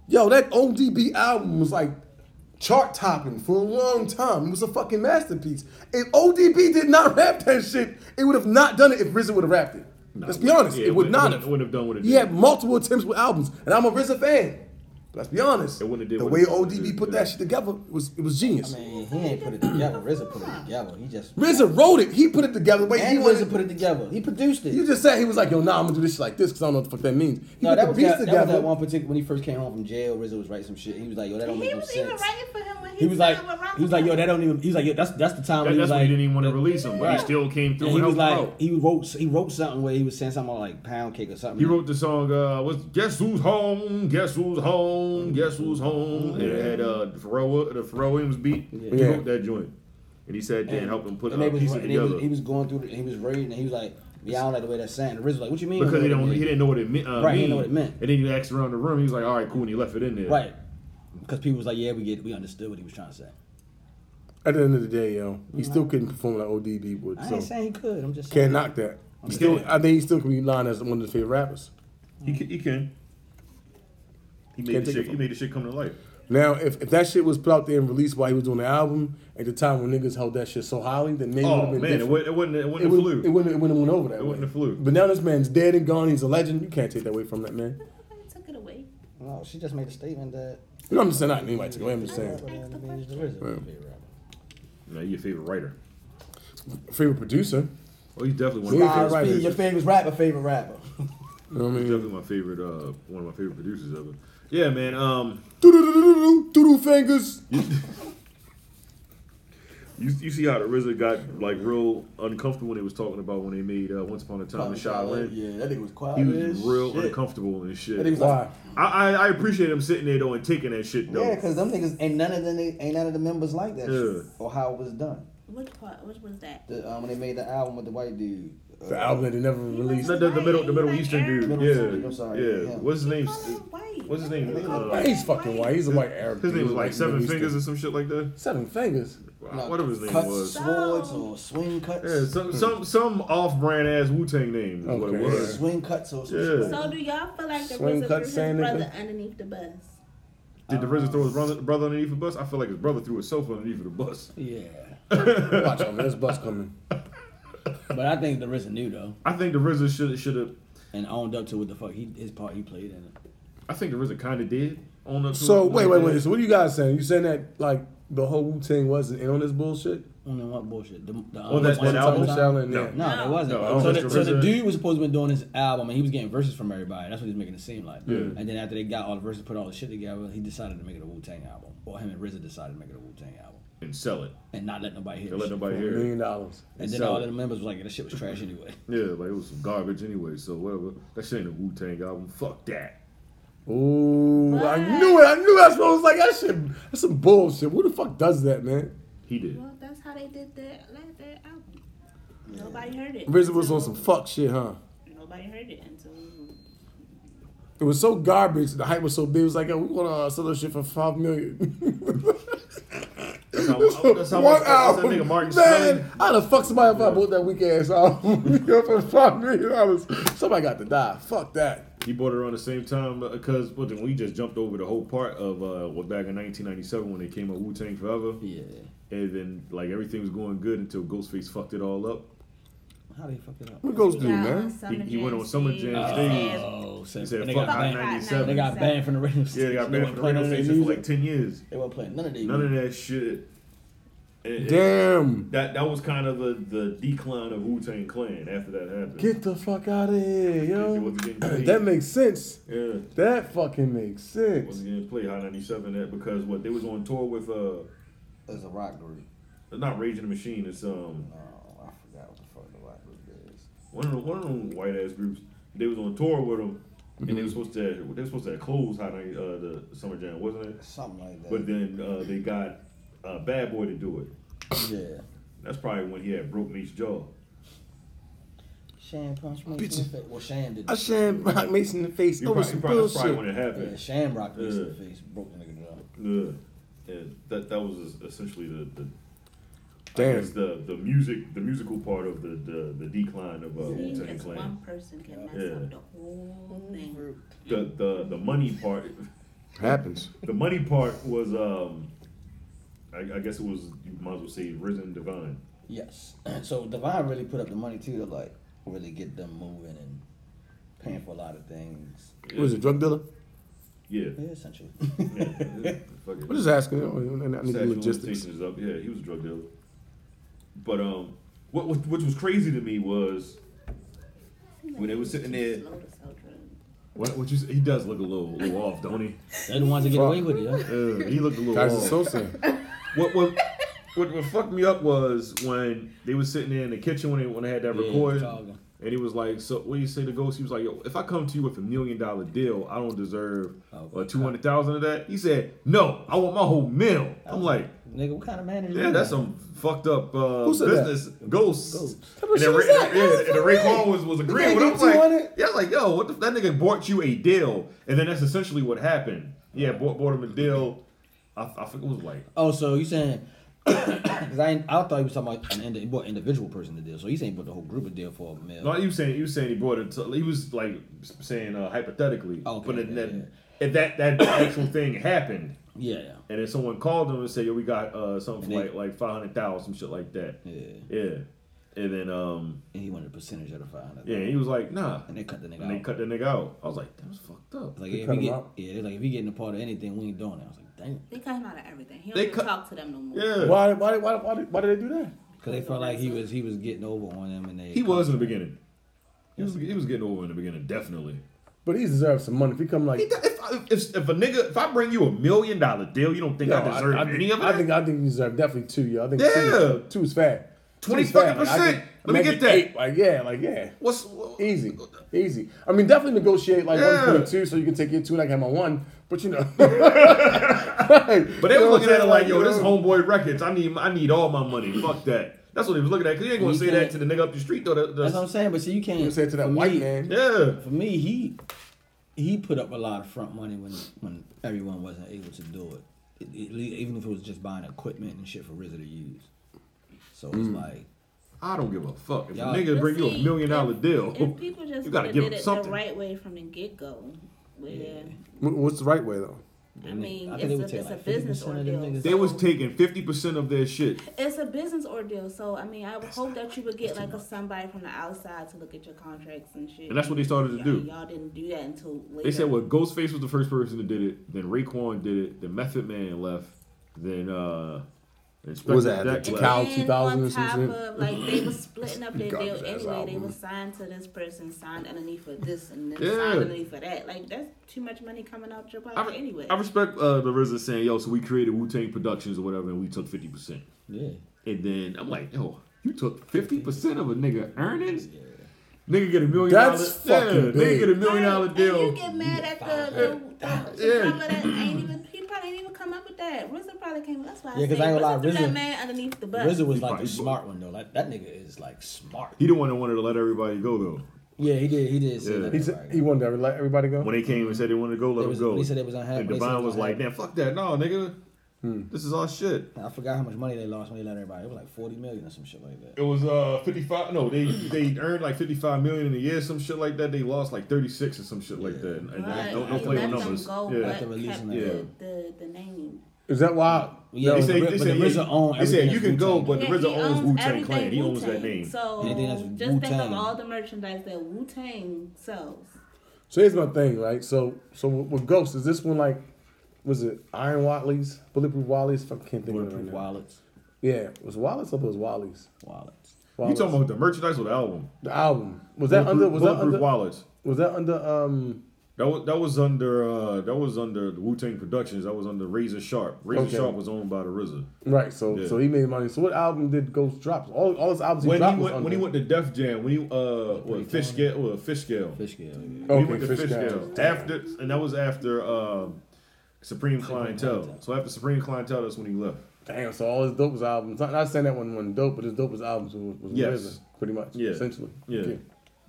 Yo, that ODB album was like chart topping for a long time. It was a fucking masterpiece. If ODB did not rap that shit, it would have not done it if RZA would have rapped it. Let's be honest, yeah, it would wouldn't- not wouldn't- have. wouldn't have done what it He did. had multiple attempts with albums, and I'm a RZA fan. Let's be honest. the with way it. ODB put that shit together was it was genius. mean, he ain't put it together. RZA put it together. He just RZA wrote it. He put it together. Wait, And he wasn't RZA put it together. He produced it. You just said he was like, yo, nah, I'm gonna do this shit like this because I don't know what the fuck that means. He no, put that the was, beats that, that was together. that one particular when he first came home from jail. RZA was writing some shit. He was like, yo, that don't He make no was even sense. writing for him when he, He was like, signed with he was like, yo, that don't even. He was like, yo, that's that's the time. when he was that's why like, he didn't even want to release him, but Right. he still came through. And he and was helped him like, out. he wrote he wrote something where he was saying something like pound cake or something. He wrote the song, uh, was Guess Who's Home? Guess Who's Home? Guess Who's Home? And it had uh, the Pharrell, the Pharrell Williams beat. He Yeah. wrote that joint. And he sat there and, helped him put and a they was- piece and they together. was- he was going through. The, he was reading. and He was like, yeah, I don't like the way that sounded. And RZA was like, what you mean? you because he, don't don't, like the way he that- didn't know what it meant. Uh, Right, mean. he didn't know what it meant. And then you asked around the room. He was like, all right, cool. And he left it in there. Right. Because people was like, yeah, we get, we understood what he was trying to say. At the end of the day, yo, he still couldn't perform like ODB would. I so ain't saying he could. I'm just can't saying. knock that. He still, I think he still can be lined as one of his favorite rappers. He can. He, can. he made Can't the take it shit. from He made the shit come to life. Now, if, if that shit was put out there and released while he was doing the album at the time when niggas held that shit so highly, then maybe Oh, would have been man, it different. wouldn't- it wouldn't- it wouldn't have would- flew. It wouldn't. It wouldn't have went over that. It wouldn't have flew. But now this man's dead and gone. He's a legend. You can't take that away from that man. took it away. No, she just made a statement that. You know, I'm just saying. Not anybody took it away. I'm just saying. Now your favorite writer. Favorite producer. Oh, he's definitely one Who's of your my favorite. favorite producers. Your favorite rapper, favorite rapper. You know what I mean? He's definitely my favorite. Uh, one of my favorite producers ever. Yeah, man. Um, Doodle fingers. you, you see how the RZA got like real uncomfortable when he was talking about when they made uh, Once Upon a Time in Shaolin. Yeah, that nigga was quiet. He as was real shit. uncomfortable and shit. That he was like- I, I I appreciate him sitting there though and taking that shit though. Yeah, because them niggas ain't none of them ain't none of the members like that shit, Yeah. or how it was done. Which part? Which was that? The, um, when they made the album with the white dude. The album that they never released. The, the, the middle the Middle Eastern dude. Middle yeah. Eastern dude, I'm sorry, Yeah. yeah. What's his name? What's his name? Uh, he's fucking white. He's a white Arab. His dude. name was like He's Seven Middle Eastern. Fingers or some shit like that. Seven Fingers. Wow, whatever his name cuts, was. Swords or swing cuts. Yeah, some some some off brand ass Wu Tang name is what it Okay. was. Swing cuts or Yeah. So do y'all feel like the Swing cut RZA threw his saying brother anything? underneath the bus? Did the RZA throw his brother, brother underneath the bus? I feel like his brother threw himself underneath the bus. Yeah. Watch out, man. This bus coming. But I think the RZA knew though, I think the RZA should should have. and owned up to what the fuck he his part he played in it. I think the RZA kind of did. Own up to So it. wait, wait, wait. So what are you guys saying? You saying that like the whole Wu Tang wasn't in on this bullshit? On the what bullshit? The, the, Oh, On that- that album? Shaolin, No, yeah. no, it wasn't. No, so, it the, was so the RZA. dude was supposed to be doing his album, and he was getting verses from everybody. That's what he's making it seem like. Yeah. And then after they got all the verses, put all the shit together, he decided to make it a Wu Tang album, or him and RZA decided to make it a Wu Tang album and sell it. and not let nobody hear. Don't let the shit. nobody hear it. Million dollars. And then Sell all it. of the members was like, "That shit was trash anyway." Yeah, like it was some garbage anyway. So whatever. That shit ain't a Wu Tang album. Fuck that. Ooh, I knew it. I knew that's what I was like. That shit. That's some bullshit. Who the fuck does that, man? He did. Well, that's how they did that, like, that album. Nobody heard it. RZA was on some fuck shit, huh? Nobody heard it until It was so garbage. The hype was so big. It was like, yo, we want to sell this shit for five million. That's how, that's how One much, That's album, that nigga Martin Smelly. man. I'd have fucked somebody if I bought that weak ass album you know, for five million dollars. Somebody got to die. Fuck that. He bought it around the same time because well, then we just jumped over the whole part of uh, what back in 1997 when they came up Wu Tang Forever. Yeah. And then like everything was going good until Ghostface fucked it all up. How they fuck it up? What goes He do, got man? He, he went on Summer Jam stage. Oh, so he said, they "Fuck got banned. 97." They got banned from the radio station. Yeah, they got They banned weren't from the radio playing station for none like of ten years. They weren't playing none of their None of that shit. And- and Damn. That that was kind of the, the decline of Wu Tang Clan after that happened. Get the fuck out of here, yo. wasn't getting paid. that makes sense. Yeah. That fucking makes sense. wasn't getting played Hot 97 that because what they was on tour with uh as a rock group. Not Raging the Machine, it's um Oh, I forgot what the fuck the rock group is. one of the, one of them white ass groups. They was on tour with them and they were supposed to they were supposed to close Hot 90, uh the Summer Jam, wasn't it? Something like that. But then uh, they got uh, Bad Boy to do it. Yeah. That's probably when he had broke Meek's jaw. Sham punched me in the face. Well, Sham did. I shammed Rock Mason in the face. You That was probably- some probably- that's probably bullshit. when it happened. Yeah, Sham rocked me in the Yeah. face, broke the nigga jaw. Yeah. And that that was es- essentially the, the I Damn. guess the, the music the musical part of the the, the decline of uh, Wu Tang because one Clan. person can mess Yeah. up the whole thing. The the the money part happens. The money part was um, I, I guess it was you might as well say Risen Divine. Yes. So Divine really put up the money too to like really get them moving and paying for a lot of things. Was it drug dealer? Yeah. Yeah, essentially. I'm just asking. Oh, I need the Statute of logistics. limitations is up. Yeah, he was a drug dealer. But um, what, what which was crazy to me was when they were sitting there. What, what you say? He does look a little, little off, don't he? They're the ones that get Fuck. away with it, huh? Yeah, he looked a little Guys, off. it's so sad. What what what, what fucked me up was when they was sitting there in the kitchen when they when they had that Yeah, recording, talking. and he was like, "So what do you say to Ghost?" He was like, "Yo, if I come to you with a million dollar deal, I don't deserve Oh, uh, two hundred thousand of that." He said, "No, I want my whole mill." Oh, I'm like, Nigga, what kind of man is "Yeah, you? that's some fucked up uh, Who said that? business." Ghosts. what And then she Ray, was like, yeah, yeah, and then Ray fuck Kwan that. was was You agreeing. can't But get I'm like, 200? yeah, like yo, what the, that nigga bought you a deal, and then that's essentially what happened. Yeah, bought bought him a deal. I, I think it was like Oh, so you saying? Cause I, ain't, I thought he was talking about an indi- he bought individual person to deal. So he's ain't bought the whole group of deal for a male. No, you saying you saying he brought it. To, he was like saying uh, hypothetically, but then, then- if that that actual thing happened, Yeah, yeah. and then someone called him and said, "Yo, we got uh, something for like like five hundred thousand, some shit like that." Yeah, yeah. And then um, and he wanted a percentage of the five hundred. Yeah, and he was like, "Nah," and they cut the nigga. and they out. cut the nigga out. I was like, "That was fucked up." Like if he get, yeah, they're like if he getting a part of anything, we ain't doing it. I was like, damn, They cut him out of everything. He don't They even cut- talk to them no more. Yeah. Why, why, why, why, did- why did they do that? because they felt like he was he was getting over on them, and they He was in the beginning. He was he was getting over in the beginning, definitely. But he deserves some money. If he come like, if, if, if a nigga, if I bring you a million dollar deal, you don't think I deserve any of it? I think I think you deserve definitely two. Yo, I think Yeah. two, two is fat. 20 fucking percent. Let me get that. like yeah, like yeah. What's easy, easy? I mean, definitely negotiate like Yeah. one point two, so you can take your two and I can have my one. But you know, But they were looking at it like, yo, this homeboy records. I need, I need all my money. Fuck that. That's what he was looking at. Cause he ain't gonna You say that can't- to the nigga up the street though. That, That's what I'm saying. But see, you can't say to that white man. Yeah. For me, he he put up a lot of front money when when everyone wasn't able to do it. It- it- le- even if it was just buying equipment and shit for RZA to use. So it's Mm. like I don't give a fuck if Y'all- a nigga But bring you a see, million dollar deal. If people just you gotta would've give did him it something. the right way from the get go, where What's the right way though? I mean, I think it's, they would a, take it's like a business 50% of them ordeal. niggas. They was taking fifty percent of their shit. It's a business ordeal, so I mean, I would hope that you would get like a somebody from the outside to look at your contracts and shit. And that's what they started to Y'all- do. Y'all didn't do that until later. They said, well, Ghostface was the first person that did it. Then Raekwon did it. Then Method Man left. Then uh, Inspector was that, Deck the left. Cal And 2000 or on some top shit? of like they were splitting up their deal Garbage ass anyway. They album. were signed to this person, signed underneath for this, and then Yeah. signed underneath for that. Like that's too much money coming out your pocket anyway. I respect uh, the RZA saying, "Yo, so we created Wu Tang Productions or whatever, and we took fifty percent." Yeah. And then I'm like, "Yo, you took fifty percent of a nigga earnings? Nigga get a million dollars. That's fucking yeah, big. nigga get a million dollar you deal. get mad at the, the, the some of that ain't even he probably ain't even come up with that. RZA probably came. That's why I Yeah, 'cause said I ain't gonna RZA threw lie, that RZA- man underneath the bus. RZA was like the smart one though. Like that nigga is like smart. He the one that wanted to let everybody go though. Yeah, he did. He did. Say Yeah. that He He, he wanted to let everybody go. When they came and said they wanted to go, let They them was- go. they said they was unhappy. And They said they Devon was Hmm. was like, unhappy. "Damn, fuck that, no, nigga. This is all shit." I forgot how much money they lost when they let everybody. It was like forty million or some shit like that. It was uh fifty five. No, they they earned like fifty five million in a year, some shit like that. They lost like thirty six or some shit like that. And But don't, don't he play with let them numbers. Go, yeah, but kept the, the, the name. Is that why? Yeah, they but the- say, they but say, the RZA own they say everything you that's can go, Wu-Tang. but the RZA Yeah, he owns owns Wu Tang everything Clan. He owns that Wu-Tang. name. So Anything that's just think of Wu-Tang. all the merchandise that Wu Tang sells. So here's my thing, right? So so with with Ghost, is this one like was it Iron Watley's, Bulletproof Wally's? I can't think of it right now. Wallets. Yeah, was it Wallets or was it Wally's? Wallets. You talking about the merchandise or the album? the album? Was that under? Was that Bulletproof under? Wallets? Was that under? Um, that was that was under uh, that was under Wu Tang Productions. That was under Razor Sharp. Razor Okay. Sharp was owned by the RZA. Right. So Yeah. so he made money. So what album did Ghost drop? All all his albums he when dropped he was went under. when he went to Def Jam, when he uh what, fish scale well, fish scale. Fish scale. Yeah. When he Okay, went to Fish fish Scale. scale. After and that was after um Supreme Clientele. So after Supreme Clientele that's when he left. Damn. So all his dopest albums. Not, not saying that one wasn't dope, but his dopest albums was, was Yes. RZA, pretty much. Yeah. Essentially. Yeah. Okay.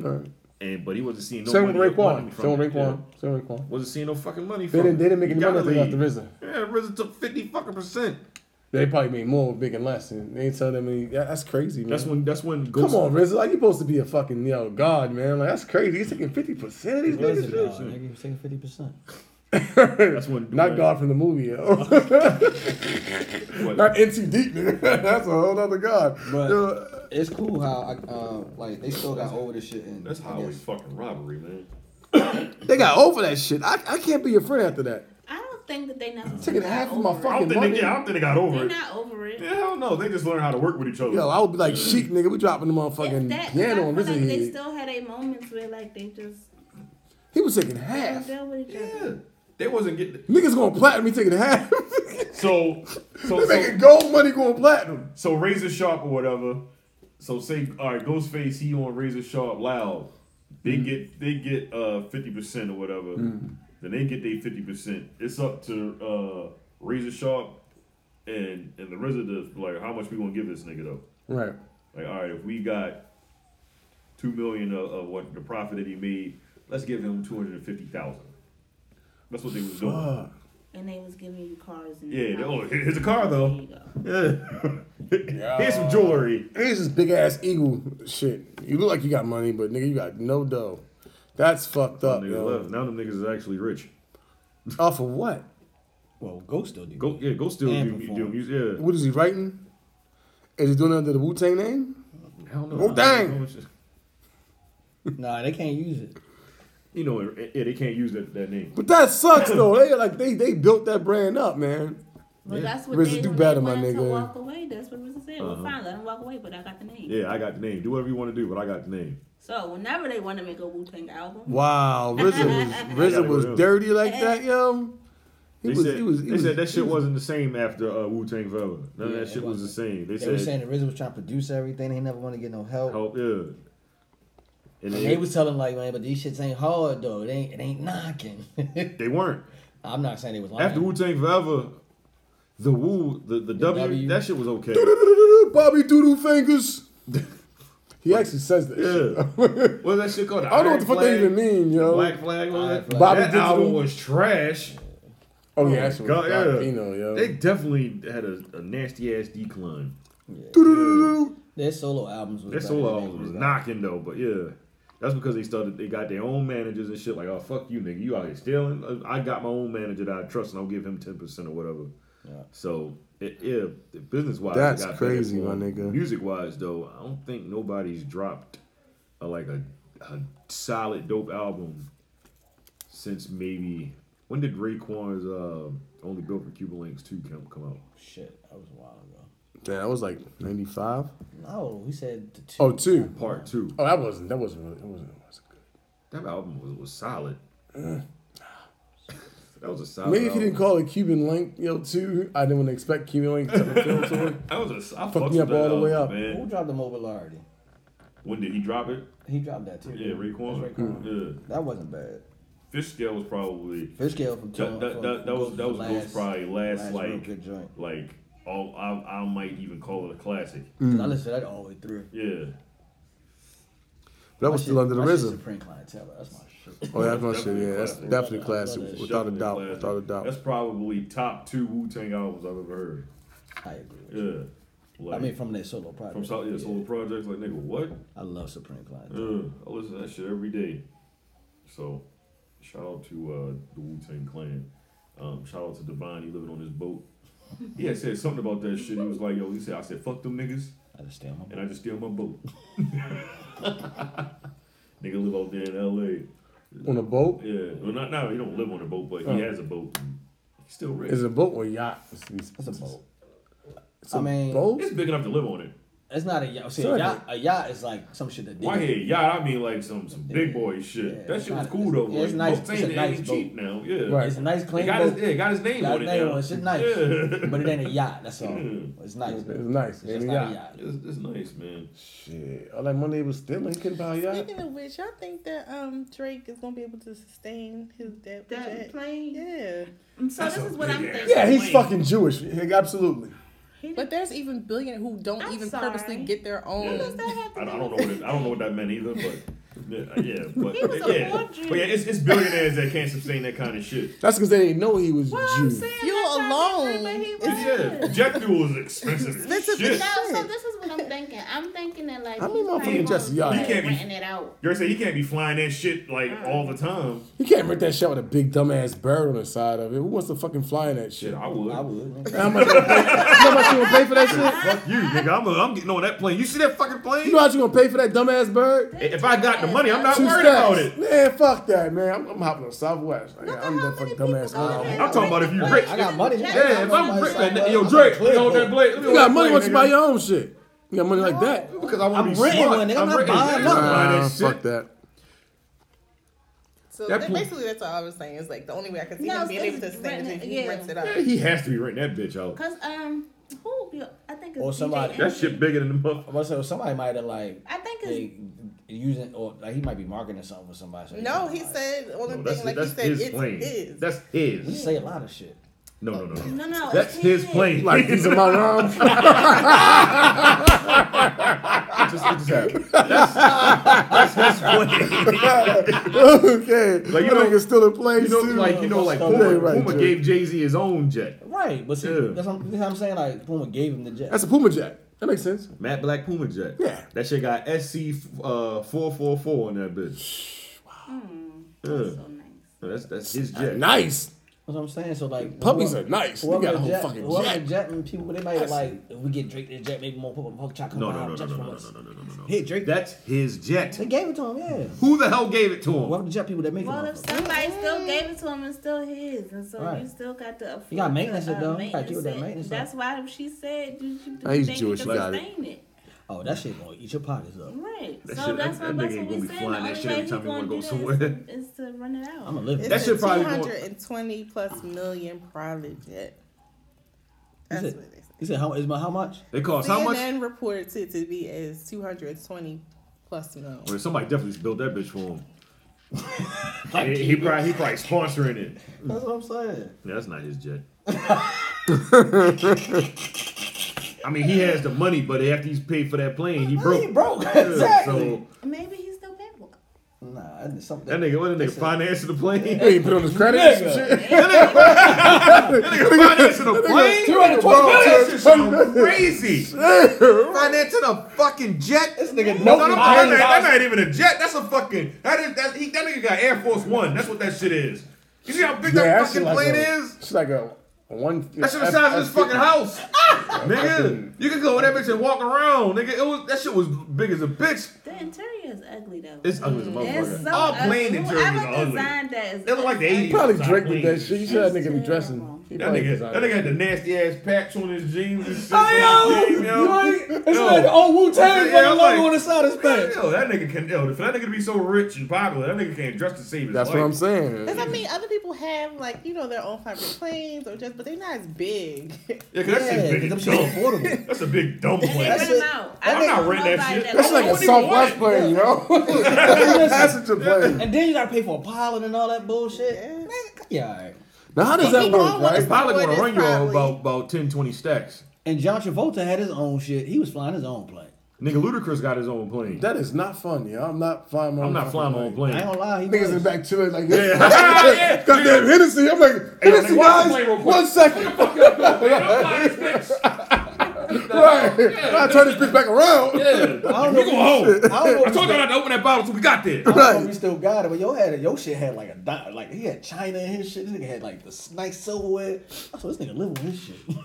All right. And but he wasn't seeing no Same with money. money Raekwon. from Same with it. Yeah. Raekwon. Same with Raekwon. Wasn't seeing no fucking money They from didn't- it. they didn't make You any money gotta until after leave. Yeah, RZA. RZA took 50 fucking percent. They probably made more making less, and they ain't tell them any. yeah, That's crazy, man. That's when. That's when. Come on, RZA. Like you supposed to be a fucking yo god, man. Like that's crazy. He's taking fifty percent of these niggas. RZA, dog, shit. nigga, he was taking fifty percent. That's when. Not when- God from the movie, yo. Not NC Deep, nigga. That's a whole other God. But Yo, it's cool how I, uh, um, like they still got over this shit and That's I highway guess- fucking robbery, man. They got over that shit. I, I can't be your friend after that. I don't think that they necessarily. Taking half of my I fucking don't think money. they, yeah, I don't think they got over They're it. not over it. Yeah, hell no. They just learned how to work with each other. Yo, I would be like, sheep, nigga, we dropping the motherfucking That, yeah, I piano feel on like this they head. still had a moments where like they just He was taking they don't half. deal with each other. They wasn't getting. Niggas going platinum, he taking half. So, so so- They making gold money going platinum. So Razor Sharp or whatever. So say all right, Ghostface he on Razor Sharp loud. They get they get uh fifty percent or whatever. Mhm. Then they get their fifty percent. It's up to uh Razor Sharp and and the residents like how much we gonna give this nigga though. Right. Like all right, if we got two million of, of what the profit that he made, let's give him two hundred and fifty thousand. That's what they was doing. And they was giving you cars. And Yeah, they- oh, here- here's a car though. Yeah. Here's some jewelry. Here's this big ass eagle shit. You look like you got money, but nigga, you got no dough. That's fucked up, Niggas yo. left. Now them niggas is actually rich. Off of what? Well, Ghost still do. Go, yeah, go still And do, do music. Yeah. What is he writing? Is he doing it under the Wu Tang name? I don't Wu Tang. Nah, they can't use it. You know, it- yeah, they can't use that, that name. But that sucks though. They like they they built that brand up, man. Well, that's what RZA, they do when better, they my wanted to nigga. walk away. That's what RZA said. Uh-huh. Well, fine, let him walk away, but I got the name. Yeah, I got the name. Do whatever you want to do, but I got the name. So whenever they want to make a Wu Tang album, Wow, RZA was RZA was dirty like that, yo. He They was said, he was he they was said that shit wasn't the same after uh, Wu Tang Forever. None of that shit was the same. They, They said, were saying that RZA was trying to produce everything. They never want to get no help. help, yeah. And, And then- they was telling like, man, but these shits ain't hard though. It ain't it ain't knocking. they weren't. I'm not saying they was Oh, lying. after Wu Tang Forever, the Wu, the, the, w, W. that shit was okay. Bobby Doodle fingers. He actually says that. Yeah. Shit. What's that shit called? I don't know what the fuck they Iron even mean, yo. Black Flag, what was that? Flag. Bobby that Digital. album was trash. Oh, yeah, that's what God, it was. Pino, yo. They definitely had a, a nasty ass decline. Their solo albums was Their better solo than albums was they knocking though, but yeah. That's because they started. They got their own managers and shit. Like, oh fuck you, nigga, you out here stealing. I got my own manager that I trust, and I'll give him ten percent or whatever. So it, yeah, business wise, That's crazy, my nigga. Music wise, though, I don't think nobody's dropped a, like a, a solid dope album since maybe when did Raekwon's uh, "Only Built for Cuba Links" two come come out? Shit, that was a while ago. Damn, that was like ninety five. No, we said the two. Oh, two. Part two. Oh, that wasn't. That wasn't really. That wasn't. That wasn't That album was, was solid. good. That was a solid. Mm. Maybe if you album. didn't call it Cuban Link, yo, two. I didn't want to expect Cuban Link to film to it. That was a I Fucked fucked me with up all that the way album, up. man. Who dropped the mobility? When did he drop it? He dropped that too. Yeah, Raekwon. That's Mm. Raekwon. Yeah. That wasn't bad. Fish scale was probably Fish Scale from that, that, from- that, that from was that was last- Ghost probably last, last real like good joint. like all I, I might even call it a classic. Mm. 'Cause I listened to that all the way through. Yeah, My That was shit- still under the my shit's RZA. Supreme Clientele. That's my shit. Oh, that's my shit. Definitely Yeah, that's classic. definitely I classic, love that shit. without a doubt. Classic. Without a doubt. That's probably top two Wu Tang albums I've ever heard. I agree. With Yeah, you. I mean, from their solo project. from South yeah, solo projects like nigga what? I love Supreme Clientele. Yeah, Mm. I listen to that shit every day. So, shout out to uh, the Wu Tang Clan. Um, shout out to Divine. He living on his boat. He had said something about that shit. He was like, "Yo," he said, "I said fuck them niggas." I just steal my and I just steal my boat. Nigga live out there in L.A. On a boat? Yeah, well, not now. He don't live on a boat, but Oh. he has a boat. He's still rich. Is it a boat or a yacht? It's, a boat. It's a I mean, boat. It's big enough to live on it. It's not a yacht. See, a Sorry. yacht, a yacht is like some shit that. Why here, yacht? I mean, like some some big boy shit. Yeah, that it's shit was not- cool though. yeah, it's like, nice- boats it's a ain't- nice ain't boat. cheap now. Yeah, Right. It's a nice, clean It got boat. His, yeah, it got his name Got on it. his name now. on it. Shit nice. Yeah. But it ain't a yacht, that's all. It's nice. It's It's nice. man. just a not a yacht. yacht. It's, it's nice, man. Shit. All that money was stealing. He couldn't buy a yacht. Speaking of which, y'all think that um Drake is gonna be able to sustain his debt? That plane, yeah. So this is what I'm thinking. Yeah, he's fucking Jewish. Yeah, Absolutely. But there's even billionaires who don't even purposely get their own. I, I don't know what it, I don't know what that meant either, but yeah, yeah, but He was a yeah, poor but yeah, it's, it's billionaires that can't sustain that kind of shit. That's because they didn't know he was Jew. You alone. Yeah, jet fuel is expensive. as So, shit. so this is what I'm thinking. Yeah, I'm thinking that like How many motherfucking Quavo Jesse was y'all like had? renting it out. Gary said he can't be flying that shit like Mm. all the time. You can't rent that shit with a big dumbass bird on the side of it. Who wants to fucking fly in that shit? I would. I would. How much you gonna pay, you know how much you gonna pay for that shit? Fuck you, nigga. I'm, I'm getting on that plane. You see that fucking plane? You know how much you gonna pay for that dumbass bird? If I got the money, I'm not Two worried stacks. about it. Man, fuck that, man. I'm, I'm hopping on Southwest. Like, I'm that fucking dumbass. I'm talking about if you rich. I got money. Yeah, if I'm rich, like, that- yo, Drake, you know that Blake. You got money once you buy your own shit. You got money like that. Because I want to be renting smart. one, nigga. I'm not renting- buying I'm not nothing. buying Nah, that shit. fuck that. So That that pool- basically, that's all I was saying. Is like the only way I could see No, him being it's able to sing is renting if it, he yeah. rents it out. Yeah, He has to be renting that bitch out. Cause um, who I think it's Or DJ somebody. Envy. bigger than the motherfucker. Well, so somebody might have like. I think it's They using or like he might be marketing something for somebody. So No, he said only No, that's thing like his- he that's said his it's plane. his. That's his. We say a lot of shit. No, no, no, No, no, That's it's his plane. Like he's in my room. just, it just happened. That's, that's his plane. okay. Like you That know, nigga's still in you place. know, too. like you know, like Puma, Yeah, right, Puma Drake. gave Jay Z his own jet. Right, but see, Yeah. that's, what I'm, that's what I'm saying. Like Puma gave him the jet. That's a Puma Jack. That makes sense. Matt Black Puma jet. Yeah, that shit got SC uh, four four four on that bitch. Wow, that's so nice. That's that's his jet. nice. That's what I'm saying. So like, Puppies whoever- are nice. They got whoever a whole jet, fucking whoever jet. jetting people, they might That's- like if we get Drake the jet, maybe more people punk come No, no, out no, no, just no, from no, us. no, no, no, no, no. Hey, Drake. That's his jet. They gave it to him. Yeah. Who the hell gave it to him? Whoever the jet people that make Well, it. if somebody still gave it to him, it's still his, and so Right. you still got to. afford You got maintenance the, it, though. You gotta maintenance deal with that it. maintenance, though. That's why she said you should Nah, he's think Jewish, he You can got it. sustain it. Oh, that shit gonna eat your pockets up. Right. That so shit- that's that- why that nigga that's ain't what we gonna said. be The flying only that shit way every he's time he wanna gonna go do somewhere. that is- Is to run it out. I'ma live it. It's That a shit probably going- 220 plus million private jet. He That's said, he said, how is my how much? It costs how much? CNN reports it to be as 220 plus million. Or somebody definitely spilled that bitch for him. he, he probably he probably sponsoring it. That's what I'm saying. Yeah, that's not his jet. I mean, he has the money, but after he's paid for that plane, he broke. broke, Yeah, exactly. Maybe he's still paying for it. Nah, that- something. that nigga, what that nigga financing the plane? Yeah, he put on his credit and some shit. that nigga, that nigga financing a plane. That's crazy. financing a fucking jet. This nigga, no, no, no, that, ain't- that ain't even a jet. That's a fucking. That is that. He, that nigga got Air Force One. That's what that shit is. You see how big Yeah, that shit fucking like plane a- is? It's like a a one. That shit the size of this fucking house. Nigga, you could go in that bitch and walk around. Nigga, it was that shit was big as a bitch. The interior is ugly though. It's ugly as a It's motherfucker. so All ugly. plain interiors are Whoever ugly. designed that is It look like the 80s. Probably design Drake with clean. that shit. You saw that nigga be dressing. He That probably nigga, designed that it. nigga had the nasty ass patch on his jeans and shit. Hey, yo! Jean, yo. Right? It's like the old Wu-Tang fucking I'm logo on the side of his pants. Yo, that nigga can. Yo, for that nigga to be so rich and popular, that nigga can't dress to save his That's life. what I'm saying. Because I mean, other people have like you know their own private planes or just, but they're not as big. Yeah, 'cause that shit's big and dumb. That's a big dumb plane. That's it. Wow. I I'm think not renting that nobody shit. that- That's like a Southwest plane, you know? That's such a plane. And then you gotta pay for a pilot and all that bullshit. Nigga, Yeah, all right. Now, how does that work, right? It's probably going to run you all about, about 10, 20 stacks. And John Travolta had his own shit. He was flying his own plane. Nigga, Ludacris got his own plane. That is not fun, yo. I'm not flying my own I'm not flying my own plane. I ain't gonna lie, he Niggas in was. the back chilling like Yeah. this. Goddamn Hennessy. I'm like, Hennessy, nigga, watch the plane real guys, quick. one second. Right. I turn this bitch back around. Yeah. I don't know We if go you- home. I don't know I if told you- y'all not to open that bottle till we got there. I don't know if you still got it, but yo had your shit had like a di- like he had China in his shit. This nigga had like this nice silverware. I thought this nigga living with his shit.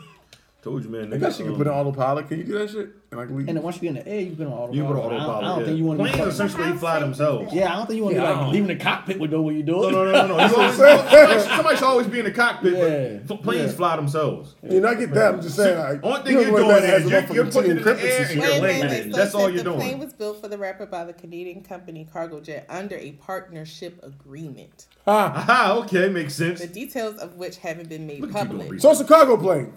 Told you, man. uh, I guess you can put it on autopilot. Can you do that shit? And I can leave. And then once you be in the air, you been on autopilot. You put on I don't- autopilot. I don't yeah. think you want to be. Planes fucking- essentially fly themselves. Yeah, I don't think you want to Yeah, be I like don't. leaving the cockpit window when you do No, it. no, no, no, no. You always, somebody, somebody should always be in the cockpit, but f- planes fly themselves. You know, I get that. I'm just saying. Like, Only thing you you're don't want doing that is as a you're, motherfucking you're putting it in the encryption air and system. you're Wait, laying wait, it. wait. So That's it all said you're the plane doing. was built for the rapper by the Canadian company Cargojet under a partnership agreement, Ah, okay, makes sense. the details of which haven't been made public. So it's a cargo plane.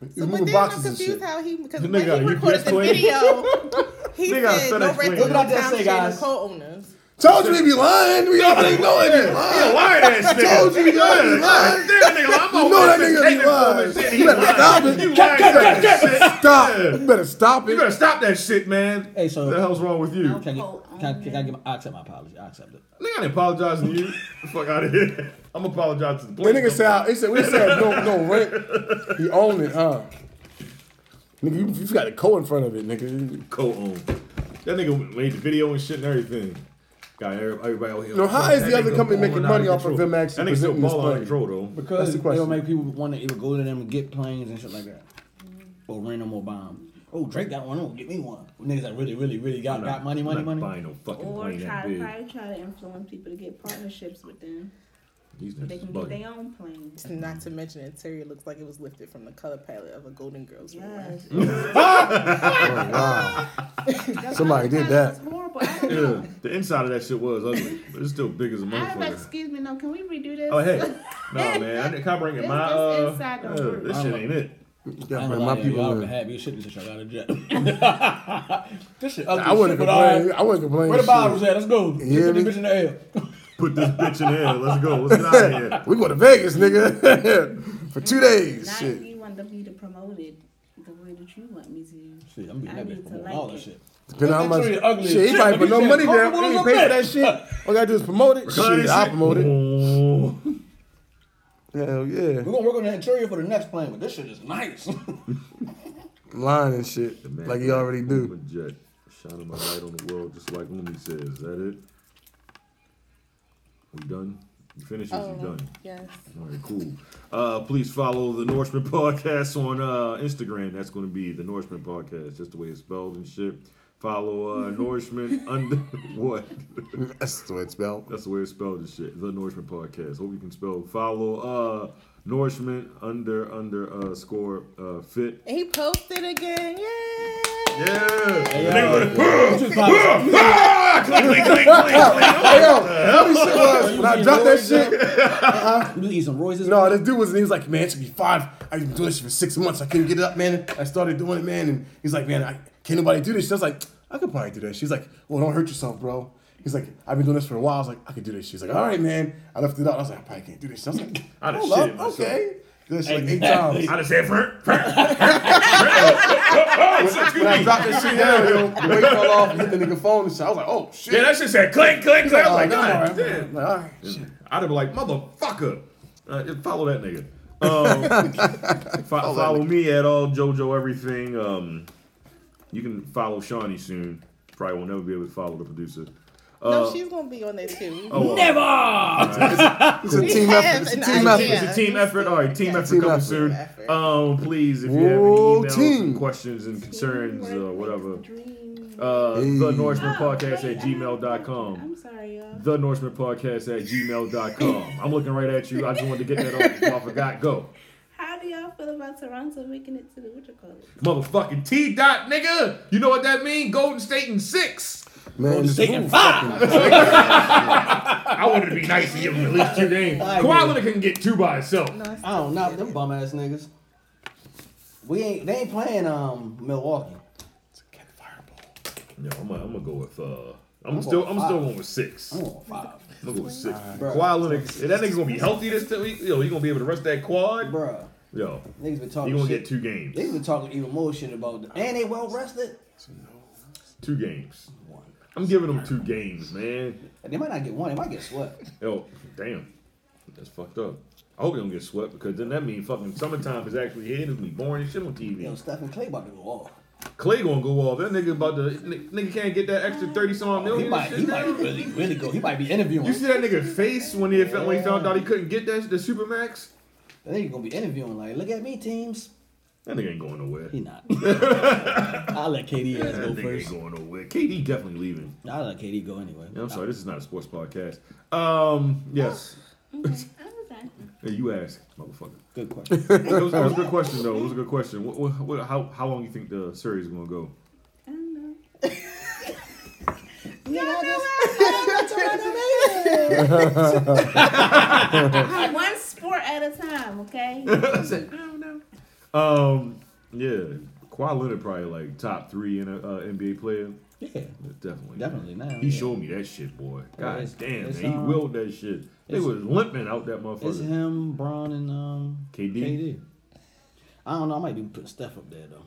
He's So, but moving then I'm boxes and shit. confused how he because Nigga when he got a recorded UPS the plane. video, he Nigga got a FedEx said no plane. rental Look what I no just town say, sharing guys. co-owners. Told you he be lying. We already know it. He He a lying ass nigga. Told you he lying. God damn, nigga, I'm You on know my that nigga vacation be for this lying. shit. You better He lying. stop it. You You better lying ass stop. shit. Stop. Yeah. You better stop You it. better stop that shit, man. Hey, so What the hell's wrong with you? Can I, get, can, I, can I, give, I accept my apology. I accept it. Nigga, I didn't apologize to you. The fuck out of here. I'm apologizing to the The plane. nigga said, he said, we said no, no rent. He owned it, huh? Nigga, you, you got a co in front of it, nigga. Co on. That nigga made the video and shit and everything. Got everybody, everybody out here. No, how is That the other nigga company balling making out money off of control. them actually That nigga still presenting this ball out of plane? control though. That's Because the it'll question. make people want to either go to them and get planes and shit like that, or rent them or buy them. Oh, Drake got one. Oh, get me one. Niggas that really, really, really got I'm not- got money, money, I'm not money. buying no fucking Or try to probably try to influence people to get partnerships with them. These They can get their own planes. Not to mention, interior looks like it was lifted from the color palette of a Golden Girls. Yes. Oh, wow. Somebody did That's that. horrible. I don't know. Yeah, the inside of that shit was ugly, but it's still big as a I was like, motherfucker. excuse me, no, can we redo this? Oh hey, no man, I can I bring This- it? My this uh, inside don't yeah, work. this shit ain't it. I ain't gonna lie to you, y'all can have your shit. This shit, I got a jet. this shit. ugly I wouldn't shit, but complain. all right. I wouldn't complain Where the shit. bottles at? Let's go. You hear Put this me? bitch in the air. Put this bitch in here. Let's go. Let's get out of here. we go to Vegas, nigga, for two days. Not Shit. you want to be the promoted the way that you want me to. Shit, I'm beating I that need bitch to for like all that it. shit. Depending on how much. That's really ugly as Shit, he shit, probably but put no you money said down. comfortable as He ain't a pay for that bitch. shit. All I gotta do is promote it. Regardless Shit, I shit. promote it. Hell We're yeah. gonna work on the interior for the next plane, but this shit is nice. I'm lying and shit. Like he already do. Boom, a Jet. Shining my light on the world, just like Umi says. Is that it? We done? You finished? this? Oh, you done? yes. All right, cool. Uh, please follow the Norseman Podcast on uh, Instagram. That's going to be the Norseman Podcast, just the way it's spelled and shit. Follow uh, Norseman under what? That's the way it's spelled. That's the way it's spelled and shit. The Norseman Podcast. Hope you can spell. Follow uh, Norseman under under uh, score uh, fit And he posted again. Yay! yeah. Hey, yo, funny shit was, when I dropped that shit. Uh-huh. You eat some Royces? No, this dude was, he was like, man, it should be five. I've been doing this shit for six months. I couldn't get it up, man. I started doing it, man. And he's like, man, I, can't nobody do this. Shit. I was like, I could probably do that. She's like, well, don't hurt yourself, bro. He's like, I've been doing this for a while. I was like, I could do this. She's like, all right, man. I left it out. I was like, I probably can't do this. Shit. I was like, I done hold up, shit myself. okay. Did that shit like eight Exactly. times. I done said, "Frrrt, when I dropped that shit down, yo, the weight fell off and hit the nigga phone and shit. I was like, oh shit. Yeah, that shit said click, click, He's click. I oh, was like, no, God I'm all right. damn. I'm like, all right. I'd have been like, motherfucker. Uh, follow that nigga. Um, fo- follow me at all JoJo everything. Um, you can follow Shawnee soon. Probably will never be able to follow the producer. Uh, no, she's gonna be on there too. oh, well. Never. All right. It's a We team have effort. It's a an team effort. idea. It's a team effort. All right, team effort Team coming effort. soon. Um, please, if you have any Whoa, emails, team. questions, and concerns, or whatever, uh, the Norseman Oh, Podcast at gmail.com. I'm sorry, y'all. The Norseman Podcast at gmail.com. I'm looking right at you. I just wanted to get that off. before I forgot. Go. How do y'all feel about Toronto making it to the what you call it? Motherfucking T dot nigga. You know what that mean? Golden State in six. Man, this Taking fool five. I wanted to be nice to give him at least two games. Kawhi Leonard couldn't get two by himself. I don't know them bum ass niggas. We ain't they ain't playing um Milwaukee. No, I'm gonna I'm gonna go with uh. I'm, I'm still going I'm still five. going with six. I'm going five. I'm gonna go with six. Bro. Kawhi Leonard, if that nigga's gonna be healthy this time, yo, he gonna be able to rush that quad, bro. Yo, Niggas been talking He gonna shit. get two games. They been talking even more shit about them. And they well rested. Two games. I'm giving them two games, man. They might not get one, they might get swept. Yo, damn. That's fucked up. I hope they don't get swept because then that means fucking summertime is actually here. It's gonna be boring as shit on TV. Yo, Stephen Clay about to go off. Clay gonna go off. That nigga about to n- nigga can't get that extra thirty some million. He might- and he shit might now. really, really go. He might be interviewing. You see that nigga face when he, found, when he found out he couldn't get that the supermax. That nigga gonna be interviewing like, look at me, teams. That nigga ain't going nowhere. He not. I'll let KD that ass go nigga first. Ain't going nowhere. KD definitely leaving. I'll let KD go anyway. Yeah, I'm sorry, this is not a sports podcast. Um, yes. Hey, you asked, motherfucker. Good question. it, was, it was a good question though. It was a good question. What, what, what, how how long you think the series is gonna go? One sport at a time, okay? I said, I don't know. Um, yeah, Kawhi Leonard probably like top three in a uh, NBA player. Yeah, definitely, Definitely now, He yeah. showed me that shit, boy. God It's- damn, it's, man, he um, willed that shit. They it's- was limping out that It's motherfucker. him, Braun, and um, KD? KD. I don't know. I might be putting Steph up there though.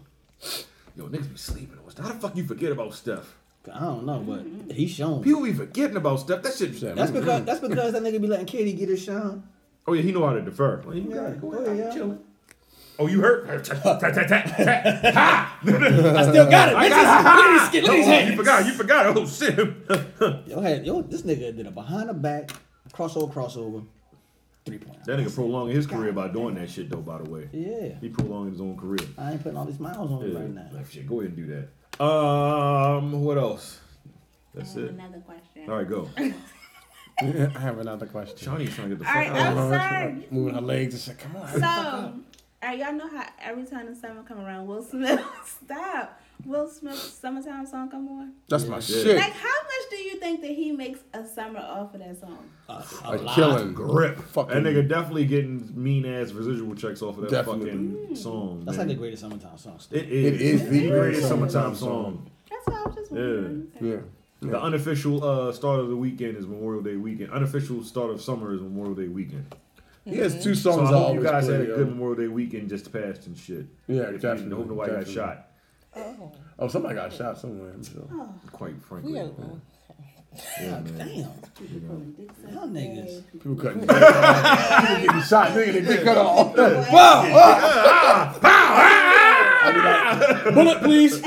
Yo, niggas be sleeping on Steph. How the fuck you forget about Steph? I don't know, but he's shown. People be forgetting about Steph. That shit. That's because that's because that nigga be letting KD get his shine. Oh yeah, he know how to defer. Like, Yeah, go ahead, yeah. Oh, you hurt? Tat, tat, tat, tat, tat. Ha! I still got it. I got Look it. Ha, at this- ha. look at these- look at these Oh, hands. You forgot. You forgot. Oh, shit. yo, had, yo, this nigga did a behind the back crossover, crossover. That nigga prolonging his career by doing that shit though. By the way, Yeah. he prolonging his own career. I ain't putting all these miles on it Yeah, right now. like, shit, go ahead and do that. Um, what else? That's I have it. another question. All right, go. I have another question. Shawnee's trying to get the All fuck right, out. um, I'm of here. sorry. Moving her legs and shit. Come on. So, all right, y'all know how every time the summer come around, Will Smith stop. Will Smith's summertime song come on. That's my Yeah. shit. Like, how much do you think that he makes a summer off of that song? A killing grip. Fucking- That nigga definitely getting mean ass residual checks off of that Definitely. fucking song. Mm. That's man. like the greatest summertime song. still. It is. It is the greatest greatest summertime summertime song. That's what I was just Yeah. wondering. Yeah. The unofficial uh, start of the weekend is Memorial Day weekend. Unofficial start of summer is Memorial Day weekend. Yeah, it's two So I songs hope I you always guys play, had a yo. good Memorial Day weekend just passed and shit. Yeah, If you definitely, didn't, Hope nobody definitely. got shot. Oh, Oh, somebody got shot somewhere. I'm sure. Quite frankly. we are. man. Yeah, Yeah, man. You know. Y'all niggas. People cutting. people getting shot. Nigga, they dick cut off. Wow. ah, ah, ah. I be like, Bullet, please.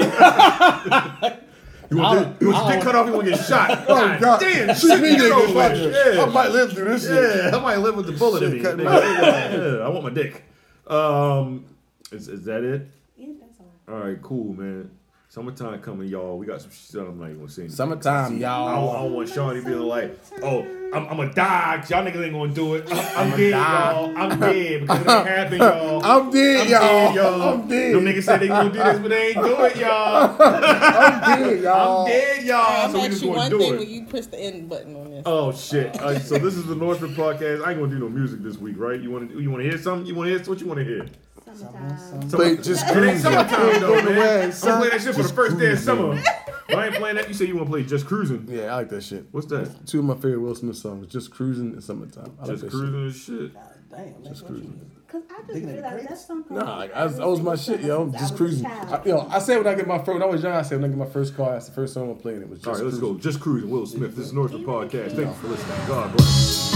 You want to get cut off? You want to get shot? Oh God! Damn, Shoot shit, me, get nigga. over fuck with. it. Yeah. I might live through this. shit. Yeah, I might live with the bullet in me. Shit, cut nigga. me. Yeah, I want my dick. Um, is, is that it? Yeah, that's all. All right, cool, man. Summertime coming, y'all. We got some shit that I'm not even gonna say. anything. Summertime, y'all. I don't, I don't want Sean to be like, oh, I'm, I'm gonna die. 'cause Y'all niggas ain't gonna do it. I'm, I'm dead, die. y'all. I'm dead because it ain't happen, y'all. I'm dead, y'all. I'm dead. Oh. Them niggas said they gonna do this, but they ain't do it, y'all. I'm dead, y'all. I'm dead, y'all. I'm so we asking just you gonna one do thing it. when you push the end button on this. Oh shit! All right, so this is the Norseman podcast. I ain't gonna do no music this week, right? You want to? You want to hear something? You want to hear what you want to hear? Summertime. Play just It ain't cruise. summertime though, man. I'm son. gonna play that shit for the Just first day of cruising. summer. But I ain't playing that. You say you want to play just cruising? Yeah, I like that shit. What's that? Two of my favorite Will Smith songs, "Just Cruising" and "Summertime." I like Just that cruising and shit. Damn, that's what you cruising. Because I just realized that's something. Shit. Nah, like, I was, that was my shit, yo. Just cruising. I, yo, I said when I get my first, when I was young, I said when I get my first car, that's the first song I'm playing. It was just. All right, let's cruising. go. Just cruising. Will Smith. This is Norseman podcast. Thank you for listening. God bless.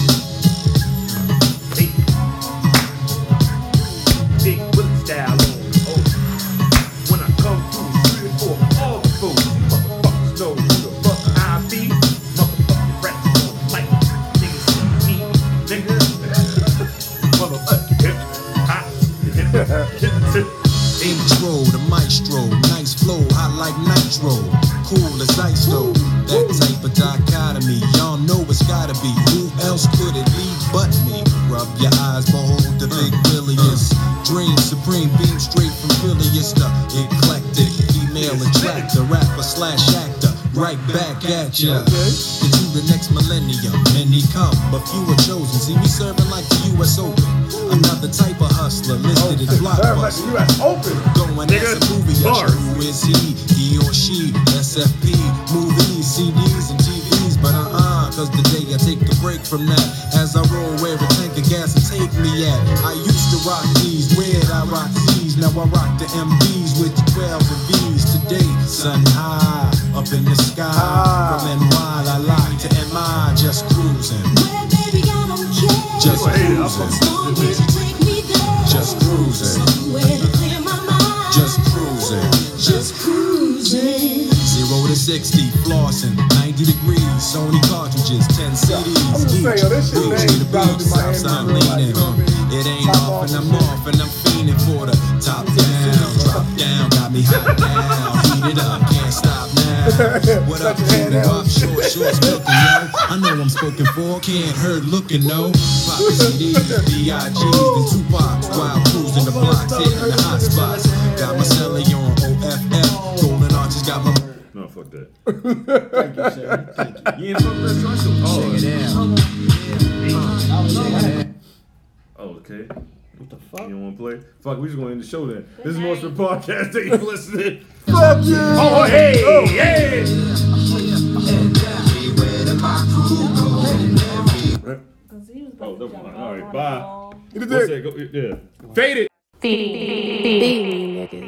Big Willie style on. Oh. When I come through, three and four, all the fools. Motherfuckers know who the fuck I be. Motherfucking rats on the light. Niggas see me, nigga. Motherfucker, Intro to maestro, nice flow, I like nitro. Cool as ice though, that type of dichotomy. Y'all know it's gotta be. Who else could it be but me? Rub your eyes, behold the big billions. Dream supreme, beam straight from Philly. It's the eclectic female attractor, rapper slash actor. Right back at ya. Into the next millennium, many come, but few are chosen. See me serving like the U.S. Open. Another type of hustler listed in blockbuster. Going as a movie usher, who is he? He or she? SFP, movies, CDs, and TVs. But uh-uh, cause today I take a break from that. As I roll where a tank of gas will take me at. I used to rock these, weird I rock these. Now I rock the MVs with the 12 and V's. Today, sun high, up in the sky. From NY, I lie to MI, just cruising. Just cruising. Just cruising. Just cruising. Just cruising. Zero to 60, flossing. 90 degrees, Sony cartridges, 10 CDs. I'm gonna say, yo, this shit Beach ain't to the about beach, the Miami Southside real life, leaning. you know what I mean? It ain't off and I'm off and I'm fiending for the top down, drop down. Got me hot down, heat it up, can't stop now. What up, Judy? Pop short, shorts looking, yo. I know I'm spoken for, can't hurt looking, no. Pop CDs, B.I.G.'s, and Tupac's. While cruising the blocks, hitting the hot spots. Got my celly on OFF. Golden Arches got my. No, fuck that. Yeah, fuck that Check it out. Oh, okay. What the fuck? You don't want to play? Fuck, we just going to end the show then. This is Norseman podcast. Thank you for listening. Fuck yeah. Oh, hey, Oh. hey. Oh, that was mine. All right, bye. Get it What's that? Go- Yeah. Faded. Feed me niggas.